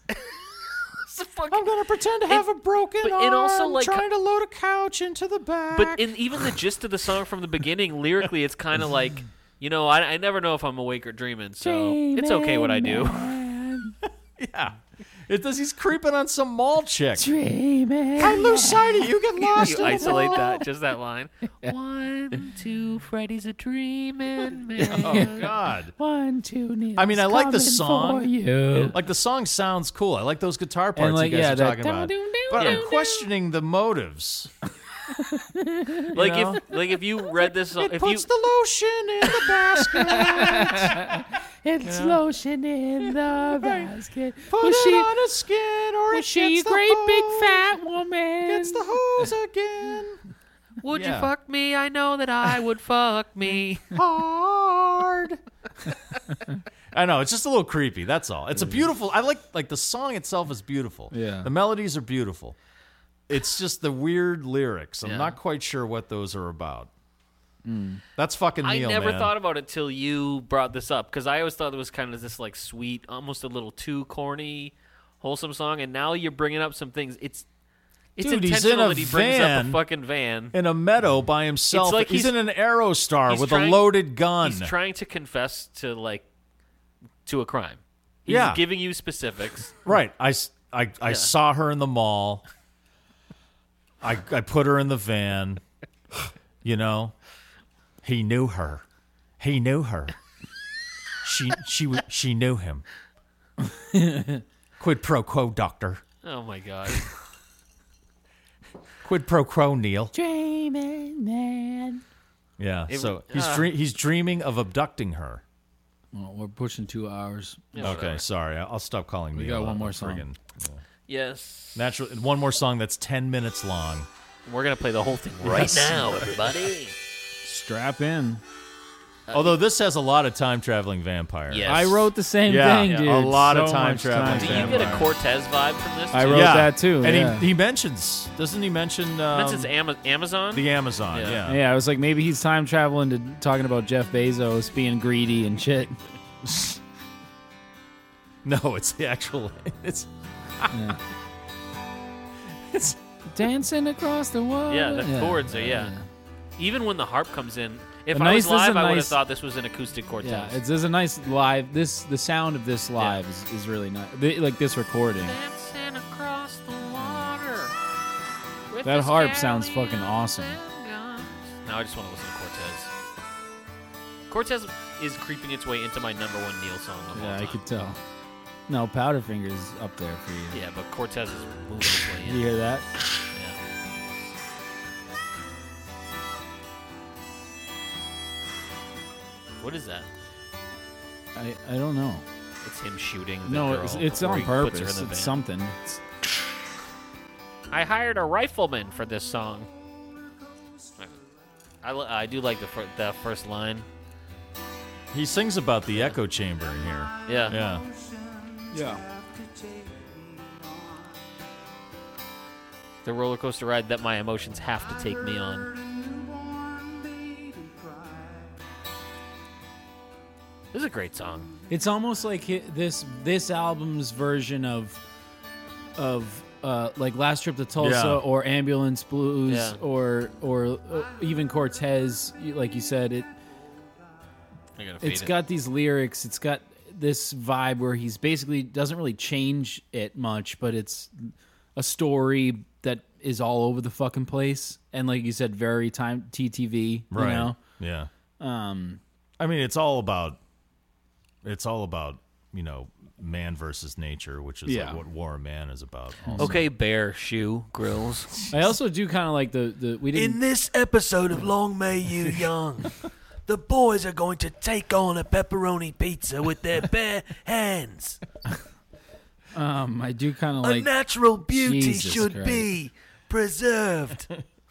[SPEAKER 2] It's a fucking-
[SPEAKER 3] I'm gonna pretend to have a broken
[SPEAKER 2] but
[SPEAKER 3] arm.
[SPEAKER 2] it also, like,
[SPEAKER 3] trying to load a couch into the back.
[SPEAKER 2] but in even the gist of the song from the beginning, lyrically, it's kind of like, you know, I, I never know if I'm awake or dreaming, so it's okay what I do.
[SPEAKER 3] yeah, it does. He's creeping on some mall chick. I lose sight of you. Get
[SPEAKER 2] *laughs*
[SPEAKER 3] lost.
[SPEAKER 2] you
[SPEAKER 3] in the
[SPEAKER 2] isolate
[SPEAKER 3] mall.
[SPEAKER 2] that, just that line. One, two, Freddy's a dreaming man.
[SPEAKER 3] Oh God.
[SPEAKER 4] One, two, Neil.
[SPEAKER 3] I mean, I like the
[SPEAKER 4] coming
[SPEAKER 3] song.
[SPEAKER 4] for you.
[SPEAKER 3] Like the song sounds cool. I like those guitar parts
[SPEAKER 4] like,
[SPEAKER 3] you guys
[SPEAKER 4] yeah,
[SPEAKER 3] are
[SPEAKER 4] that-
[SPEAKER 3] talking about. But I'm questioning the motives.
[SPEAKER 2] like if like if you read
[SPEAKER 3] *laughs*
[SPEAKER 2] this song, if you
[SPEAKER 3] Puts the lotion in the *laughs* basket.
[SPEAKER 4] It's lotion in the
[SPEAKER 3] *laughs*
[SPEAKER 4] basket.
[SPEAKER 3] Put
[SPEAKER 4] was
[SPEAKER 3] it
[SPEAKER 4] she
[SPEAKER 3] on his skin, or
[SPEAKER 4] was
[SPEAKER 3] it
[SPEAKER 4] she a
[SPEAKER 3] gets the
[SPEAKER 4] great big
[SPEAKER 3] hose.
[SPEAKER 4] fat woman?
[SPEAKER 3] Gets the hose again.
[SPEAKER 2] would
[SPEAKER 3] Yeah.
[SPEAKER 2] you fuck me, I know that I would fuck me.
[SPEAKER 3] *laughs* hard. I know it's just a little creepy. That's all. It's a beautiful. I like like the song itself is beautiful.
[SPEAKER 4] Yeah.
[SPEAKER 3] the melodies are beautiful. It's just the weird lyrics. I'm not quite sure what those are about. That's fucking
[SPEAKER 2] I
[SPEAKER 3] Neil.
[SPEAKER 2] never
[SPEAKER 3] man.
[SPEAKER 2] thought about it till you brought this up because I always thought it was kind of this like sweet, almost a little too corny, wholesome song. And now you're bringing up some things. It's it's
[SPEAKER 3] Dude, he's
[SPEAKER 2] intentional
[SPEAKER 3] in a
[SPEAKER 2] that he brings up a
[SPEAKER 3] van.
[SPEAKER 2] fucking van.
[SPEAKER 3] in a meadow by himself.
[SPEAKER 2] It's like
[SPEAKER 3] he's,
[SPEAKER 2] he's-
[SPEAKER 3] in an Aerostar
[SPEAKER 2] he's
[SPEAKER 3] with
[SPEAKER 2] trying-
[SPEAKER 3] a loaded gun.
[SPEAKER 2] He's trying to confess to like to a crime. He's
[SPEAKER 3] Yeah.
[SPEAKER 2] giving you specifics. *laughs*
[SPEAKER 3] Right. I, s- I- I saw her in the mall. I, I put her in the van. You know, he knew her. He knew her. She she w- she knew him. Quid pro quo, doctor.
[SPEAKER 2] Oh my god!
[SPEAKER 3] Quid pro quo, Neil. Dreaming man. Yeah. so he's
[SPEAKER 4] uh,
[SPEAKER 3] dream- he's dreaming of abducting her.
[SPEAKER 4] Oh, we're pushing two hours.
[SPEAKER 3] okay. Sorry. I- I'll stop calling Neil.
[SPEAKER 4] got one
[SPEAKER 3] out.
[SPEAKER 4] more song.
[SPEAKER 3] Friggin-
[SPEAKER 2] Yes,
[SPEAKER 3] Natural. One more song that's ten minutes long.
[SPEAKER 2] we're gonna play the whole thing right now, everybody.
[SPEAKER 4] Strap in.
[SPEAKER 3] Although this has a lot of time traveling vampire.
[SPEAKER 2] Yes.
[SPEAKER 4] I wrote the same
[SPEAKER 3] Yeah,
[SPEAKER 4] thing,
[SPEAKER 3] yeah.
[SPEAKER 4] dude.
[SPEAKER 3] A lot of
[SPEAKER 4] So
[SPEAKER 3] time
[SPEAKER 4] much
[SPEAKER 3] travel
[SPEAKER 2] Do
[SPEAKER 4] time.
[SPEAKER 2] you get a Cortez vibe from this?
[SPEAKER 4] I
[SPEAKER 2] too?
[SPEAKER 4] wrote that too.
[SPEAKER 3] And
[SPEAKER 4] yeah.
[SPEAKER 3] he, he mentions, doesn't he mention um,
[SPEAKER 2] Since it's Ama- Amazon,
[SPEAKER 3] the Amazon? Yeah. *laughs*
[SPEAKER 2] Yeah.
[SPEAKER 4] yeah, I was like, maybe he's time traveling to talking about Jeff Bezos being greedy and shit. *laughs*
[SPEAKER 3] No, it's the actual. *laughs* It's it's
[SPEAKER 4] Dancing across the water.
[SPEAKER 2] yeah, the chords are yeah. Even when the harp comes in, if
[SPEAKER 4] A
[SPEAKER 2] I
[SPEAKER 4] nice-
[SPEAKER 2] was
[SPEAKER 4] this is
[SPEAKER 2] live,
[SPEAKER 4] a
[SPEAKER 2] I would have
[SPEAKER 4] nice-
[SPEAKER 2] thought this was an acoustic Cortez.
[SPEAKER 4] Yeah, it's, there's a nice live. This the sound of this live is, is really nice. The- like this recording,
[SPEAKER 2] Dancing across the water. with
[SPEAKER 4] that
[SPEAKER 2] his
[SPEAKER 4] harp sounds
[SPEAKER 2] galleons
[SPEAKER 4] fucking awesome.
[SPEAKER 2] and guns. Now I just want to listen to Cortez. Cortez is creeping its way into my number one Neil song of all
[SPEAKER 4] Yeah, I
[SPEAKER 2] time.
[SPEAKER 4] could tell. No, Powderfinger's up there for you.
[SPEAKER 2] Yeah, but Cortez is moving its way
[SPEAKER 4] You
[SPEAKER 2] in.
[SPEAKER 4] hear that?
[SPEAKER 2] Yeah. What is that?
[SPEAKER 4] I, I don't know.
[SPEAKER 2] It's him shooting. The
[SPEAKER 4] No,
[SPEAKER 2] girl
[SPEAKER 4] it's, it's
[SPEAKER 2] before
[SPEAKER 4] on
[SPEAKER 2] he puts her
[SPEAKER 4] purpose.
[SPEAKER 2] in the
[SPEAKER 4] It's
[SPEAKER 2] van.
[SPEAKER 4] something. It's,
[SPEAKER 2] I hired a rifleman for this song. I, li- I do like the fir- the first line.
[SPEAKER 3] he sings about the echo chamber in here.
[SPEAKER 2] Yeah.
[SPEAKER 3] Yeah.
[SPEAKER 2] The roller coaster ride that my emotions have to take me on. This is a great song.
[SPEAKER 4] it's almost like hi- this this album's version of of uh, like Last Trip to Tulsa
[SPEAKER 3] Yeah.
[SPEAKER 4] or Ambulance Blues
[SPEAKER 2] Yeah.
[SPEAKER 4] or or uh, even Cortez. you- Like you said, it
[SPEAKER 2] I gotta fade
[SPEAKER 4] It's
[SPEAKER 2] it.
[SPEAKER 4] got these lyrics. It's got this vibe where he's basically doesn't really change it much, but it's a story that is all over the fucking place. And like you said, very time TTV.
[SPEAKER 3] Right.
[SPEAKER 4] You know?
[SPEAKER 3] Yeah. Um. I mean, it's all about. It's all about you know man versus nature, which is
[SPEAKER 4] Yeah.
[SPEAKER 3] like what War of Man is about.
[SPEAKER 2] okay, bear shoe grills.
[SPEAKER 4] I also do kind of like the the we didn't
[SPEAKER 2] this episode of Long May You Young, The boys are going to take on a pepperoni pizza with
[SPEAKER 5] *laughs*
[SPEAKER 2] their bare hands.
[SPEAKER 4] Um, I do kind of like.
[SPEAKER 2] Natural
[SPEAKER 4] beauty Jesus should Christ. be
[SPEAKER 2] preserved.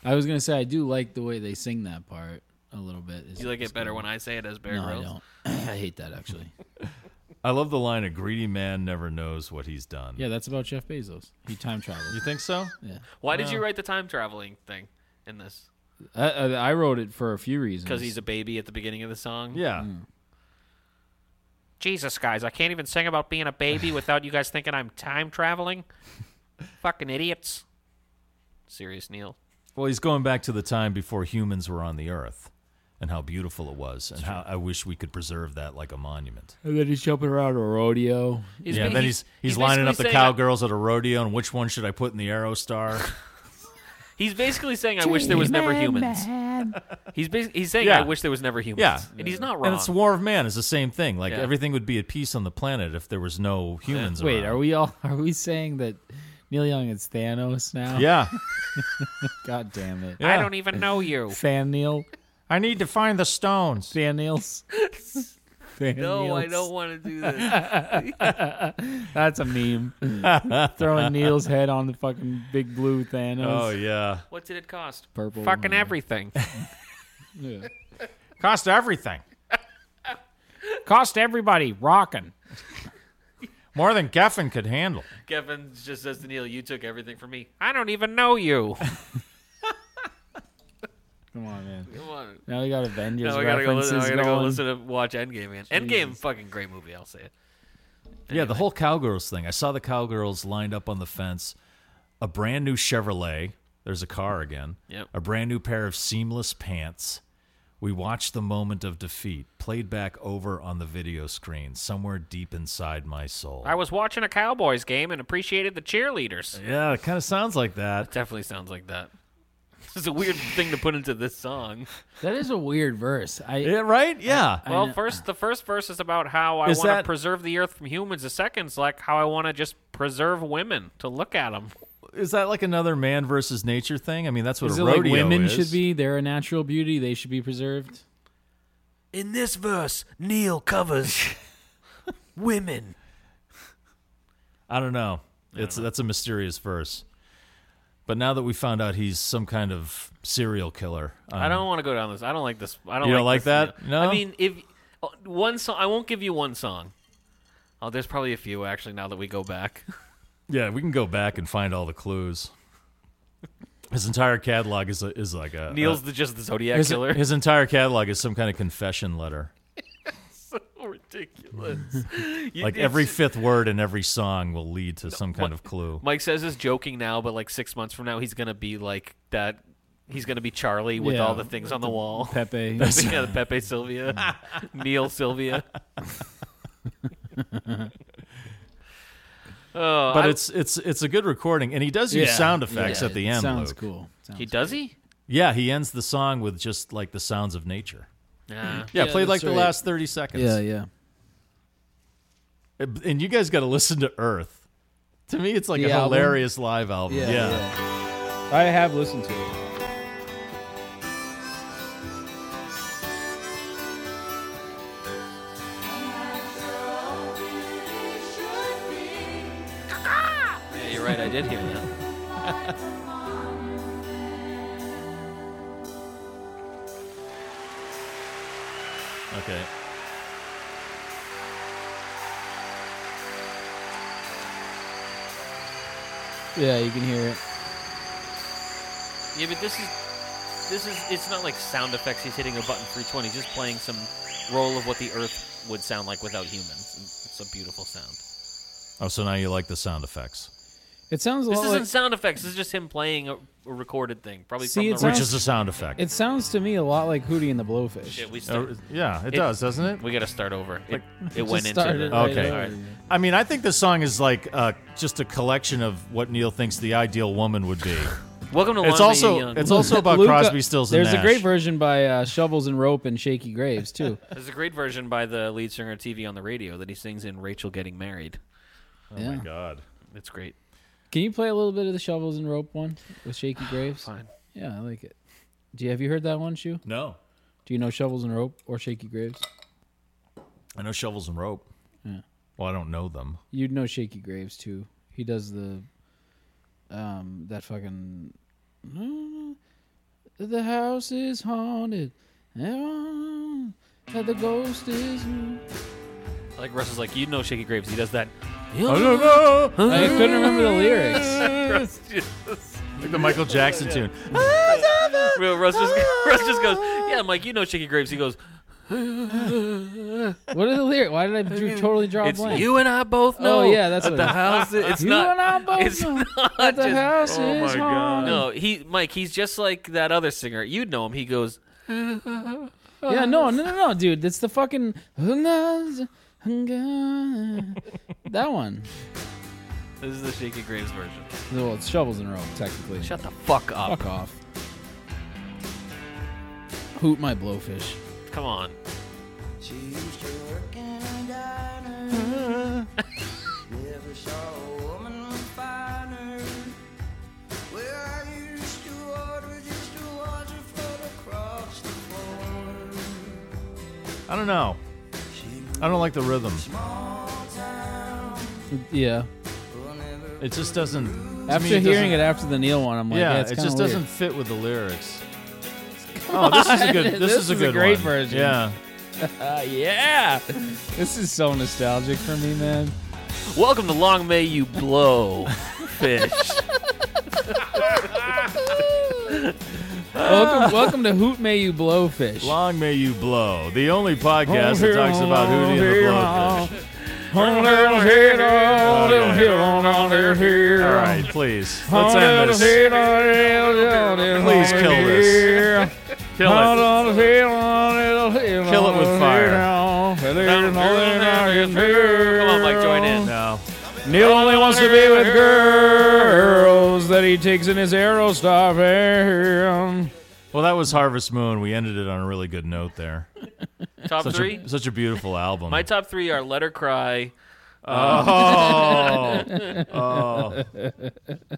[SPEAKER 4] I was gonna say I do like the way they sing that part a little bit. It's-
[SPEAKER 2] You like
[SPEAKER 4] it's
[SPEAKER 2] it better
[SPEAKER 4] cool.
[SPEAKER 2] when I say it as Bear
[SPEAKER 4] No, I
[SPEAKER 2] Grylls.
[SPEAKER 4] don't. *clears throat* I hate that actually.
[SPEAKER 3] I love the line: "A greedy man never knows what he's done."
[SPEAKER 4] Yeah, that's about Jeff Bezos. He time traveled. *laughs*
[SPEAKER 3] You think so?
[SPEAKER 2] Why did you write the time traveling thing in this?
[SPEAKER 4] I, I, I wrote it for a few reasons.
[SPEAKER 2] Because he's a baby at the beginning of the song.
[SPEAKER 3] Yeah.
[SPEAKER 4] Mm.
[SPEAKER 8] Jesus, guys, I can't even sing about being a baby without you guys thinking I'm time
[SPEAKER 2] *laughs*
[SPEAKER 8] traveling. Fucking idiots.
[SPEAKER 2] Serious Neil.
[SPEAKER 3] Well, he's going back to the time before humans were on the earth and how beautiful it was and how I wish we could preserve that like a monument.
[SPEAKER 4] and then he's jumping around a rodeo.
[SPEAKER 3] yeah,
[SPEAKER 2] ba-
[SPEAKER 3] then he's he's, lining up the
[SPEAKER 2] basically saying-
[SPEAKER 3] cowgirls at a rodeo and which one should I put in the arrow *laughs* star?
[SPEAKER 2] He's basically saying, "I wish there was never humans."
[SPEAKER 8] *laughs*
[SPEAKER 2] He's bas- he's saying,
[SPEAKER 3] Yeah.
[SPEAKER 2] "I wish there was never humans."
[SPEAKER 3] Yeah.
[SPEAKER 2] and he's not wrong.
[SPEAKER 3] and it's War of Man is the same thing. Like
[SPEAKER 2] Yeah.
[SPEAKER 3] everything would be at peace on the planet if there was no humans
[SPEAKER 4] Wait,
[SPEAKER 3] around.
[SPEAKER 4] are we all? *laughs* Are we saying that Neil Young is Thanos now?
[SPEAKER 3] Yeah.
[SPEAKER 4] God damn it.
[SPEAKER 8] I
[SPEAKER 3] Yeah.
[SPEAKER 8] don't even know
[SPEAKER 2] *laughs*
[SPEAKER 8] you.
[SPEAKER 4] Fan Neil.
[SPEAKER 3] *laughs* I need to find the stones.
[SPEAKER 2] *laughs*
[SPEAKER 4] Fan Neils. Fan
[SPEAKER 2] no, I
[SPEAKER 4] Neils.
[SPEAKER 2] don't want
[SPEAKER 8] *laughs*
[SPEAKER 2] to do this.
[SPEAKER 4] That's
[SPEAKER 2] *laughs*
[SPEAKER 4] a meme. Throwing Neil's head on the fucking big blue Thanos.
[SPEAKER 3] Oh yeah.
[SPEAKER 2] what did it cost?
[SPEAKER 4] Purple.
[SPEAKER 8] Fucking
[SPEAKER 4] one.
[SPEAKER 8] everything.
[SPEAKER 4] Yeah.
[SPEAKER 3] Cost everything.
[SPEAKER 6] Cost everybody rocking.
[SPEAKER 3] More than Geffen could handle.
[SPEAKER 2] *laughs* Kevin just says to Neil, "You took everything from me."
[SPEAKER 8] I don't even know you.
[SPEAKER 4] Come on, man.
[SPEAKER 2] Come on.
[SPEAKER 4] Now we got Avengers
[SPEAKER 2] Now I gotta go
[SPEAKER 4] references
[SPEAKER 2] listen. I gotta
[SPEAKER 4] going.
[SPEAKER 2] go *laughs* listen to watch Endgame. Man, Endgame, fucking great movie. I'll say it.
[SPEAKER 3] Yeah, the whole cowgirls thing. I saw the cowgirls lined up on the fence. A brand new Chevrolet. There's a car again.
[SPEAKER 2] Yep.
[SPEAKER 3] A brand new pair of seamless pants. We watched the moment of defeat played back over on the video screen somewhere deep inside my soul.
[SPEAKER 8] I was watching a Cowboys game and appreciated the cheerleaders.
[SPEAKER 3] yeah, it kind of sounds like that.
[SPEAKER 2] Definitely sounds like that. *laughs* This is a weird thing to put into this song.
[SPEAKER 4] That is a weird verse. I
[SPEAKER 3] Yeah, right? Yeah.
[SPEAKER 8] Well, first the first verse is about how I
[SPEAKER 3] Is
[SPEAKER 8] want
[SPEAKER 3] that-
[SPEAKER 8] to preserve the earth from humans. The second's like how I want to just preserve women to look at them.
[SPEAKER 3] Is that like another man versus nature thing? I mean, that's what
[SPEAKER 4] is
[SPEAKER 3] a
[SPEAKER 4] it like
[SPEAKER 3] rodeo
[SPEAKER 4] women
[SPEAKER 3] is.
[SPEAKER 4] should be? They're a natural beauty. They should be preserved.
[SPEAKER 2] In this verse, Neil covers women.
[SPEAKER 3] I don't know. It's that's a mysterious verse. But now that we found out he's some kind of serial killer, um,
[SPEAKER 2] I don't want to go down this. I don't like this. I don't.
[SPEAKER 3] You
[SPEAKER 2] like,
[SPEAKER 3] don't like
[SPEAKER 2] this
[SPEAKER 3] that?
[SPEAKER 2] Neil.
[SPEAKER 3] No?
[SPEAKER 2] I mean, if uh, one song, I won't give you one song. Oh, there's probably a few actually. Now that we go
[SPEAKER 3] *laughs*
[SPEAKER 2] back,
[SPEAKER 3] Yeah, we can go back and find all the clues. His entire catalog is a, is like a
[SPEAKER 2] Neil's
[SPEAKER 3] a-
[SPEAKER 2] the, just the Zodiac
[SPEAKER 3] his,
[SPEAKER 2] killer.
[SPEAKER 3] his entire catalog is some kind of confession letter.
[SPEAKER 2] *laughs* ridiculous.
[SPEAKER 3] *laughs*
[SPEAKER 2] You-
[SPEAKER 3] Like
[SPEAKER 2] it's-
[SPEAKER 3] every fifth word in every song will lead to some kind of clue.
[SPEAKER 2] Mike says is joking now, but like six months from now, he's gonna be like that. He's gonna be Charlie with
[SPEAKER 4] Yeah,
[SPEAKER 2] all the things on the wall.
[SPEAKER 4] Pepe.
[SPEAKER 2] *laughs*
[SPEAKER 4] *laughs*
[SPEAKER 2] yeah, the Pepe Sylvia, *laughs* Neil Sylvia. oh,
[SPEAKER 3] But
[SPEAKER 2] I-
[SPEAKER 3] it's it's it's a good recording, and he does use
[SPEAKER 4] Yeah,
[SPEAKER 3] sound effects
[SPEAKER 4] yeah,
[SPEAKER 3] at the
[SPEAKER 4] it
[SPEAKER 3] end.
[SPEAKER 4] Sounds
[SPEAKER 3] Luke.
[SPEAKER 4] cool. Sounds
[SPEAKER 2] he does he?
[SPEAKER 3] Yeah, he ends the song with just like the sounds of nature.
[SPEAKER 2] Nah.
[SPEAKER 3] Yeah,
[SPEAKER 4] Yeah,
[SPEAKER 3] played like
[SPEAKER 4] that's
[SPEAKER 3] the
[SPEAKER 4] right.
[SPEAKER 3] last thirty seconds.
[SPEAKER 4] Yeah, yeah.
[SPEAKER 3] And you guys got to listen to Earth. To me, it's like
[SPEAKER 4] The
[SPEAKER 3] a
[SPEAKER 4] album?
[SPEAKER 3] hilarious live album.
[SPEAKER 4] I have listened to it.
[SPEAKER 2] Yeah, you're right. I did hear that.
[SPEAKER 3] Okay.
[SPEAKER 4] Yeah, you can hear it.
[SPEAKER 2] Yeah, but this is this is it's not like sound effects. He's hitting a button 320. He's just playing some role of what the Earth would sound like without humans. And It's a beautiful sound.
[SPEAKER 3] Oh, so now you like the sound effects,
[SPEAKER 4] It sounds a
[SPEAKER 2] This
[SPEAKER 4] lot
[SPEAKER 2] isn't
[SPEAKER 4] like.
[SPEAKER 2] sound effects. This is just him playing a, a recorded thing, probably from
[SPEAKER 4] See, it
[SPEAKER 2] the
[SPEAKER 3] which
[SPEAKER 4] sounds-
[SPEAKER 3] is a sound effect.
[SPEAKER 4] It sounds to me a lot like Hootie and the Blowfish.
[SPEAKER 2] Shit, we
[SPEAKER 3] Uh,
[SPEAKER 2] start,
[SPEAKER 3] yeah, it,
[SPEAKER 2] It-
[SPEAKER 3] does, doesn't it?
[SPEAKER 2] we got to start over. It, it
[SPEAKER 4] Just
[SPEAKER 2] went into
[SPEAKER 4] started
[SPEAKER 2] the,
[SPEAKER 4] it right
[SPEAKER 3] Okay.
[SPEAKER 4] over.
[SPEAKER 2] Alright.
[SPEAKER 3] I mean, I think this song is like uh, just a collection of what Neil thinks the ideal woman would be.
[SPEAKER 4] Oh
[SPEAKER 2] Welcome to
[SPEAKER 3] It's
[SPEAKER 2] Lonely
[SPEAKER 3] also
[SPEAKER 2] Young.
[SPEAKER 3] it's also about
[SPEAKER 4] Luca-
[SPEAKER 3] Crosby, Stills, and
[SPEAKER 4] There's a great
[SPEAKER 3] Nash.
[SPEAKER 4] version by uh, Shovels and Rope and Shaky Graves too.
[SPEAKER 3] *laughs*
[SPEAKER 2] There's a great version by the lead singer of TV on the radio that he sings in Rachel Getting Married.
[SPEAKER 4] yeah.
[SPEAKER 3] God.
[SPEAKER 2] It's great.
[SPEAKER 4] Can you play a little bit of the
[SPEAKER 3] *sighs*
[SPEAKER 4] Shovels and Rope one with Shaky Graves?
[SPEAKER 2] Fine.
[SPEAKER 4] Yeah, I like it. Do you, have you heard that one, Shu?
[SPEAKER 3] No.
[SPEAKER 4] Do you know Shovels and Rope or Shaky Graves?
[SPEAKER 3] I know shovels and rope.
[SPEAKER 4] Yeah.
[SPEAKER 3] Well, I don't know them.
[SPEAKER 4] You'd know Shaky Graves too. He does the um that fucking the house is haunted. and The ghost is.
[SPEAKER 2] Like Russ is like, you know, Shaky Graves. He does that.
[SPEAKER 4] I couldn't remember the lyrics.
[SPEAKER 2] Russ just,
[SPEAKER 3] Like the Michael Jackson tune.
[SPEAKER 2] real Russ just, *laughs* Russ just goes, yeah. I'm like, you know, Shaky Graves. He goes,
[SPEAKER 4] What are the lyrics? Why did I dr- totally draw a
[SPEAKER 2] it's
[SPEAKER 4] blank?
[SPEAKER 2] you and I both know.
[SPEAKER 4] Oh, yeah, that's
[SPEAKER 2] that
[SPEAKER 4] what
[SPEAKER 2] the
[SPEAKER 4] it is.
[SPEAKER 2] house. Is, it's
[SPEAKER 4] You
[SPEAKER 2] not.
[SPEAKER 4] and I both
[SPEAKER 2] it's
[SPEAKER 4] know
[SPEAKER 2] not
[SPEAKER 4] that the
[SPEAKER 2] just- Oh
[SPEAKER 4] house is haunted.
[SPEAKER 2] No, he Mike. He's just like that other singer. You'd know him. He goes,
[SPEAKER 4] Yeah, no, no, no, no, dude. It's the fucking that one.
[SPEAKER 2] this is the Shaky Graves version.
[SPEAKER 4] Well, it's shovels and rope, technically.
[SPEAKER 2] Shut the fuck up.
[SPEAKER 4] Fuck off. Hoot my blowfish.
[SPEAKER 2] Come on.
[SPEAKER 5] *laughs*
[SPEAKER 3] I don't know. I don't like the rhythm.
[SPEAKER 4] Yeah.
[SPEAKER 3] It just doesn't. to
[SPEAKER 4] After
[SPEAKER 3] me, it
[SPEAKER 4] hearing it
[SPEAKER 3] doesn't-
[SPEAKER 4] after the Neil one, I'm like, yeah,
[SPEAKER 3] yeah,
[SPEAKER 4] it's
[SPEAKER 3] it
[SPEAKER 4] kinda
[SPEAKER 3] just
[SPEAKER 4] weird.
[SPEAKER 3] doesn't fit with the
[SPEAKER 4] *laughs*
[SPEAKER 3] lyrics. Oh, this is a good. This,
[SPEAKER 4] This
[SPEAKER 3] is a
[SPEAKER 4] is a
[SPEAKER 3] good
[SPEAKER 4] great
[SPEAKER 3] one.
[SPEAKER 4] version.
[SPEAKER 3] Yeah,
[SPEAKER 4] Uh, yeah. *laughs* This is so nostalgic for me, man.
[SPEAKER 2] Welcome to Long May You Blow, fish.
[SPEAKER 4] Welcome, welcome to Hoot May You Blowfish.
[SPEAKER 3] long may you blow. The only podcast that talks about Hootie and the Oh, Blowfish. All right, please. Let's end this. Please kill this. Kill it. Kill it with fire.
[SPEAKER 2] Come on, Mike, join in.
[SPEAKER 3] No.
[SPEAKER 6] Neil only wants to be with girls that he takes in his Aerostar van.
[SPEAKER 3] Well, that was Harvest Moon. We ended it on a really good note there.
[SPEAKER 2] Top
[SPEAKER 3] Such
[SPEAKER 2] three.
[SPEAKER 3] a such a beautiful album.
[SPEAKER 2] My top three are Let Her Cry.
[SPEAKER 3] Oh, oh,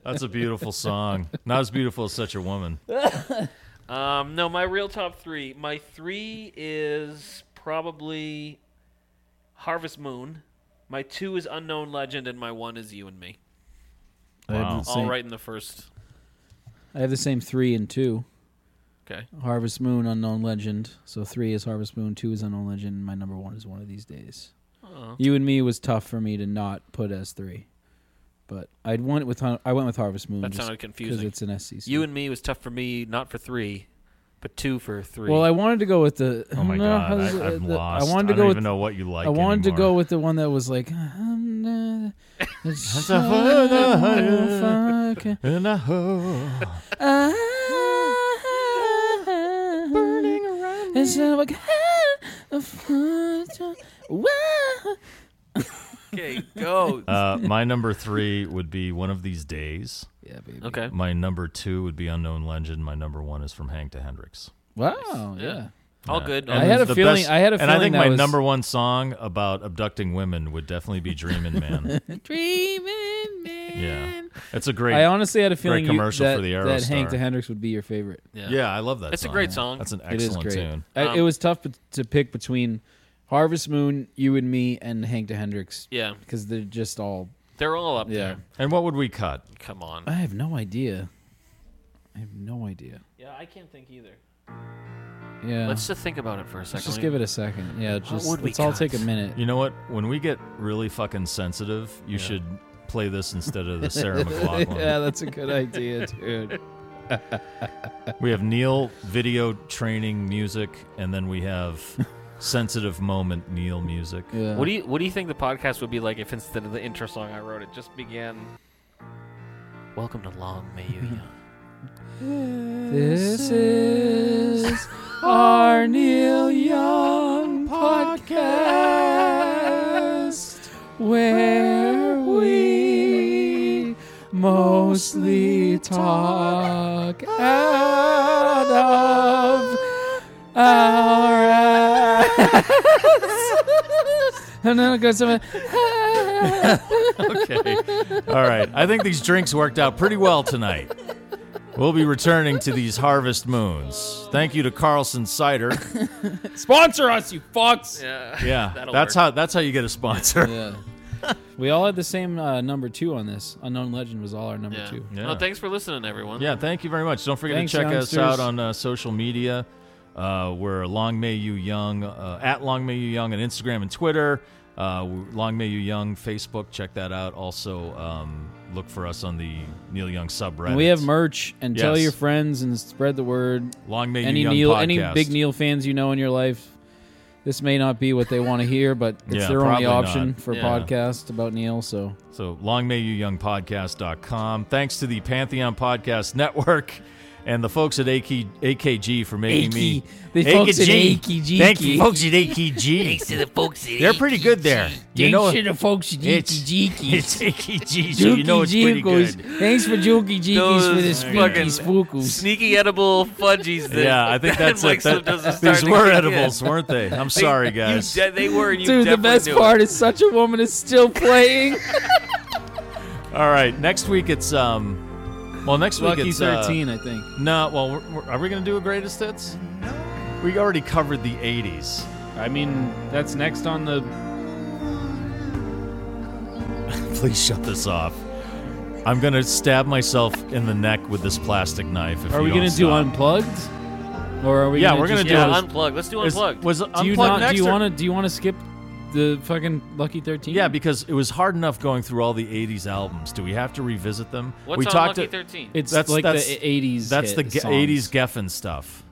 [SPEAKER 3] that's a beautiful song. Not as beautiful as "Such a
[SPEAKER 4] *laughs*
[SPEAKER 3] Woman."
[SPEAKER 2] Um, no, my real top three. My three is probably Harvest Moon. My two is Unknown Legend, and my one is You and Me.
[SPEAKER 4] I have the
[SPEAKER 3] Wow.
[SPEAKER 2] All
[SPEAKER 4] same-
[SPEAKER 2] right in the first.
[SPEAKER 4] I have the same three and two.
[SPEAKER 2] Okay.
[SPEAKER 4] Harvest Moon, Unknown Legend. So three is Harvest Moon, two is Unknown Legend, and my number one is One of These Days.
[SPEAKER 2] Oh.
[SPEAKER 4] You and Me was tough for me to not put as three, but I'd went with Hun- I went with Harvest Moon.
[SPEAKER 2] That
[SPEAKER 4] just
[SPEAKER 2] sounded confusing.
[SPEAKER 4] it's an SCC.
[SPEAKER 2] You and Me was tough for me, not for three, but two for three.
[SPEAKER 4] well, I wanted to go with the.
[SPEAKER 3] Oh my
[SPEAKER 4] *laughs* no,
[SPEAKER 3] god,
[SPEAKER 4] how's it-
[SPEAKER 3] I, I'm
[SPEAKER 4] the-
[SPEAKER 3] lost.
[SPEAKER 4] I wanted to
[SPEAKER 3] I
[SPEAKER 4] go
[SPEAKER 3] don't
[SPEAKER 4] with.
[SPEAKER 3] even know what you like.
[SPEAKER 4] I wanted to go
[SPEAKER 3] anymore.
[SPEAKER 4] with the one that was like.
[SPEAKER 3] *laughs*
[SPEAKER 4] "I'm not- it's so
[SPEAKER 3] *laughs*
[SPEAKER 4] fucking-
[SPEAKER 3] And I hope-
[SPEAKER 4] Ah, burning around me. It's like "Ah,
[SPEAKER 2] okay, go.
[SPEAKER 3] Uh, my number three would be one of these days.
[SPEAKER 4] Yeah, baby.
[SPEAKER 2] okay.
[SPEAKER 3] My number two would be unknown legend. My number one is from Hank to Hendrix.
[SPEAKER 4] Wow. Yeah.
[SPEAKER 2] All good.
[SPEAKER 3] And
[SPEAKER 4] I had
[SPEAKER 3] it's
[SPEAKER 4] a
[SPEAKER 3] the
[SPEAKER 4] feeling-
[SPEAKER 3] best-
[SPEAKER 4] I had a
[SPEAKER 3] and I
[SPEAKER 4] feeling
[SPEAKER 3] think
[SPEAKER 4] that
[SPEAKER 3] my
[SPEAKER 4] was-
[SPEAKER 3] number one song about abducting women would definitely be "Dreamin'
[SPEAKER 4] *laughs*
[SPEAKER 3] Man."
[SPEAKER 4] Dreaming
[SPEAKER 3] yeah, it's a great.
[SPEAKER 4] I honestly had a feeling you,
[SPEAKER 3] commercial
[SPEAKER 4] that,
[SPEAKER 3] for the
[SPEAKER 4] that Hank
[SPEAKER 3] Aerostar.
[SPEAKER 4] to Hendrix would be your favorite.
[SPEAKER 3] yeah, I love that.
[SPEAKER 2] It's a
[SPEAKER 3] song.
[SPEAKER 2] great song.
[SPEAKER 3] That's an
[SPEAKER 4] It is
[SPEAKER 3] excellent
[SPEAKER 4] great.
[SPEAKER 3] tune.
[SPEAKER 4] I,
[SPEAKER 2] Um,
[SPEAKER 4] it was tough bet- to pick between Harvest Moon, You and Me, and Hank to Hendrix
[SPEAKER 2] Yeah,
[SPEAKER 4] because they're just all.
[SPEAKER 2] they're all up
[SPEAKER 4] Yeah.
[SPEAKER 2] there.
[SPEAKER 3] And what would we cut?
[SPEAKER 2] Come on.
[SPEAKER 4] I have no idea. I have no idea.
[SPEAKER 2] Yeah, I can't think either.
[SPEAKER 4] Yeah.
[SPEAKER 2] Let's just think about it for a second.
[SPEAKER 4] Let's just give it a second. Yeah. Just
[SPEAKER 2] would we
[SPEAKER 4] let's all
[SPEAKER 2] cut?
[SPEAKER 4] take a minute.
[SPEAKER 3] You know what? When we get really fucking sensitive, you should play this instead
[SPEAKER 4] *laughs*
[SPEAKER 3] of the Sarah McLaughlin.
[SPEAKER 4] yeah, that's a good idea, dude.
[SPEAKER 3] We have Neil video training music, and then we have
[SPEAKER 4] *laughs*
[SPEAKER 3] sensitive moment Neil music.
[SPEAKER 4] Yeah.
[SPEAKER 2] *laughs* What do you What do you think the podcast would be like if instead of the intro song I wrote, it just began? Welcome to Long May *laughs* You Young.
[SPEAKER 4] This is our Neil Young podcast where we mostly talk out of our *laughs* ass. and then it goes to
[SPEAKER 3] Okay. All right. I think these drinks worked out pretty well tonight. We'll be returning to these harvest moons. Thank you to Carlson
[SPEAKER 4] *laughs*
[SPEAKER 3] Cider.
[SPEAKER 4] Sponsor us, you fucks.
[SPEAKER 3] Yeah,
[SPEAKER 2] That'll
[SPEAKER 3] that's
[SPEAKER 2] work.
[SPEAKER 3] how that's how you get a sponsor.
[SPEAKER 4] We all had the same uh, number two on this. Unknown Legend was all our number two.
[SPEAKER 3] Yeah.
[SPEAKER 2] Well, thanks for listening, everyone.
[SPEAKER 3] *laughs* Yeah, thank you very much. Don't forget
[SPEAKER 4] Thanks,
[SPEAKER 3] to check
[SPEAKER 4] youngsters.
[SPEAKER 3] us out on uh, social media. Uh, we're Long May You Young, uh, at Long May You Young on Instagram and Twitter. Uh, we're Long May You Young Facebook. Check that out. Also, um, look for us on the Neil Young subreddit.
[SPEAKER 4] And we have merch and tell
[SPEAKER 3] Yes.
[SPEAKER 4] your friends and spread the word.
[SPEAKER 3] Long May
[SPEAKER 4] any
[SPEAKER 3] You Young
[SPEAKER 4] Neil,
[SPEAKER 3] podcast.
[SPEAKER 4] any big Neil fans you know in your life, this may not be what they want to hear, but it's
[SPEAKER 3] Yeah,
[SPEAKER 4] their only
[SPEAKER 3] probably
[SPEAKER 4] option
[SPEAKER 3] not.
[SPEAKER 4] for a
[SPEAKER 3] Yeah.
[SPEAKER 4] podcast about Neil. So
[SPEAKER 3] So long may you young podcast.com. Thanks to the Pantheon Podcast Network and the folks at AK, AKG for making me.
[SPEAKER 4] The folks at AKG.
[SPEAKER 3] Thank you, folks at AKG. Thanks to the folks at They're pretty good there. You know,
[SPEAKER 4] the folks at
[SPEAKER 3] it's, *laughs* it's AKG, so you know it's pretty good.
[SPEAKER 4] Thanks for Jokey Jeekies for
[SPEAKER 2] Those
[SPEAKER 4] this
[SPEAKER 2] fucking *laughs* sneaky edible
[SPEAKER 4] *laughs*
[SPEAKER 2] fudgies. That,
[SPEAKER 3] Yeah, I think that's
[SPEAKER 2] like
[SPEAKER 3] it. That- these were edibles, weren't they? I'm sorry, guys.
[SPEAKER 2] *laughs* You de- they were. And you
[SPEAKER 4] Dude, the
[SPEAKER 2] definitely
[SPEAKER 4] best
[SPEAKER 2] knew
[SPEAKER 4] part
[SPEAKER 2] it.
[SPEAKER 4] is such a woman is still playing.
[SPEAKER 3] All right, next week it's um. Well, next week
[SPEAKER 4] Lucky
[SPEAKER 3] it's uh,
[SPEAKER 4] thirteen, I think.
[SPEAKER 3] No, well, we're, we're, are we going to do a greatest hits? We already covered the 80s.
[SPEAKER 4] I mean, that's next on the
[SPEAKER 3] Please shut this off. I'm going to stab myself in the neck with this plastic knife. If
[SPEAKER 4] Are we
[SPEAKER 3] going
[SPEAKER 4] gonna
[SPEAKER 3] to
[SPEAKER 4] do unplugged, or are we?
[SPEAKER 3] Yeah,
[SPEAKER 4] gonna
[SPEAKER 3] we're gonna
[SPEAKER 4] just
[SPEAKER 3] do
[SPEAKER 2] yeah,
[SPEAKER 3] it.
[SPEAKER 2] unplugged. Let's do unplugged.
[SPEAKER 3] was
[SPEAKER 4] Do
[SPEAKER 3] unplugged
[SPEAKER 4] you not?
[SPEAKER 3] next
[SPEAKER 4] Do you
[SPEAKER 3] or-
[SPEAKER 4] want to? Do you want to skip the fucking Lucky Thirteen?
[SPEAKER 3] Yeah, because it was hard enough going through all the 80s albums. Do we have to revisit them?
[SPEAKER 2] What's
[SPEAKER 3] we
[SPEAKER 2] on
[SPEAKER 3] talked
[SPEAKER 2] Lucky
[SPEAKER 3] to-
[SPEAKER 2] Thirteen?
[SPEAKER 4] it's
[SPEAKER 3] that's-
[SPEAKER 4] like
[SPEAKER 3] that's-
[SPEAKER 4] the '80s.
[SPEAKER 3] That's
[SPEAKER 4] hit
[SPEAKER 3] the ge-
[SPEAKER 4] songs.
[SPEAKER 3] 80s
[SPEAKER 4] *laughs*
[SPEAKER 3] Geffen stuff.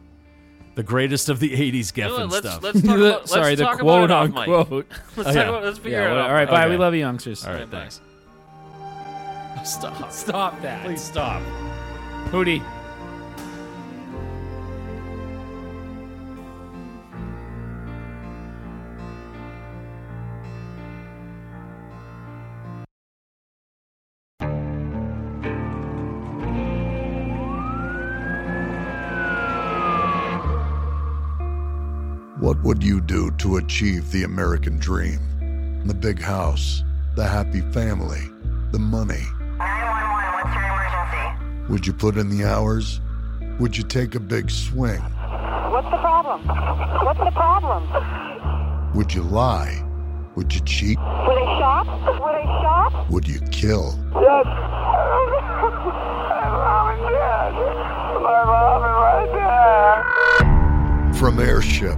[SPEAKER 3] The greatest of the 80s
[SPEAKER 2] You know
[SPEAKER 3] Geffen
[SPEAKER 2] what, let's,
[SPEAKER 3] stuff.
[SPEAKER 4] *laughs*
[SPEAKER 2] Let's talk
[SPEAKER 4] The-
[SPEAKER 2] about,
[SPEAKER 4] sorry,
[SPEAKER 2] let's
[SPEAKER 4] the
[SPEAKER 2] talk
[SPEAKER 4] quote
[SPEAKER 2] about it off mic.
[SPEAKER 4] unquote.
[SPEAKER 2] Let's,
[SPEAKER 3] Oh,
[SPEAKER 2] talk
[SPEAKER 3] yeah.
[SPEAKER 2] about, let's figure
[SPEAKER 4] Yeah,
[SPEAKER 2] it
[SPEAKER 4] well,
[SPEAKER 2] out.
[SPEAKER 4] all right, bye.
[SPEAKER 3] Okay.
[SPEAKER 4] We love you, youngsters.
[SPEAKER 3] all right,
[SPEAKER 2] Bye-bye.
[SPEAKER 3] thanks.
[SPEAKER 2] *laughs*
[SPEAKER 4] Stop. Stop that.
[SPEAKER 3] Please stop.
[SPEAKER 4] Hootie.
[SPEAKER 1] What would you do to achieve the American dream? The big house, the happy family, the money.
[SPEAKER 9] 911, what's your emergency?
[SPEAKER 1] Would you put in the hours? Would you take a big swing?
[SPEAKER 9] What's the problem? What's the problem?
[SPEAKER 1] Would you lie? Would you cheat?
[SPEAKER 9] Were they shot? Were they shot?
[SPEAKER 1] Would you kill?
[SPEAKER 9] Yes. *laughs* My mom and dad. My mom is right there.
[SPEAKER 1] From Airship,